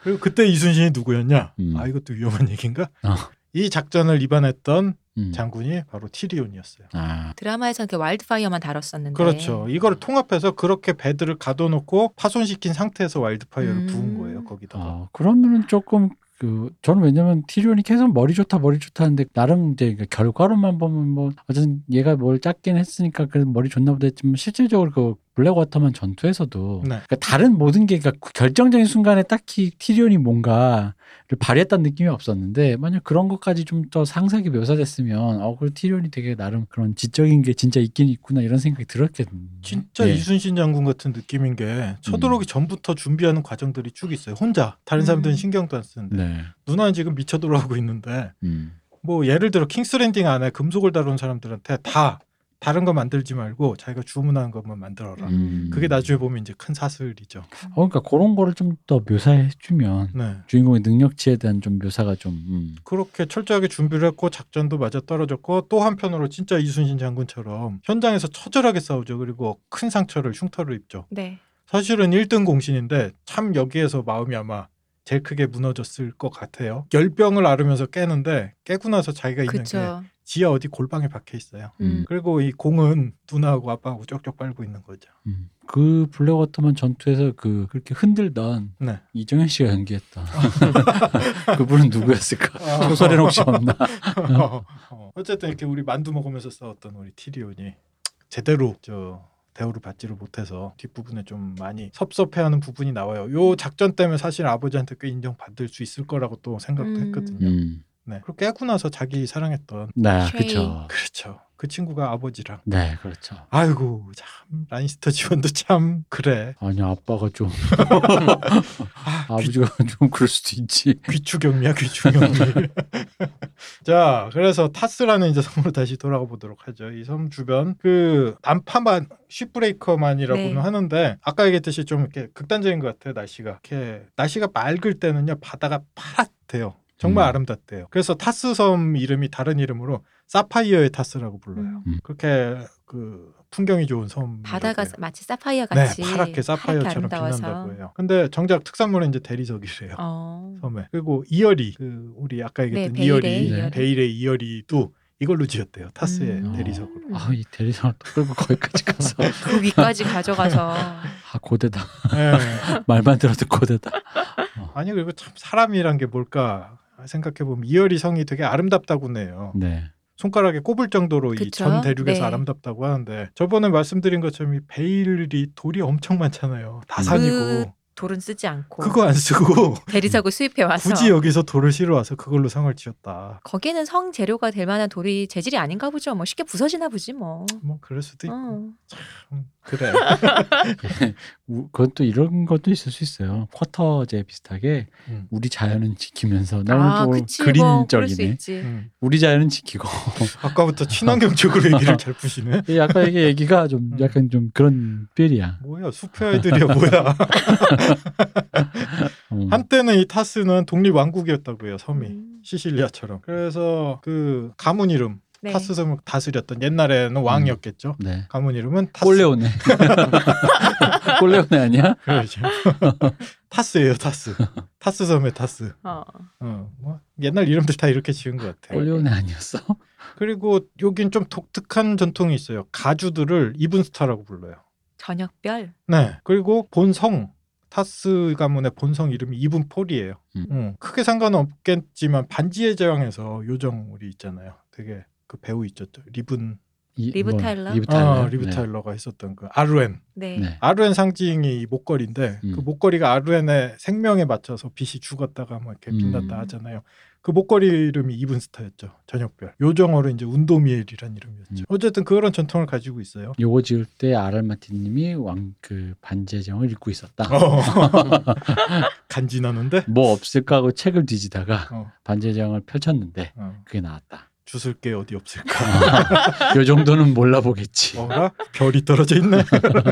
S2: 그리고 그때 이순신이 누구였냐?
S4: 음.
S2: 아 이것도 위험한 얘기인가?
S4: 어.
S2: 이 작전을 입안했던
S4: 음.
S2: 장군이 바로 티리온이었어요.
S1: 네.
S4: 아,
S1: 드라마에서는 그 와일드파이어만 다뤘었는데.
S2: 그렇죠. 이거를 통합해서 그렇게 배들을 가둬놓고 파손시킨 상태에서 와일드파이어를
S1: 음.
S2: 부은 거예요. 거기다가.
S4: 어, 그러면은 조금 그 저는 왜냐면 티리온이 계속 머리 좋다 머리 좋다 하는데 나름 이제 그 결과로만 보면 뭐 어쨌든 얘가 뭘 짰긴 했으니까 그래서 머리 좋나 보다 했지만 실질적으로 그 블랙워터만 전투에서도
S2: 네.
S4: 그러니까 다른 모든 게 그러니까 그 결정적인 순간에 딱히 티리온이 뭔가를 발휘했다는 느낌이 없었는데 만약 그런 것까지 좀 더 상세하게 묘사됐으면 어 그리고 티리온이 되게 나름 그런 지적인 게 진짜 있긴 있구나 이런 생각이 들었겠는데
S2: 진짜
S4: 예. 음.
S2: 이순신 장군 같은 느낌인 게 쳐들어오기 전부터 준비하는 과정들이 쭉 있어요. 혼자 다른 사람들은
S1: 음.
S2: 신경도 안 쓰는데
S4: 네.
S2: 누나는 지금 미쳐 돌아오고 있는데
S4: 음.
S2: 뭐 예를 들어 킹스랜딩 안에 금속을 다룬 사람들한테 다 다른 거 만들지 말고 자기가 주문하는 것만 만들어라.
S4: 음.
S2: 아, 그게 나중에 보면 이제 큰 사슬이죠.
S4: 어, 그러니까 그런 거를 좀 더 묘사해주면
S2: 네.
S4: 주인공의 능력치에 대한 좀 묘사가 좀 음.
S2: 그렇게 철저하게 준비를 했고 작전도 맞아 떨어졌고 또 한편으로 진짜 이순신 장군처럼 현장에서 처절하게 싸우죠. 그리고 큰 상처를 흉터를 입죠.
S1: 네.
S2: 사실은 1등 공신인데 참 여기에서 마음이 아마 제일 크게 무너졌을 것 같아요. 열병을 앓으면서 깨는데 깨고 나서 자기가 있는 게
S1: 그렇죠.
S2: 지하 어디 골방에 박혀 있어요.
S1: 음.
S2: 그리고 이 공은 누나하고 아빠하고 쪽쪽 빨고 있는 거죠.
S4: 음. 그 블랙워터만 전투에서 그 그렇게 흔들던
S2: 네.
S4: 이정현 씨가 연기했던 그분은
S2: 아.
S4: 누구였을까? 아. 그 소설에 는 혹시 없나? 네.
S2: 어, 어쨌든 이렇게 우리 만두 먹으면서 싸웠던 우리 티리온이 제대로 저 대우를 받지를 못해서 뒷부분에 좀 많이 섭섭해하는 부분이 나와요. 요 작전 때문에 사실 아버지한테 꽤 인정받을 수 있을 거라고 또 생각도
S1: 음.
S2: 했거든요.
S4: 음.
S2: 네. 그리고 깨고 나서 자기 사랑했던
S4: 네,
S1: 쉐이.
S4: 그렇죠.
S2: 그렇죠. 그 친구가 아버지랑
S4: 네, 그렇죠.
S2: 아이고 참 라니스터 지원도 참 그래
S4: 아니 아빠가 좀
S2: 아, 귀,
S4: 아버지가 좀 그럴 수도 있지.
S2: 귀추경미야 귀추경미 자 그래서 타스라는 이제 섬으로 다시 돌아가 보도록 하죠 이 섬 주변 그 난파만 슈브레이커만이라고는
S1: 네.
S2: 하는데 아까 얘기했듯이 좀 이렇게 극단적인 것 같아요 날씨가 이렇게 날씨가 맑을 때는요 바다가 파랗대요 정말
S4: 음.
S2: 아름답대요 그래서 타스 섬 이름이 다른 이름으로 사파이어의 타스라고 불러요
S1: 음.
S2: 그렇게 그 풍경이 좋은 섬
S1: 바다가 마치 사파이어
S2: 네,
S1: 같이
S2: 파랗게 사파이어처럼 빛난다고 해요. 근데 정작 특산물은 이제 대리석이래요.
S1: 어.
S2: 섬에. 그리고 이열이 그 우리 아까 얘기했던
S1: 네,
S2: 이열이
S1: 베일의
S4: 이열이.
S2: 베일의 이열이도 이걸로 지었대요. 타스의
S1: 음.
S2: 대리석으로.
S1: 음.
S4: 아 이 대리상을 또 끌고 거기까지 가서
S1: 그 위까지 가져가서
S4: 아 고대다
S2: 예.
S4: 말만 들어도 고대다.
S2: 아니 그리고 참 사람이란 게 뭘까 생각해 보면 이열이 성이 되게 아름답다고 해요.
S4: 네.
S2: 손가락에 꼽을 정도로
S1: 그쵸?
S2: 이 전 대륙에서
S1: 네.
S2: 아름답다고 하는데 저번에 말씀드린 것처럼 이 베일이 돌이 엄청 많잖아요. 다 산이고.
S1: 그
S5: 돌은 쓰지 않고
S2: 그거 안 쓰고
S1: 대리석을 수입해 와서
S2: 굳이 여기서 돌을 실어 와서 그걸로 상을 지었다.
S1: 거기는 성 재료가 될 만한 돌이 재질이 아닌가 보죠. 뭐 쉽게 부서지나 보지 뭐.
S2: 뭐 그럴 수도 있고
S1: 어.
S2: 음, 그래.
S4: 우- 그건 또 이런 것도 있을 수 있어요. 쿼터제 비슷하게
S2: 음.
S4: 우리 자연은 지키면서 나
S1: 아,
S4: 오늘
S1: 그치
S4: 또
S1: 뭐 그럴 수
S4: 그린적이네.
S1: 있지.
S2: 음.
S4: 우리 자연은 지키고
S2: 아까부터 친환경 쪽으로 얘기를 잘 푸시네.
S4: 약간 이게 얘기가 좀
S2: 음.
S4: 약간 좀 그런 필이야.
S2: 뭐야 숲의 아이들이야 뭐야.
S4: 음.
S2: 한때는 이 타스는 독립 왕국이었다고 해요 섬이
S1: 음.
S2: 시실리아처럼. 그래서 그 가문 이름
S1: 네.
S2: 타스 섬을 다스렸던 옛날에는 왕이었겠죠.
S4: 네.
S2: 가문 이름은 타스.
S4: 꼴레오네. 꼴레오네 아니야?
S2: 그렇죠. 타스예요 타스. 타스 섬의 타스.
S1: 어.
S2: 어, 뭐 옛날 이름들 다 이렇게 지은 것 같아요.
S4: 꼴레오네 아니었어?
S2: 그리고 여긴 좀 독특한 전통이 있어요. 가주들을 이분스타라고 불러요.
S1: 저녁별.
S2: 네. 그리고 본성 타스 가문의 본성 이름이 이분폴이에요.
S4: 음.
S2: 음, 크게 상관은 없겠지만 반지의 제왕에서 요정 우리 있잖아요. 되게 그 배우 있죠, 또 리븐
S4: 이- 뭐,
S1: 리브 타일러?
S4: 리브 타일러.
S2: 아, 리브
S4: 네.
S2: 타일러가 했었던 그 아르웬.
S1: 네.
S4: 네.
S2: 아르웬 상징이 이 목걸이인데
S4: 음.
S2: 그 목걸이가 아르웬의 생명에 맞춰서 빛이 죽었다가 뭐 이렇게
S4: 음.
S2: 빛났다 하잖아요. 그 목걸이 이름이 이분스타였죠. 저녁별. 요정어로 이제 운도미엘이란 이름이었죠.
S4: 음.
S2: 어쨌든 그런 전통을 가지고 있어요.
S4: 요거 지을 때 아랄마티님이 왕 그 반지의정을 읽고 있었다.
S2: 어. 간지나는데.
S4: 뭐 없을까 하고 책을 뒤지다가
S2: 어.
S4: 반지의정을 펼쳤는데
S2: 어.
S4: 그게 나왔다.
S2: 주술 게 어디 없을까?
S4: 요 정도는 몰라보겠지.
S2: 어라 별이 떨어져 있네.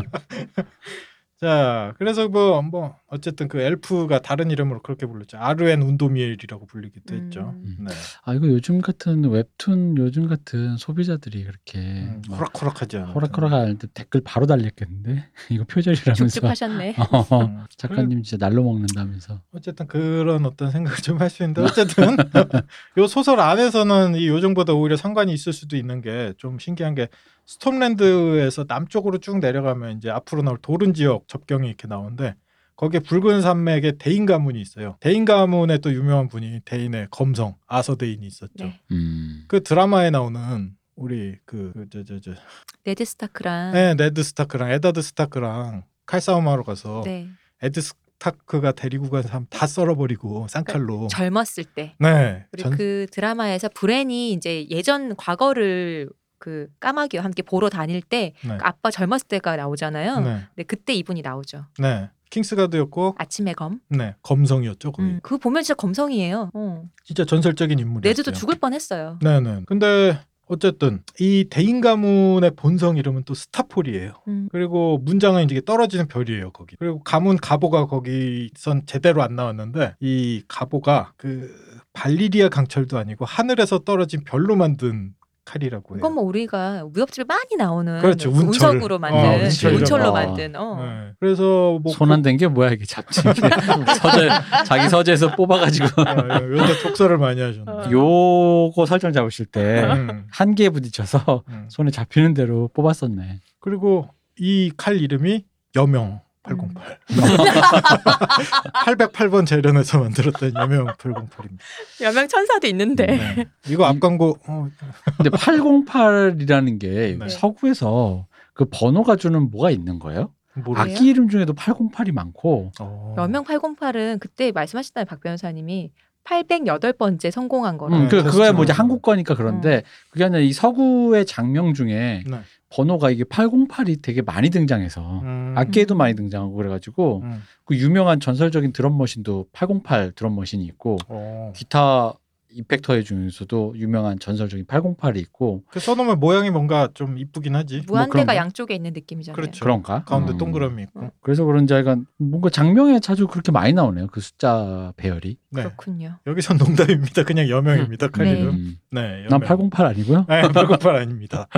S2: 자, 그래서 뭐, 뭐 어쨌든 그 엘프가 다른 이름으로 그렇게 불렀죠. 아르엔 운도미엘이라고 불리기도 했죠.
S1: 음.
S2: 네,
S4: 아 이거 요즘 같은 웹툰 요즘 같은 소비자들이 그렇게
S2: 음,
S4: 막
S2: 호락호락하지 않아.
S4: 네. 호락호락하는데 댓글 바로 달렸겠는데 이거 표절이라면서
S1: 족족하셨네.
S4: 어,
S2: 음.
S4: 작가님 진짜 날로 먹는다면서
S2: 어쨌든 그런 어떤 생각을 좀 할 수 있는데 어쨌든 요 소설 안에서는 이 요정보다 오히려 상관이 있을 수도 있는 게 좀 신기한 게 스톰랜드에서 남쪽으로 쭉 내려가면 이제 앞으로 나올 도른 지역 접경이 이렇게 나오는데 거기에 붉은 산맥에 대인 가문이 있어요. 대인 가문의 또 유명한 분이 대인의 검성 아서 대인이 있었죠.
S1: 네.
S4: 음.
S2: 그 드라마에 나오는 우리 그저저저 저,
S1: 네드 스타크랑
S2: 네, 네드 스타크랑 에다드 스타크랑 칼싸움하러 가서
S1: 네.
S2: 에드 스타크가 데리고 간 사람 다 썰어버리고 쌍칼로
S1: 그러니까 젊었을 때.
S2: 네.
S1: 그리고
S2: 전,
S1: 그 드라마에서 브랜이 이제 예전 과거를 그 까마귀와 함께 보러 다닐 때
S2: 네.
S1: 그 아빠 젊었을 때가 나오잖아요.
S2: 네.
S1: 근데 그때 이분이 나오죠.
S2: 네. 킹스가드였고
S1: 아침의 검.
S2: 네. 검성이었죠, 거의.
S1: 음, 그거 보면 진짜 검성이에요. 어.
S2: 진짜 전설적인 인물이었죠.
S1: 네드도 죽을 뻔했어요.
S2: 네, 네. 근데 어쨌든 이 대인 가문의 본성 이름은 또 스타폴이에요.
S1: 음.
S2: 그리고 문장은 이제 떨어지는 별이에요 거기 그리고 가문 가보가 거기선 제대로 안 나왔는데 이 가보가 그 발리리아 강철도 아니고 하늘에서 떨어진 별로 만든 칼이라고 해요
S1: 그건 뭐 우리가 무협집에 많이 나오는
S2: 그렇죠,
S1: 그
S2: 운철.
S1: 운석으로
S2: 어,
S1: 만든
S4: 운철.
S1: 운철. 로
S4: 어.
S1: 만든 어.
S2: 네. 그래서 뭐
S4: 손 안 댄 게 뭐야 이게 잡지 서재 자기 서재에서 뽑아가지고
S2: 아, 요새 독서를 많이
S1: 어.
S2: 하셨네
S4: 요거 설정 잡으실 때 한
S2: 음,
S4: 개에 부딪혀서
S2: 음.
S4: 손에 잡히는 대로 뽑았었네.
S2: 그리고 이 칼 이름이 여명 808
S1: 음.
S2: 808번 재련에서 만들었던 여명 808입니다
S1: 여명 천사도 있는데
S2: 네. 이거 앞광고 어,
S4: 근데 808이라는 게
S2: 네.
S4: 서구에서 그 번호가 주는 뭐가 있는 거예요?
S2: 모르겠어
S1: 그래요?
S4: 악기 이름 중에도 808이 많고
S2: 어.
S1: 아, 여명 808은 그때 말씀하셨잖아요 박 변호사님이 808번째 성공한 거라.
S4: 음, 그,
S2: 테스트로.
S4: 그거야 뭐 이제 한국 거니까
S2: 음.
S4: 그런데 그게 아니라 이 서구의 장명 중에
S2: 네.
S4: 번호가 이게 808이 되게 많이 등장해서
S2: 음.
S1: 아,
S4: 악기에도 많이 등장하고 그래가지고
S2: 음.
S4: 그 유명한 전설적인 드럼 머신도 808 드럼 머신이 있고
S2: 어.
S4: 기타 이펙터의 중에서도 유명한 전설적인 808이 있고
S2: 그 써놓으면 모양이 뭔가 좀 이쁘긴 하지.
S1: 무한대가
S4: 그런가?
S1: 양쪽에 어, 있는 느낌이잖아요.
S2: 뭐 그렇죠.
S4: 그런가?
S2: 가운데
S4: 음.
S2: 동그라미 있고.
S4: 그래서 그런지 약간 뭔가 장명에 자주 그렇게 많이 나오네요. 그 숫자 배열이.
S2: 네.
S1: 군요
S2: 여기선 농담입니다. 그냥 여명입니다. 칼
S1: 네.
S2: 이름.
S4: 음.
S2: 네. 여명.
S4: 난 808 아니고요.
S2: 네, 808 아닙니다.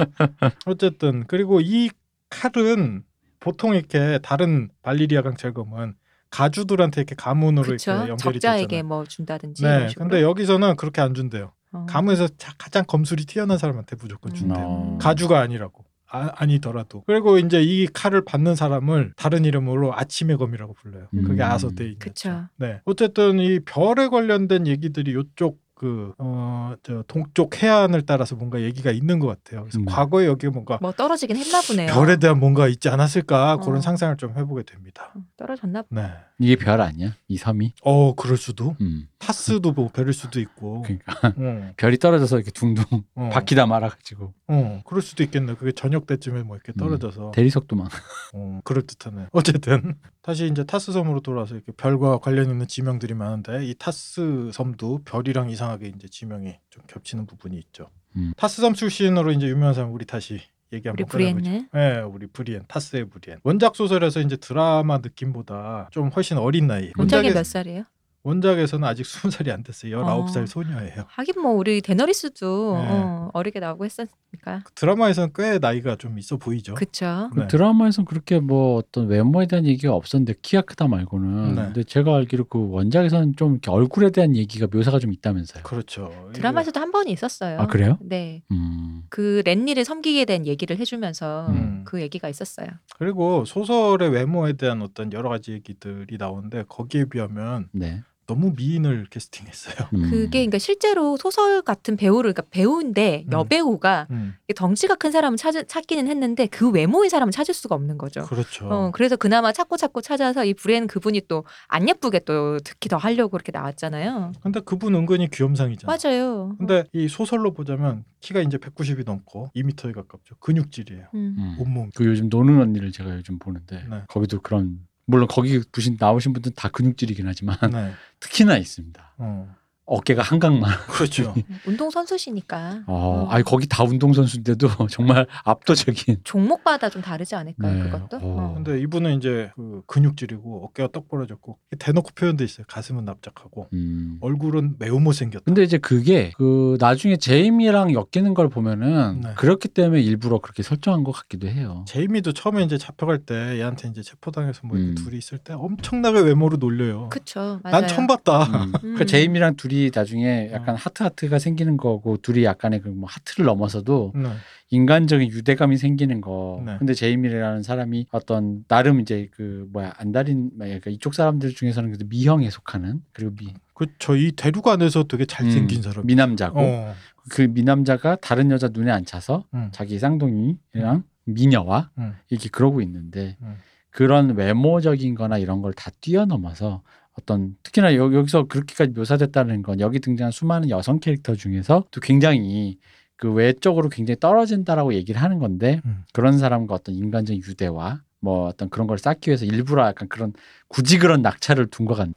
S2: 어쨌든 그리고 이 칼은 보통 이렇게 다른 발리리아 강철검은 가주들한테 이렇게 가문으로 이렇게
S1: 그렇죠.
S2: 연결이
S1: 적자에게
S2: 되잖아요.
S1: 뭐 준다든지 이런
S2: 네.
S1: 식으로.
S2: 근데 여기서는 그렇게 안 준대요.
S1: 어.
S2: 가문에서 자- 가장 검술이 튀어난 사람한테 무조건
S1: 음.
S2: 준대요.
S4: 어.
S2: 가주가 아니라고. 아, 니더라도 그리고 이제 이 칼을 받는 사람을 다른 이름으로 아침의 검이라고 불러요.
S4: 음.
S2: 그게 아서데인.
S1: 그쵸.
S2: 네. 어쨌든 이 별에 관련된 얘기들이 이쪽 그 어, 저 동쪽 해안을 따라서 뭔가 얘기가 있는 것 같아요. 그래서
S4: 음.
S2: 과거에 여기 뭔가
S1: 뭐 떨어지긴 했나 보네요.
S2: 별에 대한 뭔가 있지 않았을까
S1: 어.
S2: 그런 상상을 좀 해보게 됩니다.
S1: 음, 떨어졌나 보.
S2: 네.
S4: 이게 별 아니야? 이 섬이?
S2: 어 그럴 수도
S4: 음.
S2: 타스도 뭐 별일 수도 있고.
S4: 그러니까
S2: 응,
S4: 별이 떨어져서 이렇게 둥둥
S2: 어,
S4: 바퀴다 말아가지고
S2: 어, 그럴 수도 있겠네. 그게 저녁 때쯤에 뭐 이렇게
S4: 음.
S2: 떨어져서.
S4: 대리석도만.
S2: 어, 그럴 듯하네. 어쨌든 다시 이제 타스 섬으로 돌아서 이렇게 별과 관련 있는 지명들이 많은데 이 타스 섬도 별이랑 이상하게 이제 지명이 좀 겹치는 부분이 있죠.
S4: 음.
S2: 타스 섬 출신으로 이제 유명한 사람 우리 다시 얘기
S1: 우리
S2: 한번 꺼내보죠.
S1: 브리엔네.
S2: 예, 우리 브리엔 타스의 브리엔. 원작 소설에서 이제 드라마 느낌보다 좀 훨씬 어린 나이.
S1: 원작이
S2: 원작에-
S1: 몇 살이에요?
S2: 원작에서는 아직 20살이 안 됐어요. 19살
S1: 어.
S2: 소녀예요.
S1: 하긴 뭐 우리 데너리스도
S2: 네.
S1: 어, 어리게 나오고 했으니까.
S2: 드라마에서는 꽤 나이가 좀 있어 보이죠.
S1: 그쵸.
S2: 네.
S4: 드라마에선 그렇게 뭐 어떤 외모에 대한 얘기가 없었는데 키가 크다 말고는.
S2: 네.
S4: 근데 제가 알기로 그 원작에서는 좀 이렇게 얼굴에 대한 얘기가 묘사가 좀 있다면서요.
S2: 그렇죠.
S1: 드라마에서도 한 번 있었어요.
S4: 아 그래요?
S1: 네.
S4: 음.
S1: 그 랜니를 섬기게 된 얘기를 해주면서
S2: 음.
S1: 그 얘기가 있었어요.
S2: 그리고 소설의 외모에 대한 어떤 여러 가지 얘기들이 나오는데 거기에 비하면
S4: 네.
S2: 너무 미인을 캐스팅했어요.
S4: 음.
S1: 그게 그러니까 실제로 소설 같은 배우를 그러니까 배우인데
S2: 음.
S1: 여배우가
S2: 음,
S1: 이게 덩치가 큰 사람은 찾, 찾기는 했는데 그 외모인 사람은 찾을 수가 없는 거죠.
S2: 그렇죠.
S1: 어, 그래서 그나마 찾고 찾고 찾아서 이 브랜 그분이 또 안 예쁘게 또 특히 더 하려고 그렇게 나왔잖아요.
S2: 근데 그분 은근히 귀염상이잖아.
S1: 맞아요.
S2: 근데 이 소설로 보자면 키가 이제 190이 넘고 2m에 가깝죠. 근육질이에요.
S1: 음.
S4: 음.
S2: 온몸.
S4: 그 요즘 노는 언니를 제가 요즘 보는데
S2: 네.
S4: 거기도 그런 물론 거기 부신 나오신 분들 은다 근육질이긴 하지만
S2: 네.
S4: 특히나 있습니다.
S2: 어.
S4: 어깨가 한강만.
S2: 그렇죠.
S1: 운동 선수시니까
S4: 어, 아니 거기 다 운동 선수인데도 정말 압도적인.
S1: 종목마다 좀 다르지 않을까요?
S4: 네.
S1: 그것도.
S4: 어.
S1: 어.
S2: 근데 이분은 이제 그 근육질이고 어깨가 떡 벌어졌고 대놓고 표현돼 있어요. 가슴은 납작하고
S4: 음.
S2: 얼굴은 매우 못생겼다.
S4: 근데 이제 그게 그 나중에 제이미랑 엮이는 걸 보면은
S2: 네.
S4: 그렇기 때문에 일부러 그렇게 설정한 것 같기도 해요.
S2: 제이미도 처음에 이제 잡혀갈 때 얘한테 이제 체포당해서 뭐 이렇게
S4: 음.
S2: 둘이 있을 때 엄청나게 외모로 놀려요.
S1: 그쵸. 맞아요.
S2: 난 처음 봤다.
S4: 음. 그
S1: 음.
S4: 제이미랑 둘이 나중에
S2: 음.
S4: 약간 하트 하트가 생기는 거고 둘이 약간의 그뭐 하트를 넘어서도
S2: 네.
S4: 인간적인 유대감이 생기는 거.
S2: 네.
S4: 근데 제이미라는 사람이 어떤 나름 이제 그 뭐야 안달인 뭐야, 그러니까 이쪽 사람들 중에서는 그래도 미형에 속하는 그리고 미
S2: 그 저희 대륙안에서 되게 잘생긴
S4: 음,
S2: 사람.
S4: 미남자고
S2: 어.
S4: 그 미남자가 다른 여자 눈에 안 차서
S2: 음.
S4: 자기 쌍둥이랑 미녀와
S2: 음.
S4: 이렇게 그러고 있는데
S2: 음.
S4: 그런 외모적인 거나 이런 걸 다 뛰어넘어서 어떤 특히나 여, 여기서 그렇게까지 묘사됐다는 건 여기 등장한 수많은 여성 캐릭터 중에서 또 굉장히 그 외적으로 굉장히 떨어진다라고 얘기를 하는 건데
S2: 음.
S4: 그런 사람과 어떤 인간적인 유대와 뭐 어떤 그런 걸 쌓기 위해서 일부러 약간 그런 굳이 그런 낙차를 둔 것 같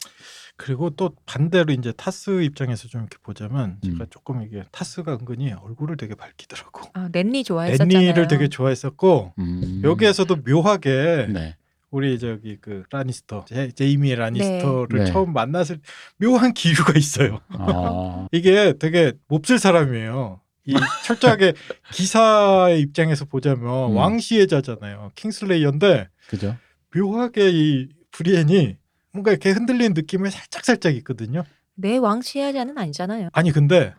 S2: 그리고 또 반대로 이제 타스 입장에서 좀 이렇게 보자면 제가
S4: 음.
S2: 조금 이게 타스가 은근히 얼굴을 되게 밝히더라고.
S1: 아, 랜니 좋아했었잖아요.
S2: 애니를 되게 좋아했었고
S4: 음.
S2: 여기에서도 묘하게
S4: 네.
S2: 우리 저기 그 라니스터 제, 제이미 라니스터를
S4: 네. 네.
S2: 처음 만났을 묘한 기류가 있어요.
S4: 아,
S2: 이게 되게 몹쓸 사람이에요. 이 철저하게 기사의 입장에서 보자면
S4: 음.
S2: 왕시혜자잖아요. 킹슬레이어인데
S4: 그죠.
S2: 묘하게 이 브리엔이 뭔가 이렇게 흔들리는 느낌이 살짝 살짝 있거든요.
S1: 내 왕시야자는 아니잖아요.
S2: 아니 근데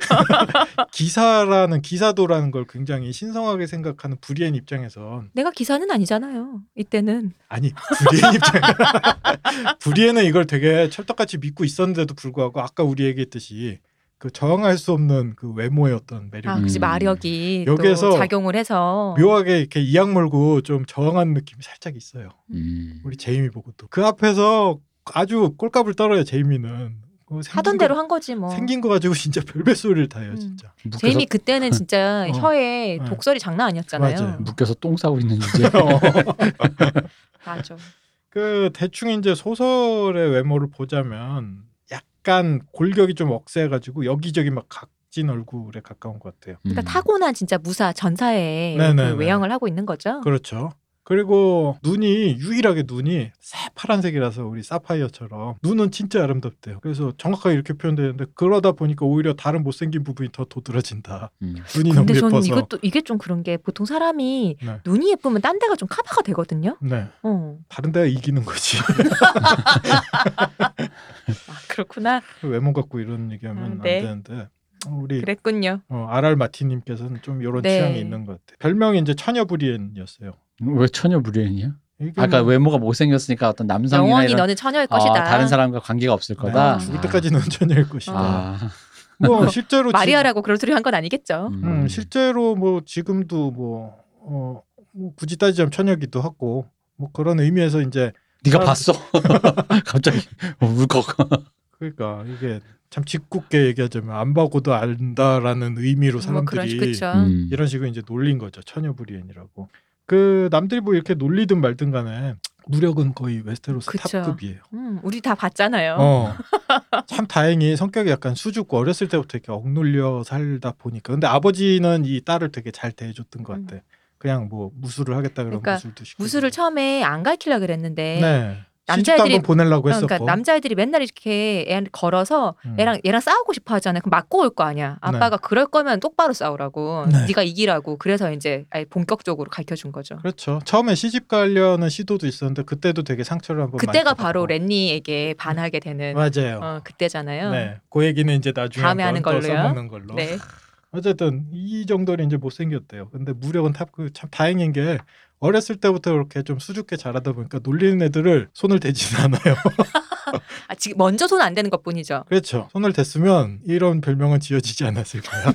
S2: 기사라는 기사도라는 걸 굉장히 신성하게 생각하는 브리엔 입장에선
S1: 내가 기사는 아니잖아요. 이때는
S2: 아니 브리엔 입장 브리엔은 이걸 되게 철떡같이 믿고 있었는데도 불구하고 아까 우리 얘기했듯이 그 저항할 수 없는 그 외모의 어떤 매력이
S1: 아, 어.
S4: 음.
S1: 그치 마력이
S2: 여기에서
S1: 또 작용을 해서
S2: 묘하게 이렇게 이악 물고 좀 저항하는 느낌이 살짝 있어요.
S4: 음.
S2: 우리 제이미 보고도 그 앞에서 아주 꼴값을 떨어요 제이미는. 그 생긴
S1: 하던
S2: 거-
S1: 대로 한 거지 뭐.
S2: 생긴 거 가지고 진짜 별별 소리를 다 해요
S1: 음.
S2: 진짜.
S4: 묶여서,
S1: 제이미 그때는 진짜
S2: 어.
S1: 혀에
S2: 네.
S1: 독설이 장난 아니었잖아요.
S2: 맞아요.
S4: 묶여서 똥 싸고 있는 이제
S1: 맞아.
S2: 그 대충 이제 소설의 외모를 보자면 약간 골격이 좀 억세가지고 여기저기 막 각진 얼굴에 가까운 것 같아요.
S4: 음.
S1: 그러니까 타고난 진짜 무사 전사의
S2: 음. 네, 네,
S1: 그
S2: 네.
S1: 외형을 하고 있는 거죠.
S2: 그렇죠. 그리고 눈이 유일하게 눈이 새파란색이라서 우리 사파이어처럼 눈은 진짜 아름답대요. 그래서 정확하게 이렇게 표현되는데 그러다 보니까 오히려 다른 못생긴 부분이 더 도드라진다.
S4: 음.
S2: 눈이 너무
S1: 근데 저는
S2: 예뻐서.
S1: 이것도 이게 좀 그런 게 보통 사람이
S2: 네.
S1: 눈이 예쁘면 딴 데가 좀 커버가 되거든요.
S2: 네,
S1: 어.
S2: 다른 데가 이기는 거지.
S1: 아 그렇구나.
S2: 외모 갖고 이런 얘기하면
S1: 음, 네.
S2: 안 되는데 우리
S1: 그랬군요.
S2: 어, RR 마티님께서는 좀 이런
S1: 네.
S2: 취향이 있는 것 같아요. 별명이 이제 처녀 브리엔이었어요.
S4: 왜 처녀 무례했냐?
S2: 이게
S4: 아까
S2: 뭐
S4: 외모가 못생겼으니까 어떤 남성이나
S1: 영원히
S4: 이런
S1: 너는 처녀일
S4: 아,
S1: 것이다.
S4: 다른 사람과 관계가 없을
S2: 네,
S4: 거다.
S2: 죽을 때까지는 처녀일 것이다.
S4: 아,
S2: 뭐 실제로 지금-
S1: 마리아라고 그럴 소리 한 건 아니겠죠.
S2: 음, 실제로 뭐 지금도 뭐, 어, 뭐 굳이 따지자면 천여기도 하고 뭐 그런 의미에서 이제
S4: 네가 봤어. 갑자기 어, 울컥.
S2: 그러니까 이게 참 짓궂게 얘기하자면 안 보고도 안다라는 의미로
S1: 뭐 그런
S2: 사람들이
S1: 그렇죠.
S4: 음.
S2: 이런 식으로 이제 놀린 거죠 천여불이엔이라고 그 남들이 뭐 이렇게 놀리든 말든 간에 무력은 거의 웨스테로스
S1: 그쵸.
S2: 탑급이에요.
S1: 음, 우리 다 봤잖아요.
S2: 어. 참 다행히 성격이 약간 수줍고 어렸을 때부터 이렇게 억눌려 살다 보니까 근데 아버지는 이 딸을 되게 잘 대해줬던 것 같아. 그냥 뭐 무술을 하겠다 그러면
S1: 음. 그러니까
S2: 무술도 시키고.
S1: 무술을 처음에 안 가르치려 그랬는데
S2: 네. 시집도
S1: 남자애들이-
S2: 한번 보내려고
S1: 그러니까
S2: 했었고.
S1: 남자애들이 맨날 이렇게 애한테 걸어서
S2: 음.
S1: 얘랑 얘랑 싸우고 싶어 하잖아요. 그럼 맞고 올 거 아니야. 아빠가 그럴 거면 똑바로 싸우라고.
S2: 네.
S1: 네. 가 이기라고. 그래서 이제 아예 본격적으로 가르쳐 준 거죠.
S2: 그렇죠. 처음에 시집 가려는 시도도 있었는데 그때도 되게 상처를 한번 많이
S1: 그때가
S2: 받았고.
S1: 바로 랜니에게 반하게 되는
S2: 맞아요.
S1: 어, 그때잖아요.
S2: 네. 그 얘기는 이제 나중에
S1: 다음에
S2: 한번
S1: 하는
S2: 또
S1: 걸로요?
S2: 써먹는 걸로.
S1: 네.
S2: 어쨌든 이 정도는 이제 못생겼대요. 근데 무력은 탑그참 다행인 게 어렸을 때부터 그렇게 좀 수줍게 자라다 보니까 놀리는 애들을 손을 대진 않아요.
S1: 아, 지금 먼저 손 안 대는 것뿐이죠.
S2: 그렇죠. 손을 댔으면 이런 별명은 지어지지 않았을 거야.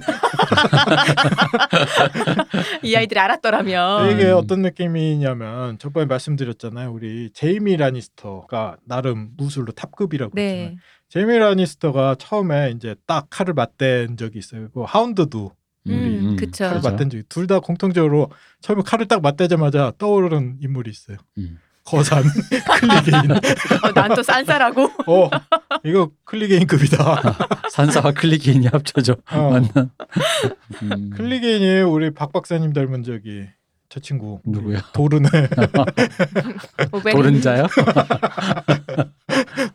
S1: 이 아이들이 알았더라면.
S2: 이게
S4: 음.
S2: 어떤 느낌이냐면 저번에 말씀드렸잖아요. 우리 제이미 라니스터가 나름 무술로 탑급이라고 했잖아요.
S1: 네.
S2: 제이미 라니스터가 처음에 이제 딱 칼을 맞댄 적이 있어요. 그 하운드도
S1: 음, 그쵸.
S2: 칼을
S1: 맞아.
S2: 맞댄 적이 둘 다 공통적으로 처음에 칼을 딱 맞대자마자 떠오르는 인물이 있어요.
S4: 음.
S2: 거산 클리게인.
S1: 어, 난또 싼싸라고.
S2: 어 이거 클리게인급이다.
S4: 산사와 클릭인이 합쳐져
S2: 어.
S4: 만난. 음.
S2: 클리게인이 우리 박 박사님 닮은 저기 저 친구 우리
S4: 누구야?
S2: 도르네
S1: 오베린.
S4: 도른자요?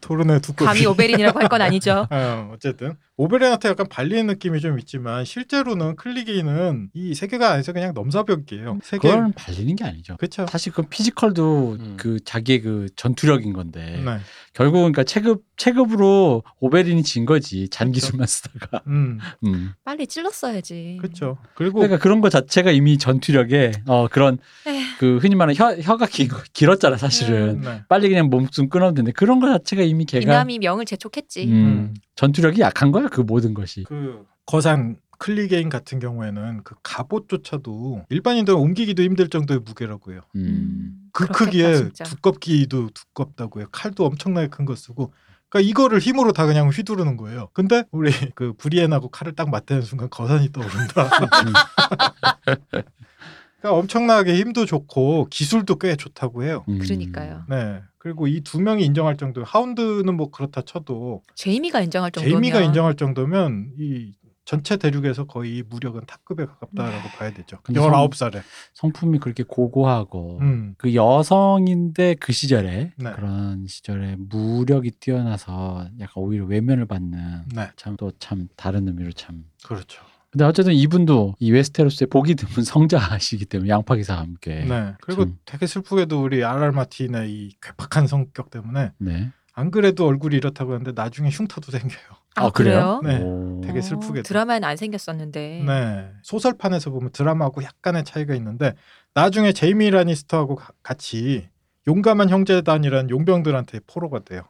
S2: 도르네 두꺼비.
S1: 감히 오베린이라고 할 건 아니죠.
S2: 어, 어쨌든 오베렌한테 약간 발리는 느낌이 좀 있지만 실제로는 클리게인은 이 세계가 안에서 그냥 넘사벽이에요. 세계
S4: 그건 발리는 게 아니죠.
S2: 그렇죠.
S4: 사실 그 피지컬도
S3: 음.
S4: 그 자기의 그 전투력인 건데
S2: 네.
S4: 결국은 그러니까 체급 체급으로 오베린이 진 거지 잔기술만 쓰다가.
S2: 음,
S4: 음.
S1: 빨리 찔렀어야지.
S2: 그렇죠. 그리고
S4: 그러니까 그런 거 자체가 이미 전투력에 어 그런
S1: 에휴.
S4: 그 흔히 말하는 혀, 혀가 긴 거- 길었잖아 사실은.
S2: 네.
S4: 빨리 그냥 몸좀 끊어도 되는데 그런 거 자체가 이미 걔가
S1: 음. 이남이 명을 재촉했지.
S4: 음, 전투력이 약한 거야 그 모든 것이
S2: 그 거산 클리게인 같은 경우에는 그 갑옷조차도 일반인들은 옮기기도 힘들 정도의 무게라고 해요.
S4: 음.
S2: 그
S1: 그렇겠다,
S2: 크기에
S1: 진짜.
S2: 두껍기도 두껍다고 해요. 칼도 엄청나게 큰 거 쓰고. 그러니까 이거를 힘으로 다 그냥 휘두르는 거예요. 근데 우리 그 브리엔하고 칼을 딱 맞대는 순간 거산이 떠오른다. 그러니까 엄청나게 힘도 좋고 기술도 꽤 좋다고 해요.
S4: 음.
S1: 그러니까요.
S2: 네. 그리고 이 두 명이 인정할 정도 하운드는 뭐 그렇다 쳐도
S1: 제이미가 인정할 정도면
S2: 제이미가 인정할 정도면 이 전체 대륙에서 거의 무력은 탑급에 가깝다라고 봐야 되죠.
S4: 근데
S2: 19살에.
S4: 성품이 그렇게 고고하고
S2: 음.
S4: 그 여성인데 그 시절에
S2: 네.
S4: 그런 시절에 무력이 뛰어나서 약간 오히려 외면을 받는
S2: 네.
S4: 참 또 참 다른 의미로 참
S2: 그렇죠.
S4: 근데 어쨌든 이분도 이 웨스테로스의 복이 드문 성자시기 때문에 양파기사와 함께 네.
S2: 네. 그리고
S4: 참.
S2: 되게 슬프게도 우리 RR 마틴의 이 괴팍한 성격 때문에
S4: 네.
S2: 안 그래도 얼굴이 이렇다고 하는데 나중에 흉터도 생겨요.
S1: 아,
S4: 아,
S1: 그래요? 어,
S4: 그래요?
S2: 네.
S4: 오.
S2: 되게 슬프게도.
S1: 드라마에는 안 생겼었는데.
S2: 네. 소설판에서 보면 드라마하고 약간의 차이가 있는데 나중에 제이미 라니스터하고 가- 같이 용감한 형제단이라는 용병들한테 포로가 돼요.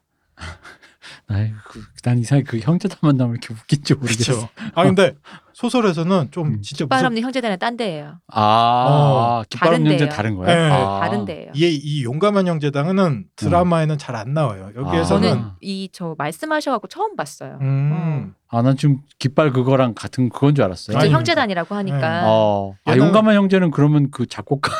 S4: 아이, 그, 난 이상하게 그 형제들만 나면 이렇게 웃긴지 모르겠어
S2: 그렇죠. 아 근데 소설에서는 좀
S4: 음.
S2: 진짜 무섭.
S1: 빨없는 형제단은 딴 데예요.
S4: 아,
S2: 어.
S4: 깃발은
S1: 다른데요.
S4: 현재 다른 거예요?
S2: 네.
S4: 아.
S1: 다른 데예요.
S2: 이, 이 용감한 형제단은
S4: 음.
S2: 드라마에는 잘 안 나와요. 여기에서는
S1: 저는 이 저 말씀하셔갖고 처음 봤어요.
S4: 네.
S2: 음,
S4: 아, 난 지금 깃발 그거랑 같은 그건 줄 알았어요.
S1: 그죠?
S2: 아니,
S1: 형제단이라고
S2: 네.
S1: 하니까.
S4: 어. 아,
S2: 얘는-
S4: 용감한 형제는 그러면 그 작곡가.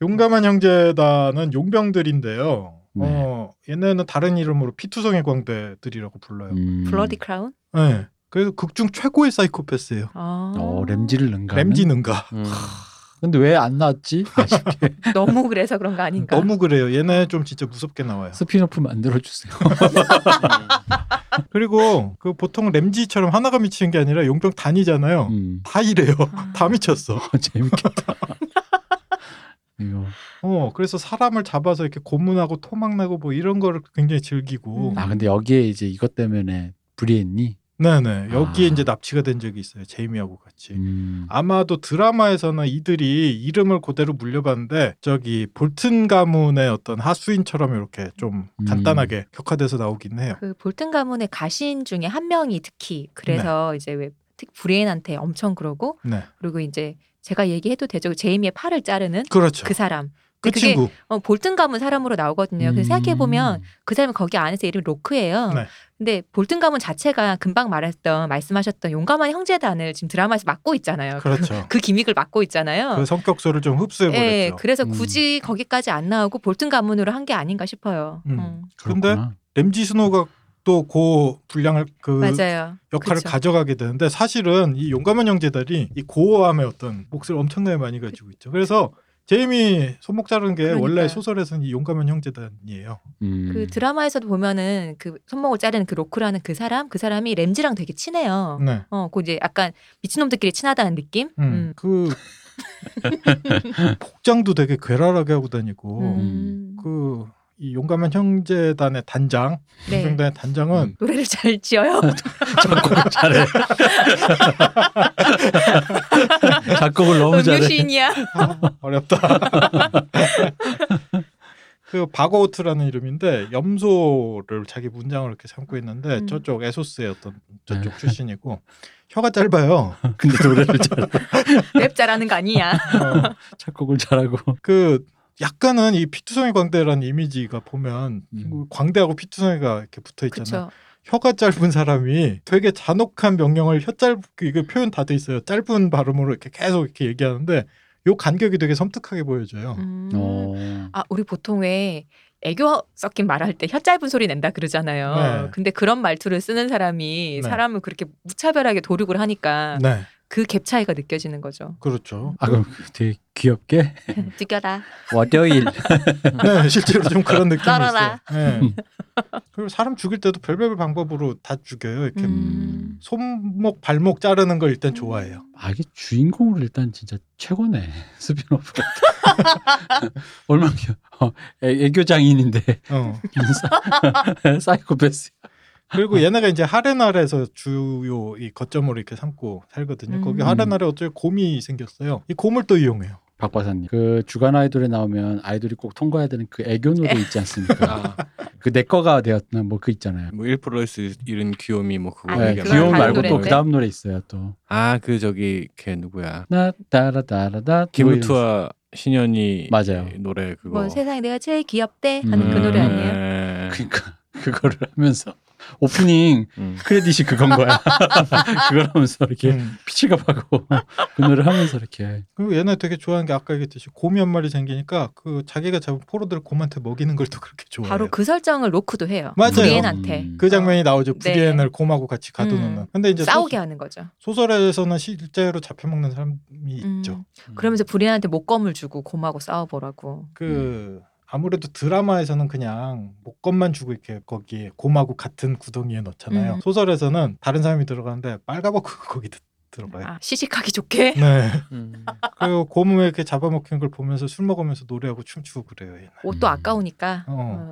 S2: 용감한 형제단은 용병들인데요.
S4: 네.
S2: 어, 얘네는 다른 이름으로 피투성의 광대들이라고 불러요.
S4: 음.
S1: 블러디 크라운?
S2: 네. 그래서 극중 최고의 사이코패스예요.
S1: 아.
S4: 어, 램지를 능가.
S2: 램지는가.
S3: 음.
S4: 근데 왜 안 나왔지? 아쉽게.
S1: 너무 그래서 그런 거 아닌가?
S2: 너무 그래요. 얘네 좀 진짜 무섭게 나와요.
S4: 스피노프 만들어 주세요.
S2: 그리고 그 보통 램지처럼 하나가 미치는 게 아니라 용병 단이잖아요.
S4: 음.
S2: 다 이래요.
S1: 아.
S2: 다 미쳤어.
S4: 재밌겠다. 이거
S2: 어, 그래서 사람을 잡아서 이렇게 고문하고 토막내고 뭐 이런 거를 굉장히 즐기고.
S1: 음.
S4: 아 근데 여기에 이제 이것 때문에 브리엔이
S2: 네네 여기에
S4: 아.
S2: 이제 납치가 된 적이 있어요 제이미하고 같이
S4: 음.
S2: 아마도 드라마에서는 이들이 이름을 그대로 물려봤는데 저기 볼튼 가문의 어떤 하수인처럼 이렇게 좀
S4: 음.
S2: 간단하게 격화돼서 나오긴 해요
S1: 그 볼튼 가문의 가신 중에 한 명이 특히 그래서 이제 왜 특히 브리엔한테 엄청 그러고
S2: 네
S1: 그리고 이제 제가 얘기해도 되죠. 제이미의 팔을 자르는
S2: 그렇죠
S1: 그 사람.
S2: 그
S1: 그게-
S2: 친구
S1: 어, 볼튼 가문 사람으로 나오거든요. 그래서 생각해 보면
S4: 음.
S1: 그 사람이 거기 안에서 이름이 로크예요.
S2: 네.
S1: 근데 볼튼 가문 자체가 금방 말했던 말씀하셨던 용감한 형제단을 지금 드라마에서 맡고 있잖아요.
S2: 그렇죠
S1: 그 기믹을 맡고 있잖아요.
S2: 그 성격소를 좀
S1: 예,
S2: 흡수해버렸죠
S1: 그래서
S4: 음.
S1: 굳이 거기까지 안 나오고 볼튼 가문으로 한 게 아닌가 싶어요.
S2: 음.
S1: 음.
S2: 근데
S4: 그렇구나.
S2: 램지 스노우가 또 그 분량을 그
S1: 맞아요.
S2: 역할을
S1: 그쵸.
S2: 가져가게 되는데 사실은 이 용감한 형제들이 이 고어함의 어떤 몫을 엄청나게 많이 가지고 있죠. 그래서 제이미 손목 자른 게 원래
S1: 그러니까요.
S2: 소설에서는 이 용감한 형제단이에요.
S4: 음.
S1: 그 드라마에서도 보면은 그 손목을 자르는 그 로크라는 그 사람, 그 사람이 램지랑 되게 친해요.
S2: 네.
S1: 어, 그 이제 약간 미친놈들끼리 친하다는 느낌?
S2: 음.
S1: 음.
S2: 그 복장도 되게 괴랄하게 하고 다니고
S1: 음.
S2: 그 이 용감한 형제단의 단장,
S1: 네.
S2: 형제단의 단장은
S3: 음.
S1: 노래를 잘 지어요.
S4: 작곡을 잘해. 작곡을 너무 잘해.
S1: 음유시인이야.
S2: 아, 어렵다. 그 바거우트라는 이름인데 염소를 자기 문장을 이렇게 삼고 있는데
S1: 음.
S2: 저쪽 에소스의 어떤 저쪽 출신이고 혀가 짧아요.
S4: 근데 노래를 잘해.
S1: 랩 잘하는 거 아니야.
S2: 어,
S4: 작곡을 잘하고.
S2: 그 약간은 이 피투성이 광대라는 이미지가 보면
S4: 음.
S2: 그 광대하고 피투성이가 이렇게 붙어 있잖아요.
S1: 그렇죠.
S2: 혀가 짧은 사람이 되게 잔혹한 명령을 혀 짧, 그 이거 표현 다 돼 있어요. 짧은 발음으로 이렇게 계속 이렇게 얘기하는데 요 간격이 되게 섬뜩하게 보여져요.
S1: 음.
S4: 어.
S1: 아, 우리 보통 왜 애교 섞인 말할 때 혀 짧은 소리 낸다 그러잖아요.
S2: 네.
S1: 근데 그런 말투를 쓰는 사람이
S2: 네.
S1: 사람을 그렇게 무차별하게 도륙을 하니까
S2: 네,
S1: 그 갭 차이가 느껴지는 거죠.
S2: 그렇죠.
S4: 아 그럼 되게 귀엽게
S1: 음, 느껴라.
S4: 월요일.
S2: 네, 실제로 좀 그런 느낌이 있어요.
S1: 썰어라.
S2: 네. 그리고 사람 죽일 때도 별별 방법으로 다 죽여요. 이렇게
S1: 음.
S2: 손목, 발목 자르는 걸 일단 그 음. 좋아해요.
S4: 아 이게 주인공으로 일단 진짜 최고네 스피노프. 얼마나 귀여. 워 애교 장인인데
S2: 어.
S4: 사이코패스.
S2: 그리고 얘네가 이제 하레나레에서 주요 이 거점으로 이렇게 삼고 살거든요. 거기
S1: 음.
S2: 하레나레 어쩌면 곰이 생겼어요. 이 곰을 또 이용해요.
S4: 박 박사님. 그 주간 아이돌에 나오면 아이돌이 꼭 통과해야 되는 그 애교 노래 있지 않습니까? 그 내 거가 되었나 뭐 그 있잖아요.
S3: 아. 뭐1 플러스 1은 귀요미 뭐 그거
S1: 아니,
S4: 네,
S1: 그건
S3: 얘기하는
S4: 귀여운
S3: 거.
S1: 다른
S4: 말고 또
S1: 노래인데.
S4: 그 다음 노래 있어요 또.
S3: 아, 그 저기 걔 누구야?
S4: 나 따라따라다
S3: 김우투와 신현이
S4: 맞아요.
S3: 노래 그거.
S1: 뭐 세상에 내가 제일 귀엽대 하는 그
S4: 음.
S1: 노래 아니에요?
S3: 네.
S4: 그러니까 그거를 하면서 오프닝
S3: 음.
S4: 크레딧이 그건 거야. 그걸 하면서 이렇게
S2: 음.
S4: 피치갑하고 그 노래를 하면서 이렇게
S1: 음.
S2: 그리고 얘네 되게 좋아하는 게 아까 얘기했듯이 곰이 한 마리 생기니까 그 자기가 잡은 포로들 곰한테 먹이는 걸 또 그렇게 좋아해요.
S1: 바로 그 설정을 로크도 해요.
S2: 맞아요.
S1: 브리엔한테
S4: 음.
S2: 그 장면이 나오죠.
S1: 네.
S2: 브리엔을 곰하고 같이 가둬놓는.
S1: 음.
S2: 근데 이제
S1: 싸우게
S2: 소,
S1: 하는 거죠.
S2: 소설에서는 실제로 잡혀먹는 사람이 있죠.
S1: 음. 그러면서 브리엔한테 목검을 주고 곰하고 싸워보라고. 음.
S2: 그 아무래도 드라마에서는 그냥 목건만 주고 이렇게 거기에 곰하고 같은 구덩이에 넣잖아요.
S1: 음.
S2: 소설에서는 다른 사람이 들어가는데 빨가벗고 거기 들- 들어가요.
S1: 아, 시식하기 좋게.
S2: 네.
S3: 음.
S2: 그리고 곰을 이렇게 잡아먹히는 걸 보면서 술 먹으면서 노래하고 춤추고 그래요. 얘는.
S1: 옷도
S4: 음.
S1: 아까우니까.
S2: 어.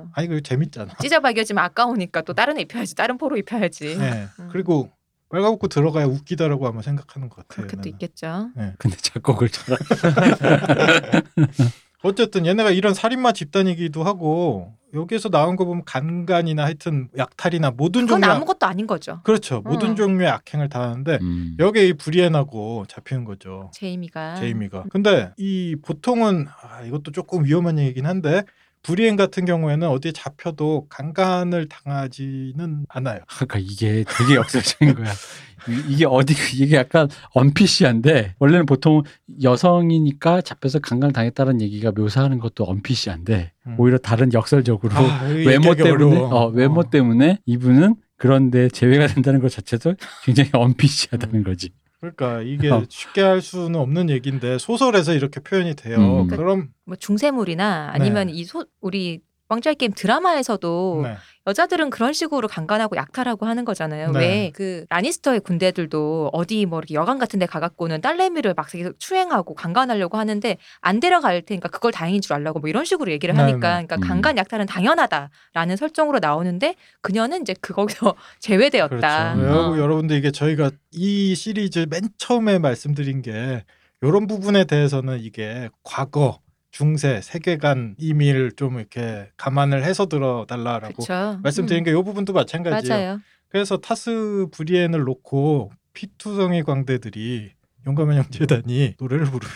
S1: 어.
S2: 아니 그 재밌잖아.
S1: 찢어박여지면 아까우니까 또 다른 애 입혀야지 다른 포로 입혀야지
S2: 네.
S1: 음.
S2: 그리고 빨가벗고 들어가야 웃기다라고 아마 생각하는 것 같아요.
S1: 그렇게 또
S2: 얘는.
S1: 있겠죠
S4: 근데 작곡을 잘하.
S2: 어쨌든 얘네가 이런 살인마 집단이기도 하고 여기에서 나온 거 보면 간간이나 하여튼 약탈이나 모든
S1: 그건
S2: 종류
S1: 아무것도 아닌 거죠
S2: 그렇죠. 모든
S1: 어.
S2: 종류의 악행을 다 하는데
S4: 음.
S2: 여기에 이 브리엔하고 잡히는 거죠.
S1: 제이미가
S2: 제이미가. 근데 이 보통은 아, 이것도 조금 위험한 얘기긴 한데 브리엔 같은 경우에는 어디에 잡혀도 강간을 당하지는 않아요.
S4: 그러니까 이게 되게 역설적인 거야. 이- 이게 어디 이게 약간 언피시한데 원래는 보통 여성이니까 잡혀서 강간 당했다는 얘기가 묘사하는 것도 언피시한데
S2: 음.
S4: 오히려 다른 역설적으로
S2: 아, 이거
S4: 외모
S2: 얘기하기
S4: 때문에
S2: 어려워.
S4: 어, 외모
S2: 어.
S4: 때문에 이분은 그런데 제외가 된다는 것 자체도 굉장히 언피시하다는
S2: 음.
S4: 거지.
S2: 그러니까 이게
S4: 어.
S2: 쉽게 할 수는 없는 얘기인데 소설에서 이렇게 표현이 돼요.
S4: 음.
S2: 그럼
S1: 뭐 중세물이나 아니면 이 소, 우리 왕좌의 게임 드라마에서도
S2: 네.
S1: 여자들은 그런 식으로 강간하고 약탈하고 하는 거잖아요.
S2: 네.
S1: 왜 그 라니스터의 군대들도 어디 뭐 이렇게 여관 같은 데 가갖고는 딸내미를 막 계속 추행하고 강간하려고 하는데 안 데려갈 테니까 그걸 다행인 줄 알라고 뭐 이런 식으로 얘기를
S2: 네,
S1: 하니까 그러니까
S4: 음.
S1: 강간 약탈은 당연하다라는 설정으로 나오는데 그녀는 이제 그거기서 제외되었다.
S2: 그렇죠. 그리고
S1: 어.
S2: 여러분들 이게 저희가 이 시리즈 맨 처음에 말씀드린 게 이런 부분에 대해서는 이게 과거, 중세, 세계관 이미를 좀 이렇게 감안을 해서 들어달라라고
S1: 그렇죠.
S2: 말씀드린 게 이 부분도
S1: 음,
S2: 마찬가지예요.
S1: 맞아요.
S2: 그래서 타스 브리엔을 놓고 피투성의 광대들이 용감한 형제단이 노래를 부르.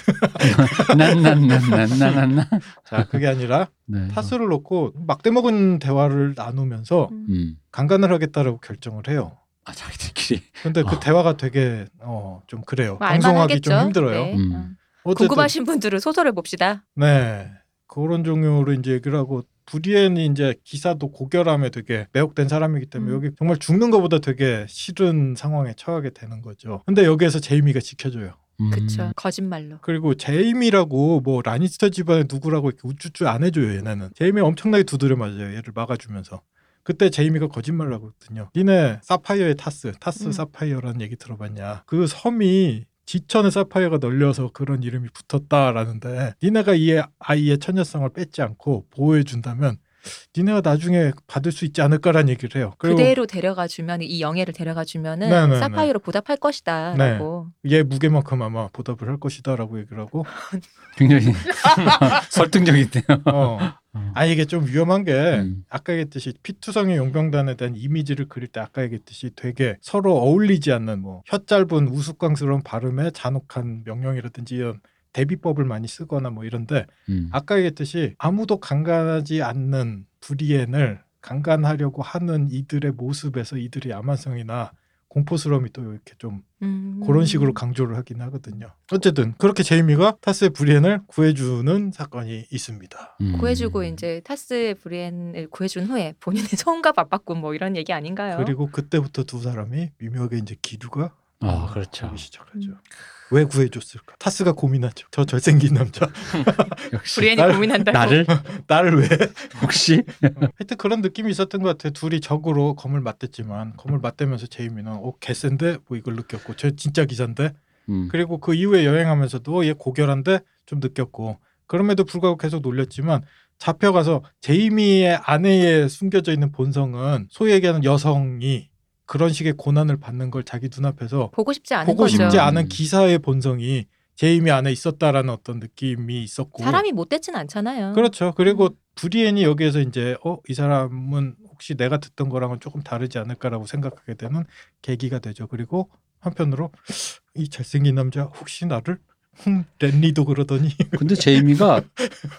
S4: 난난난난난난.
S2: 자 음. 그게 아니라
S4: 네.
S2: 타스를 놓고 막대먹은 대화를 나누면서
S1: 음.
S4: 음.
S2: 강간을 하겠다라고 결정을 해요.
S4: 아 자기들끼리.
S2: 근데 그
S4: 어.
S2: 대화가 되게 어, 좀 그래요.
S1: 뭐
S2: 방송하기 좀
S1: 알만하겠죠.
S2: 힘들어요.
S1: 네.
S4: 음.
S1: 어.
S2: 어쨌든,
S1: 궁금하신 분들은 소설을 봅시다.
S2: 네 그런 종류로 이제 얘기를 하고 브리엔이 이제 기사도 고결함에 되게 매혹된 사람이기 때문에
S1: 음.
S2: 여기 정말 죽는 것보다 되게 싫은 상황에 처하게 되는 거죠. 근데 여기에서 제이미가 지켜줘요.
S4: 음.
S1: 그렇죠. 거짓말로.
S2: 그리고 제이미라고 뭐 라니스터 집안의 누구라고 이렇게 우쭈쭈 안 해줘요 얘네는 제이미 엄청나게 두드려 맞아요 얘를 막아주면서 그때 제이미가 거짓말을 하거든요 니네 사파이어의 타스 타스
S1: 음.
S2: 사파이어라는 얘기 들어봤냐 그 섬이 지천의 사파이어가 널려서 그런 이름이 붙었다라는데 니네가 이 아이의 처녀성을 뺏지 않고 보호해준다면 니네가 나중에 받을 수 있지 않을까라는 얘기를 해요 그리고
S1: 그대로 데려가 주면 이 영예를 데려가 주면은
S2: 네, 네, 네.
S1: 사파이어로 보답할 것이다라고.
S2: 얘 무게만큼 아마 보답을 할 것이다라고 얘기를 하고
S4: 굉장히 설득적인데요.
S2: 어.
S4: 어.
S2: 아 이게 좀 위험한 게
S4: 음.
S2: 아까 얘기했듯이 피투성의 용병단에 대한 이미지를 그릴 때 아까 얘기했듯이 되게 서로 어울리지 않는 뭐 혀짧은 우스꽝스러운 발음에 잔혹한 명령이라든지 이런 대비법을 많이 쓰거나 뭐 이런데
S4: 음.
S2: 아까 얘기했듯이 아무도 강간하지 않는 불이엔을 강간하려고 하는 이들의 모습에서 이들의 야만성이나 공포스러움이 또 이렇게 좀
S1: 음.
S2: 네. 그런 식으로 강조를 하긴 하거든요. 어쨌든 그렇게 제이미가 타스의 불이엔을 구해주는 사건이 있습니다.
S4: 음.
S1: 구해주고 이제 타스의 브리엔을 구해준 후에 본인의 소원과 맞바꾼 뭐 이런 얘기 아닌가요?
S2: 그리고 그때부터 두 사람이 미묘하게 이제 기류가
S4: 아 그렇죠.
S2: 보기 시작하죠.
S1: 음.
S2: 왜 구해줬을까? 타스가 고민하죠. 저 잘생긴 남자
S4: 역시
S1: 브리엔이
S2: 날-
S1: 고민한다고.
S4: 나를
S2: 나를 왜?
S4: 혹시
S2: 어, 하여튼 그런 느낌이 있었던 것 같아. 요 둘이 적으로 검을 맞댔지만 검을 맞대면서 제이미는 어 개센데 뭐 이걸 느꼈고 쟤 진짜 기사인데
S4: 음.
S2: 그리고 그 이후에 여행하면서도 어, 얘 고결한데 좀 느꼈고 그럼에도 불구하고 계속 놀렸지만 잡혀가서 제이미의 아내에 숨겨져 있는 본성은 소위 얘기하는 여성이 그런 식의 고난을 받는 걸 자기 눈앞에서
S1: 보고 싶지 않은
S2: 보고
S1: 거죠.
S2: 싶지 않은
S4: 음.
S2: 기사의 본성이 제이미 안에 있었다라는 어떤 느낌이 있었고
S1: 사람이 음. 못 되진 않잖아요.
S2: 그렇죠. 그리고 브리엔이 여기에서 이제 어 이 사람은 혹시 내가 듣던 거랑은 조금 다르지 않을까라고 생각하게 되는 계기가 되죠. 그리고 한편으로 이 잘생긴 남자 혹시 나를 흠, 랜리도 그러더니
S4: 근데 제이미가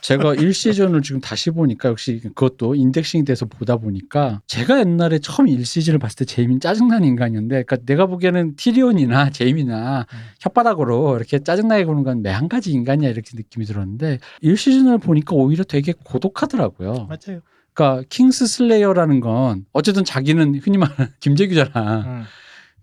S4: 제가 1시즌을 지금 다시 보니까 역시 그것도 인덱싱이 돼서 보다 보니까 제가 옛날에 처음 1시즌을 봤을 때 제이미는 짜증나는 인간이었는데 그러니까 내가 보기에는 티리온이나 제이미나
S2: 음.
S4: 혓바닥으로 이렇게 짜증나게 구는 건 매 한 가지 인간이야 이렇게 느낌이 들었는데 1시즌을 보니까 오히려 되게 고독하더라고요.
S2: 맞아요.
S4: 그러니까 킹스 슬레이어라는 건 어쨌든 자기는 흔히 말하는 김재규잖아.
S2: 음.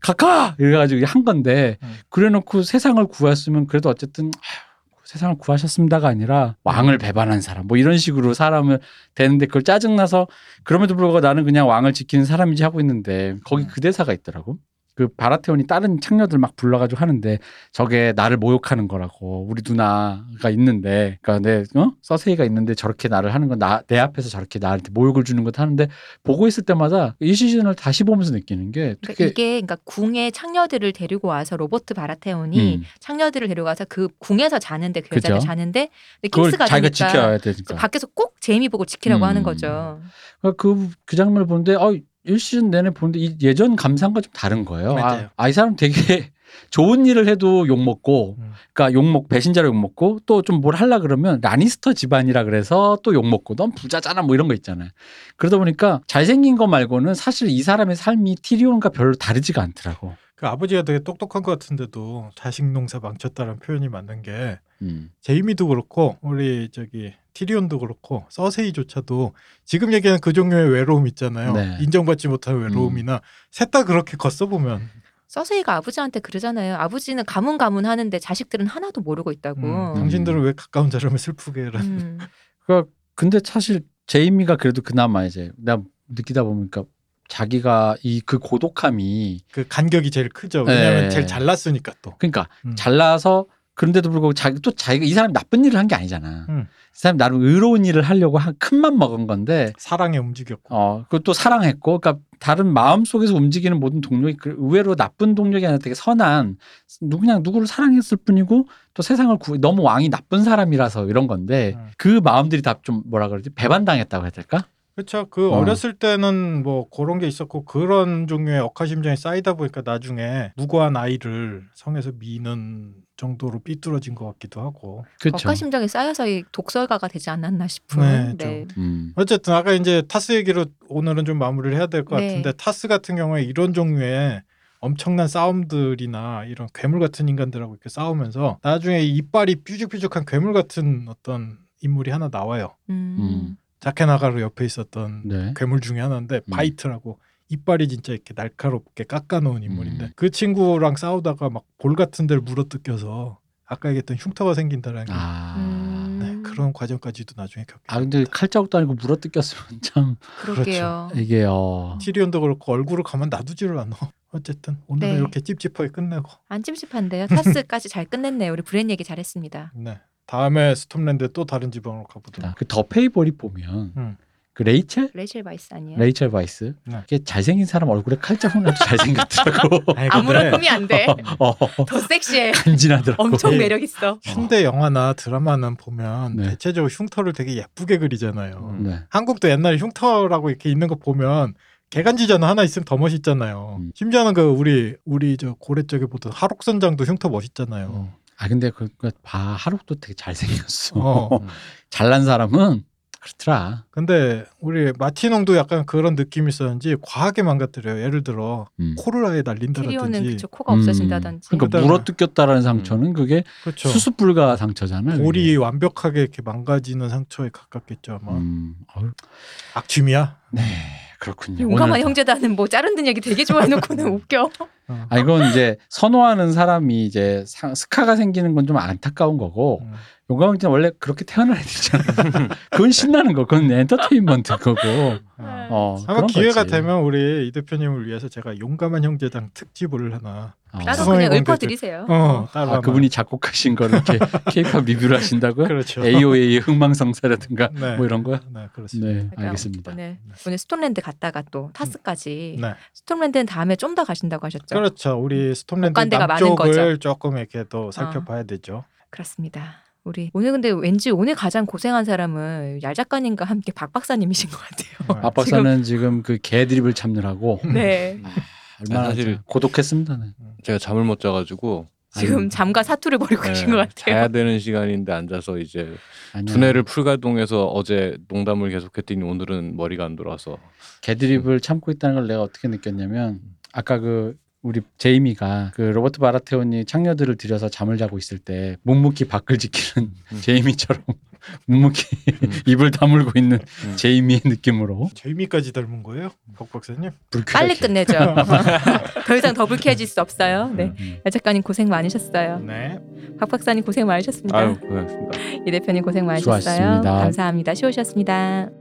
S4: 가까 이래가지고 한 건데
S2: 음.
S4: 그래놓고 세상을 구했으면 그래도 어쨌든 아휴, 세상을 구하셨습니다가 아니라 왕을 배반한 사람 뭐 이런 식으로 사람을 되는데 그걸 짜증나서 그럼에도 불구하고 나는 그냥 왕을 지키는 사람이지 하고 있는데 거기
S1: 음.
S4: 그 대사가 있더라고 그 바라테온이 다른 창녀들 막 불러가지고 하는데 저게 나를 모욕하는 거라고 우리 누나가 있는데 그러니까 내 어? 서세이가 있는데 저렇게 나를 하는 건 나 내 앞에서 저렇게 나한테 모욕을 주는 것 하는데 보고 있을 때마다 이 시즌을 다시 보면서 느끼는 게
S1: 그러니까
S4: 되게
S1: 이게 그러니까 궁에 창녀들을 데리고 와서 로버트 바라테온이
S4: 음.
S1: 창녀들을 데려가서 그 궁에서 자는데 그
S4: 그죠.
S1: 여자를 자는데 근데
S4: 그걸
S1: 킹스가
S4: 자기가
S1: 되니까
S4: 지켜야 되니까.
S1: 밖에서 꼭 제이미 보고 지키라고
S4: 음.
S1: 하는 거죠.
S4: 그, 그, 그 장면을 보는데, 어, 1시즌 내내 보는데 이 예전 감상과 좀 다른 거예요.
S2: 맞아요.
S4: 아, 아, 이 사람 되게 좋은 일을 해도 욕먹고,
S2: 음.
S4: 그러니까 욕먹, 배신자로 욕먹고, 또 좀 뭘 하려 그러면 라니스터 집안이라 그래서 또 욕먹고, 넌 부자잖아, 뭐 이런 거 있잖아요. 그러다 보니까 잘생긴 거 말고는 사실 이 사람의 삶이 티리온과 별로 다르지가 않더라고.
S2: 그 아버지가 되게 똑똑한 것 같은데도 자식 농사 망쳤다는 표현이 맞는 게
S4: 음.
S2: 제이미도 그렇고 우리 저기 티리온도 그렇고 서세이조차도 지금 얘기하는 그 종류의 외로움 있잖아요.
S4: 네. 음.
S2: 인정받지 못한 외로움이나 셋 다 그렇게 걷어 보면
S1: 서세이가 아버지한테 그러잖아요. 아버지는 가문 가문 하는데 자식들은 하나도 모르고 있다고.
S2: 음,
S1: 음.
S2: 당신들은 왜 가까운 사람을 슬프게 해라.
S1: 음.
S4: 그러니까 근데 사실 제이미가 그래도 그나마 이제 나 느끼다 보니까 자기가 이 그 고독함이
S2: 그 간격이 제일 크죠. 왜냐하면
S4: 네.
S2: 제일 잘났으니까 또.
S4: 그러니까
S2: 음.
S4: 잘나서 그런데도 불구하고 자기 또 자기가 이 사람이 나쁜 일을 한 게 아니잖아.
S2: 음.
S4: 이 사람이 나름 의로운 일을 하려고 한 큰맘 먹은 건데
S2: 사랑에 움직였고.
S4: 어 그것도 사랑했고 그러니까 다른 마음 속에서 움직이는 모든 동력이 그 의외로 나쁜 동력이 아니라 되게 선한 누- 그냥 누구를 사랑했을 뿐이고 또 세상을 구, 너무 왕이 나쁜 사람이라서 이런 건데
S2: 음.
S4: 그 마음들이 다 좀 뭐라 그러지 배반당했다고 해야 될까?
S2: 그렇죠. 그
S4: 어.
S2: 어. 렸을 때는 뭐 그런 게 있었고 그런 종류의 억하심정이 쌓이다 보니까 나중에 무고한 아이를 성에서 미는 정도로 삐뚤어진 것 같기도 하고.
S4: 그렇죠.
S1: 억가심정이 쌓여서 이 독설가가 되지 않았나
S2: 네,
S1: 싶은.
S2: 좀.
S1: 네.
S4: 음.
S2: 어쨌든 아까 이제 타스 얘기로 오늘은 좀 마무리를 해야 될 것
S1: 네.
S2: 같은데 타스 같은 경우에 이런 종류의 엄청난 싸움들이나 이런 괴물 같은 인간들하고 이렇게 싸우면서 나중에 이 이빨이 뾰족뾰족한 괴물 같은 어떤 인물이 하나 나와요.
S1: 음.
S4: 음.
S2: 자케나가로 옆에 있었던
S4: 네.
S2: 괴물 중에 하나인데 바이트라고 이빨이 진짜 이렇게 날카롭게 깎아놓은 인물인데
S4: 음.
S2: 그 친구랑 싸우다가 막 볼 같은 데를 물어뜯겨서 아까 얘기했던 흉터가 생긴다라는 게
S4: 아.
S1: 음.
S2: 네, 그런 과정까지도 나중에 겪게
S4: 아 근데
S2: 됩니다.
S4: 칼자국도 아니고 물어뜯겼으면 참
S1: 그럴게요.
S4: 이게 어
S2: 티리온도 그렇고 얼굴을 가만 놔두지를 않아 어쨌든 오늘은
S1: 네.
S2: 이렇게 찝찝하게 끝내고
S1: 안 찜찜한데요. 타스까지 잘 끝냈네요. 우리 브랜 얘기 잘했습니다.
S2: 네. 다음에 스톰랜드 또 다른 지방으로 가보도록
S4: 그 더 페이보릿 보면
S2: 음.
S4: 그 레이첼
S1: 레이첼 바이스 아니에요?
S4: 레이첼 바이스
S2: 네.
S4: 이게 잘생긴 사람 얼굴에 칼자국 나도 잘생겼더라고
S2: 아니,
S1: 아무런
S2: 근데
S1: 꿈이 안 돼.
S4: 어,
S1: 더 섹시해.
S4: 간지나더라고
S1: 네. 엄청 매력 있어.
S2: 현대 영화나 드라마는 보면
S4: 네.
S2: 대체적으로 흉터를 되게 예쁘게 그리잖아요
S4: 네.
S2: 한국도 옛날에 흉터라고 이렇게 있는 거 보면 개간지전 하나 있으면 더 멋있잖아요.
S4: 음.
S2: 심지어는 그 우리 우리 저 고래 쪽에 보던 하록선장도 흉터 멋있잖아요.
S4: 어. 아 근데 그봐 하록도 되게 잘생겼어
S2: 어.
S3: 음.
S4: 잘난 사람은 그렇더라
S2: 근데 우리 마티농도 약간 그런 느낌이 있었는지 과하게 망가뜨려요. 예를 들어
S4: 음.
S2: 코를 아예 날린다든지.
S1: 티리온은
S2: 그
S1: 그쵸 코가 없어진다든지. 음.
S4: 음. 그러니까
S2: 그다음에-
S4: 물어뜯겼다라는 상처는 그게
S2: 렇죠
S4: 수습 불가 상처잖아 그게.
S2: 볼이 완벽하게 이렇게 망가지는 상처에 가깝겠죠 아마.
S4: 예. 음. 어휴,
S2: 악취미야.
S4: 네 그렇군요
S1: 용감한
S4: 오늘도.
S1: 형제다는 뭐 자른든 얘기 되게 좋아해놓고는 웃겨.
S2: 어.
S4: 아 이건 이제 선호하는 사람이 이제 사- 스카가 생기는 건 좀 안타까운 거고
S2: 음.
S4: 용감형제는 원래 그렇게 태어나야 되잖아. 그건 신나는 거, 그건 엔터테인먼트 거고.
S1: 네.
S2: 어.
S4: 어,
S2: 아마
S4: 그런
S2: 기회가
S4: 거지.
S2: 되면 우리 이 대표님을 위해서 제가 용감한 형제당 특집을 하나.
S4: 어.
S1: 따로 그냥
S2: 수성의 공대들.
S1: 읊어드리세요.
S2: 어, 따로
S4: 아,
S2: 하나.
S4: 그분이 작곡하신 거를 이렇게 K-팝 리뷰를 하신다고요?
S2: 그렇죠.
S4: AOA의 흥망성사라든가
S2: 네.
S4: 뭐 이런 거요?
S2: 네, 그렇습니다.
S4: 네,
S1: 그러니까
S4: 알겠습니다.
S1: 오늘 오늘 스톤랜드 갔다가 또 타스까지
S2: 네.
S1: 스톤랜드는 다음에 좀 더 가신다고 하셨죠?
S2: 그렇죠. 우리 스톰랜드
S1: 관대가 음. 많은
S2: 남쪽을
S1: 거죠. 아.
S2: 조금 이렇게 또 살펴봐야 되죠.
S1: 그렇습니다. 우리 오늘 근데 왠지 오늘 가장 고생한 사람은 얄 작가님과 함께 박 박사님이신 것 같아요.
S4: 아 박사는 지금 그 개드립을 참느라고
S1: 네,
S4: 얼마나
S3: 사실-
S4: 참 고독했습니다. 네.
S3: 제가 잠을 못 자가지고
S1: 지금
S4: 아유.
S1: 잠과 사투를 벌이고
S3: 네,
S1: 계신 것 같아요.
S3: 자야 되는 시간인데 앉아서 이제
S4: 아니야.
S3: 두뇌를 풀가동해서 어제 농담을 계속했더니 오늘은 머리가 안 돌아서
S4: 개드립을 참고 있다는 걸 내가 어떻게 느꼈냐면 아까 그 우리 제이미가 그 로버트 바라테온이 창녀들을 들여서 잠을 자고 있을 때 묵묵히 밖을 지키는
S3: 음.
S4: 제이미처럼 묵묵히
S3: 음.
S4: 입을 다물고 있는
S3: 음.
S4: 제이미의 느낌으로
S2: 제이미까지 닮은 거예요, 박 박사님?
S1: 빨리
S4: 불쾌하게.
S1: 끝내죠. 더 이상 더블캐질 수 없어요. 네,
S4: 음.
S1: 얄 작가님 고생 많으셨어요.
S2: 네.
S1: 박 박사님 고생 많으셨습니다.
S3: 음. 아유 고생했습니다.
S1: 이 대표님 고생 많으셨어요.
S4: 수고하셨습니다.
S1: 감사합니다. 쉬우셨습니다.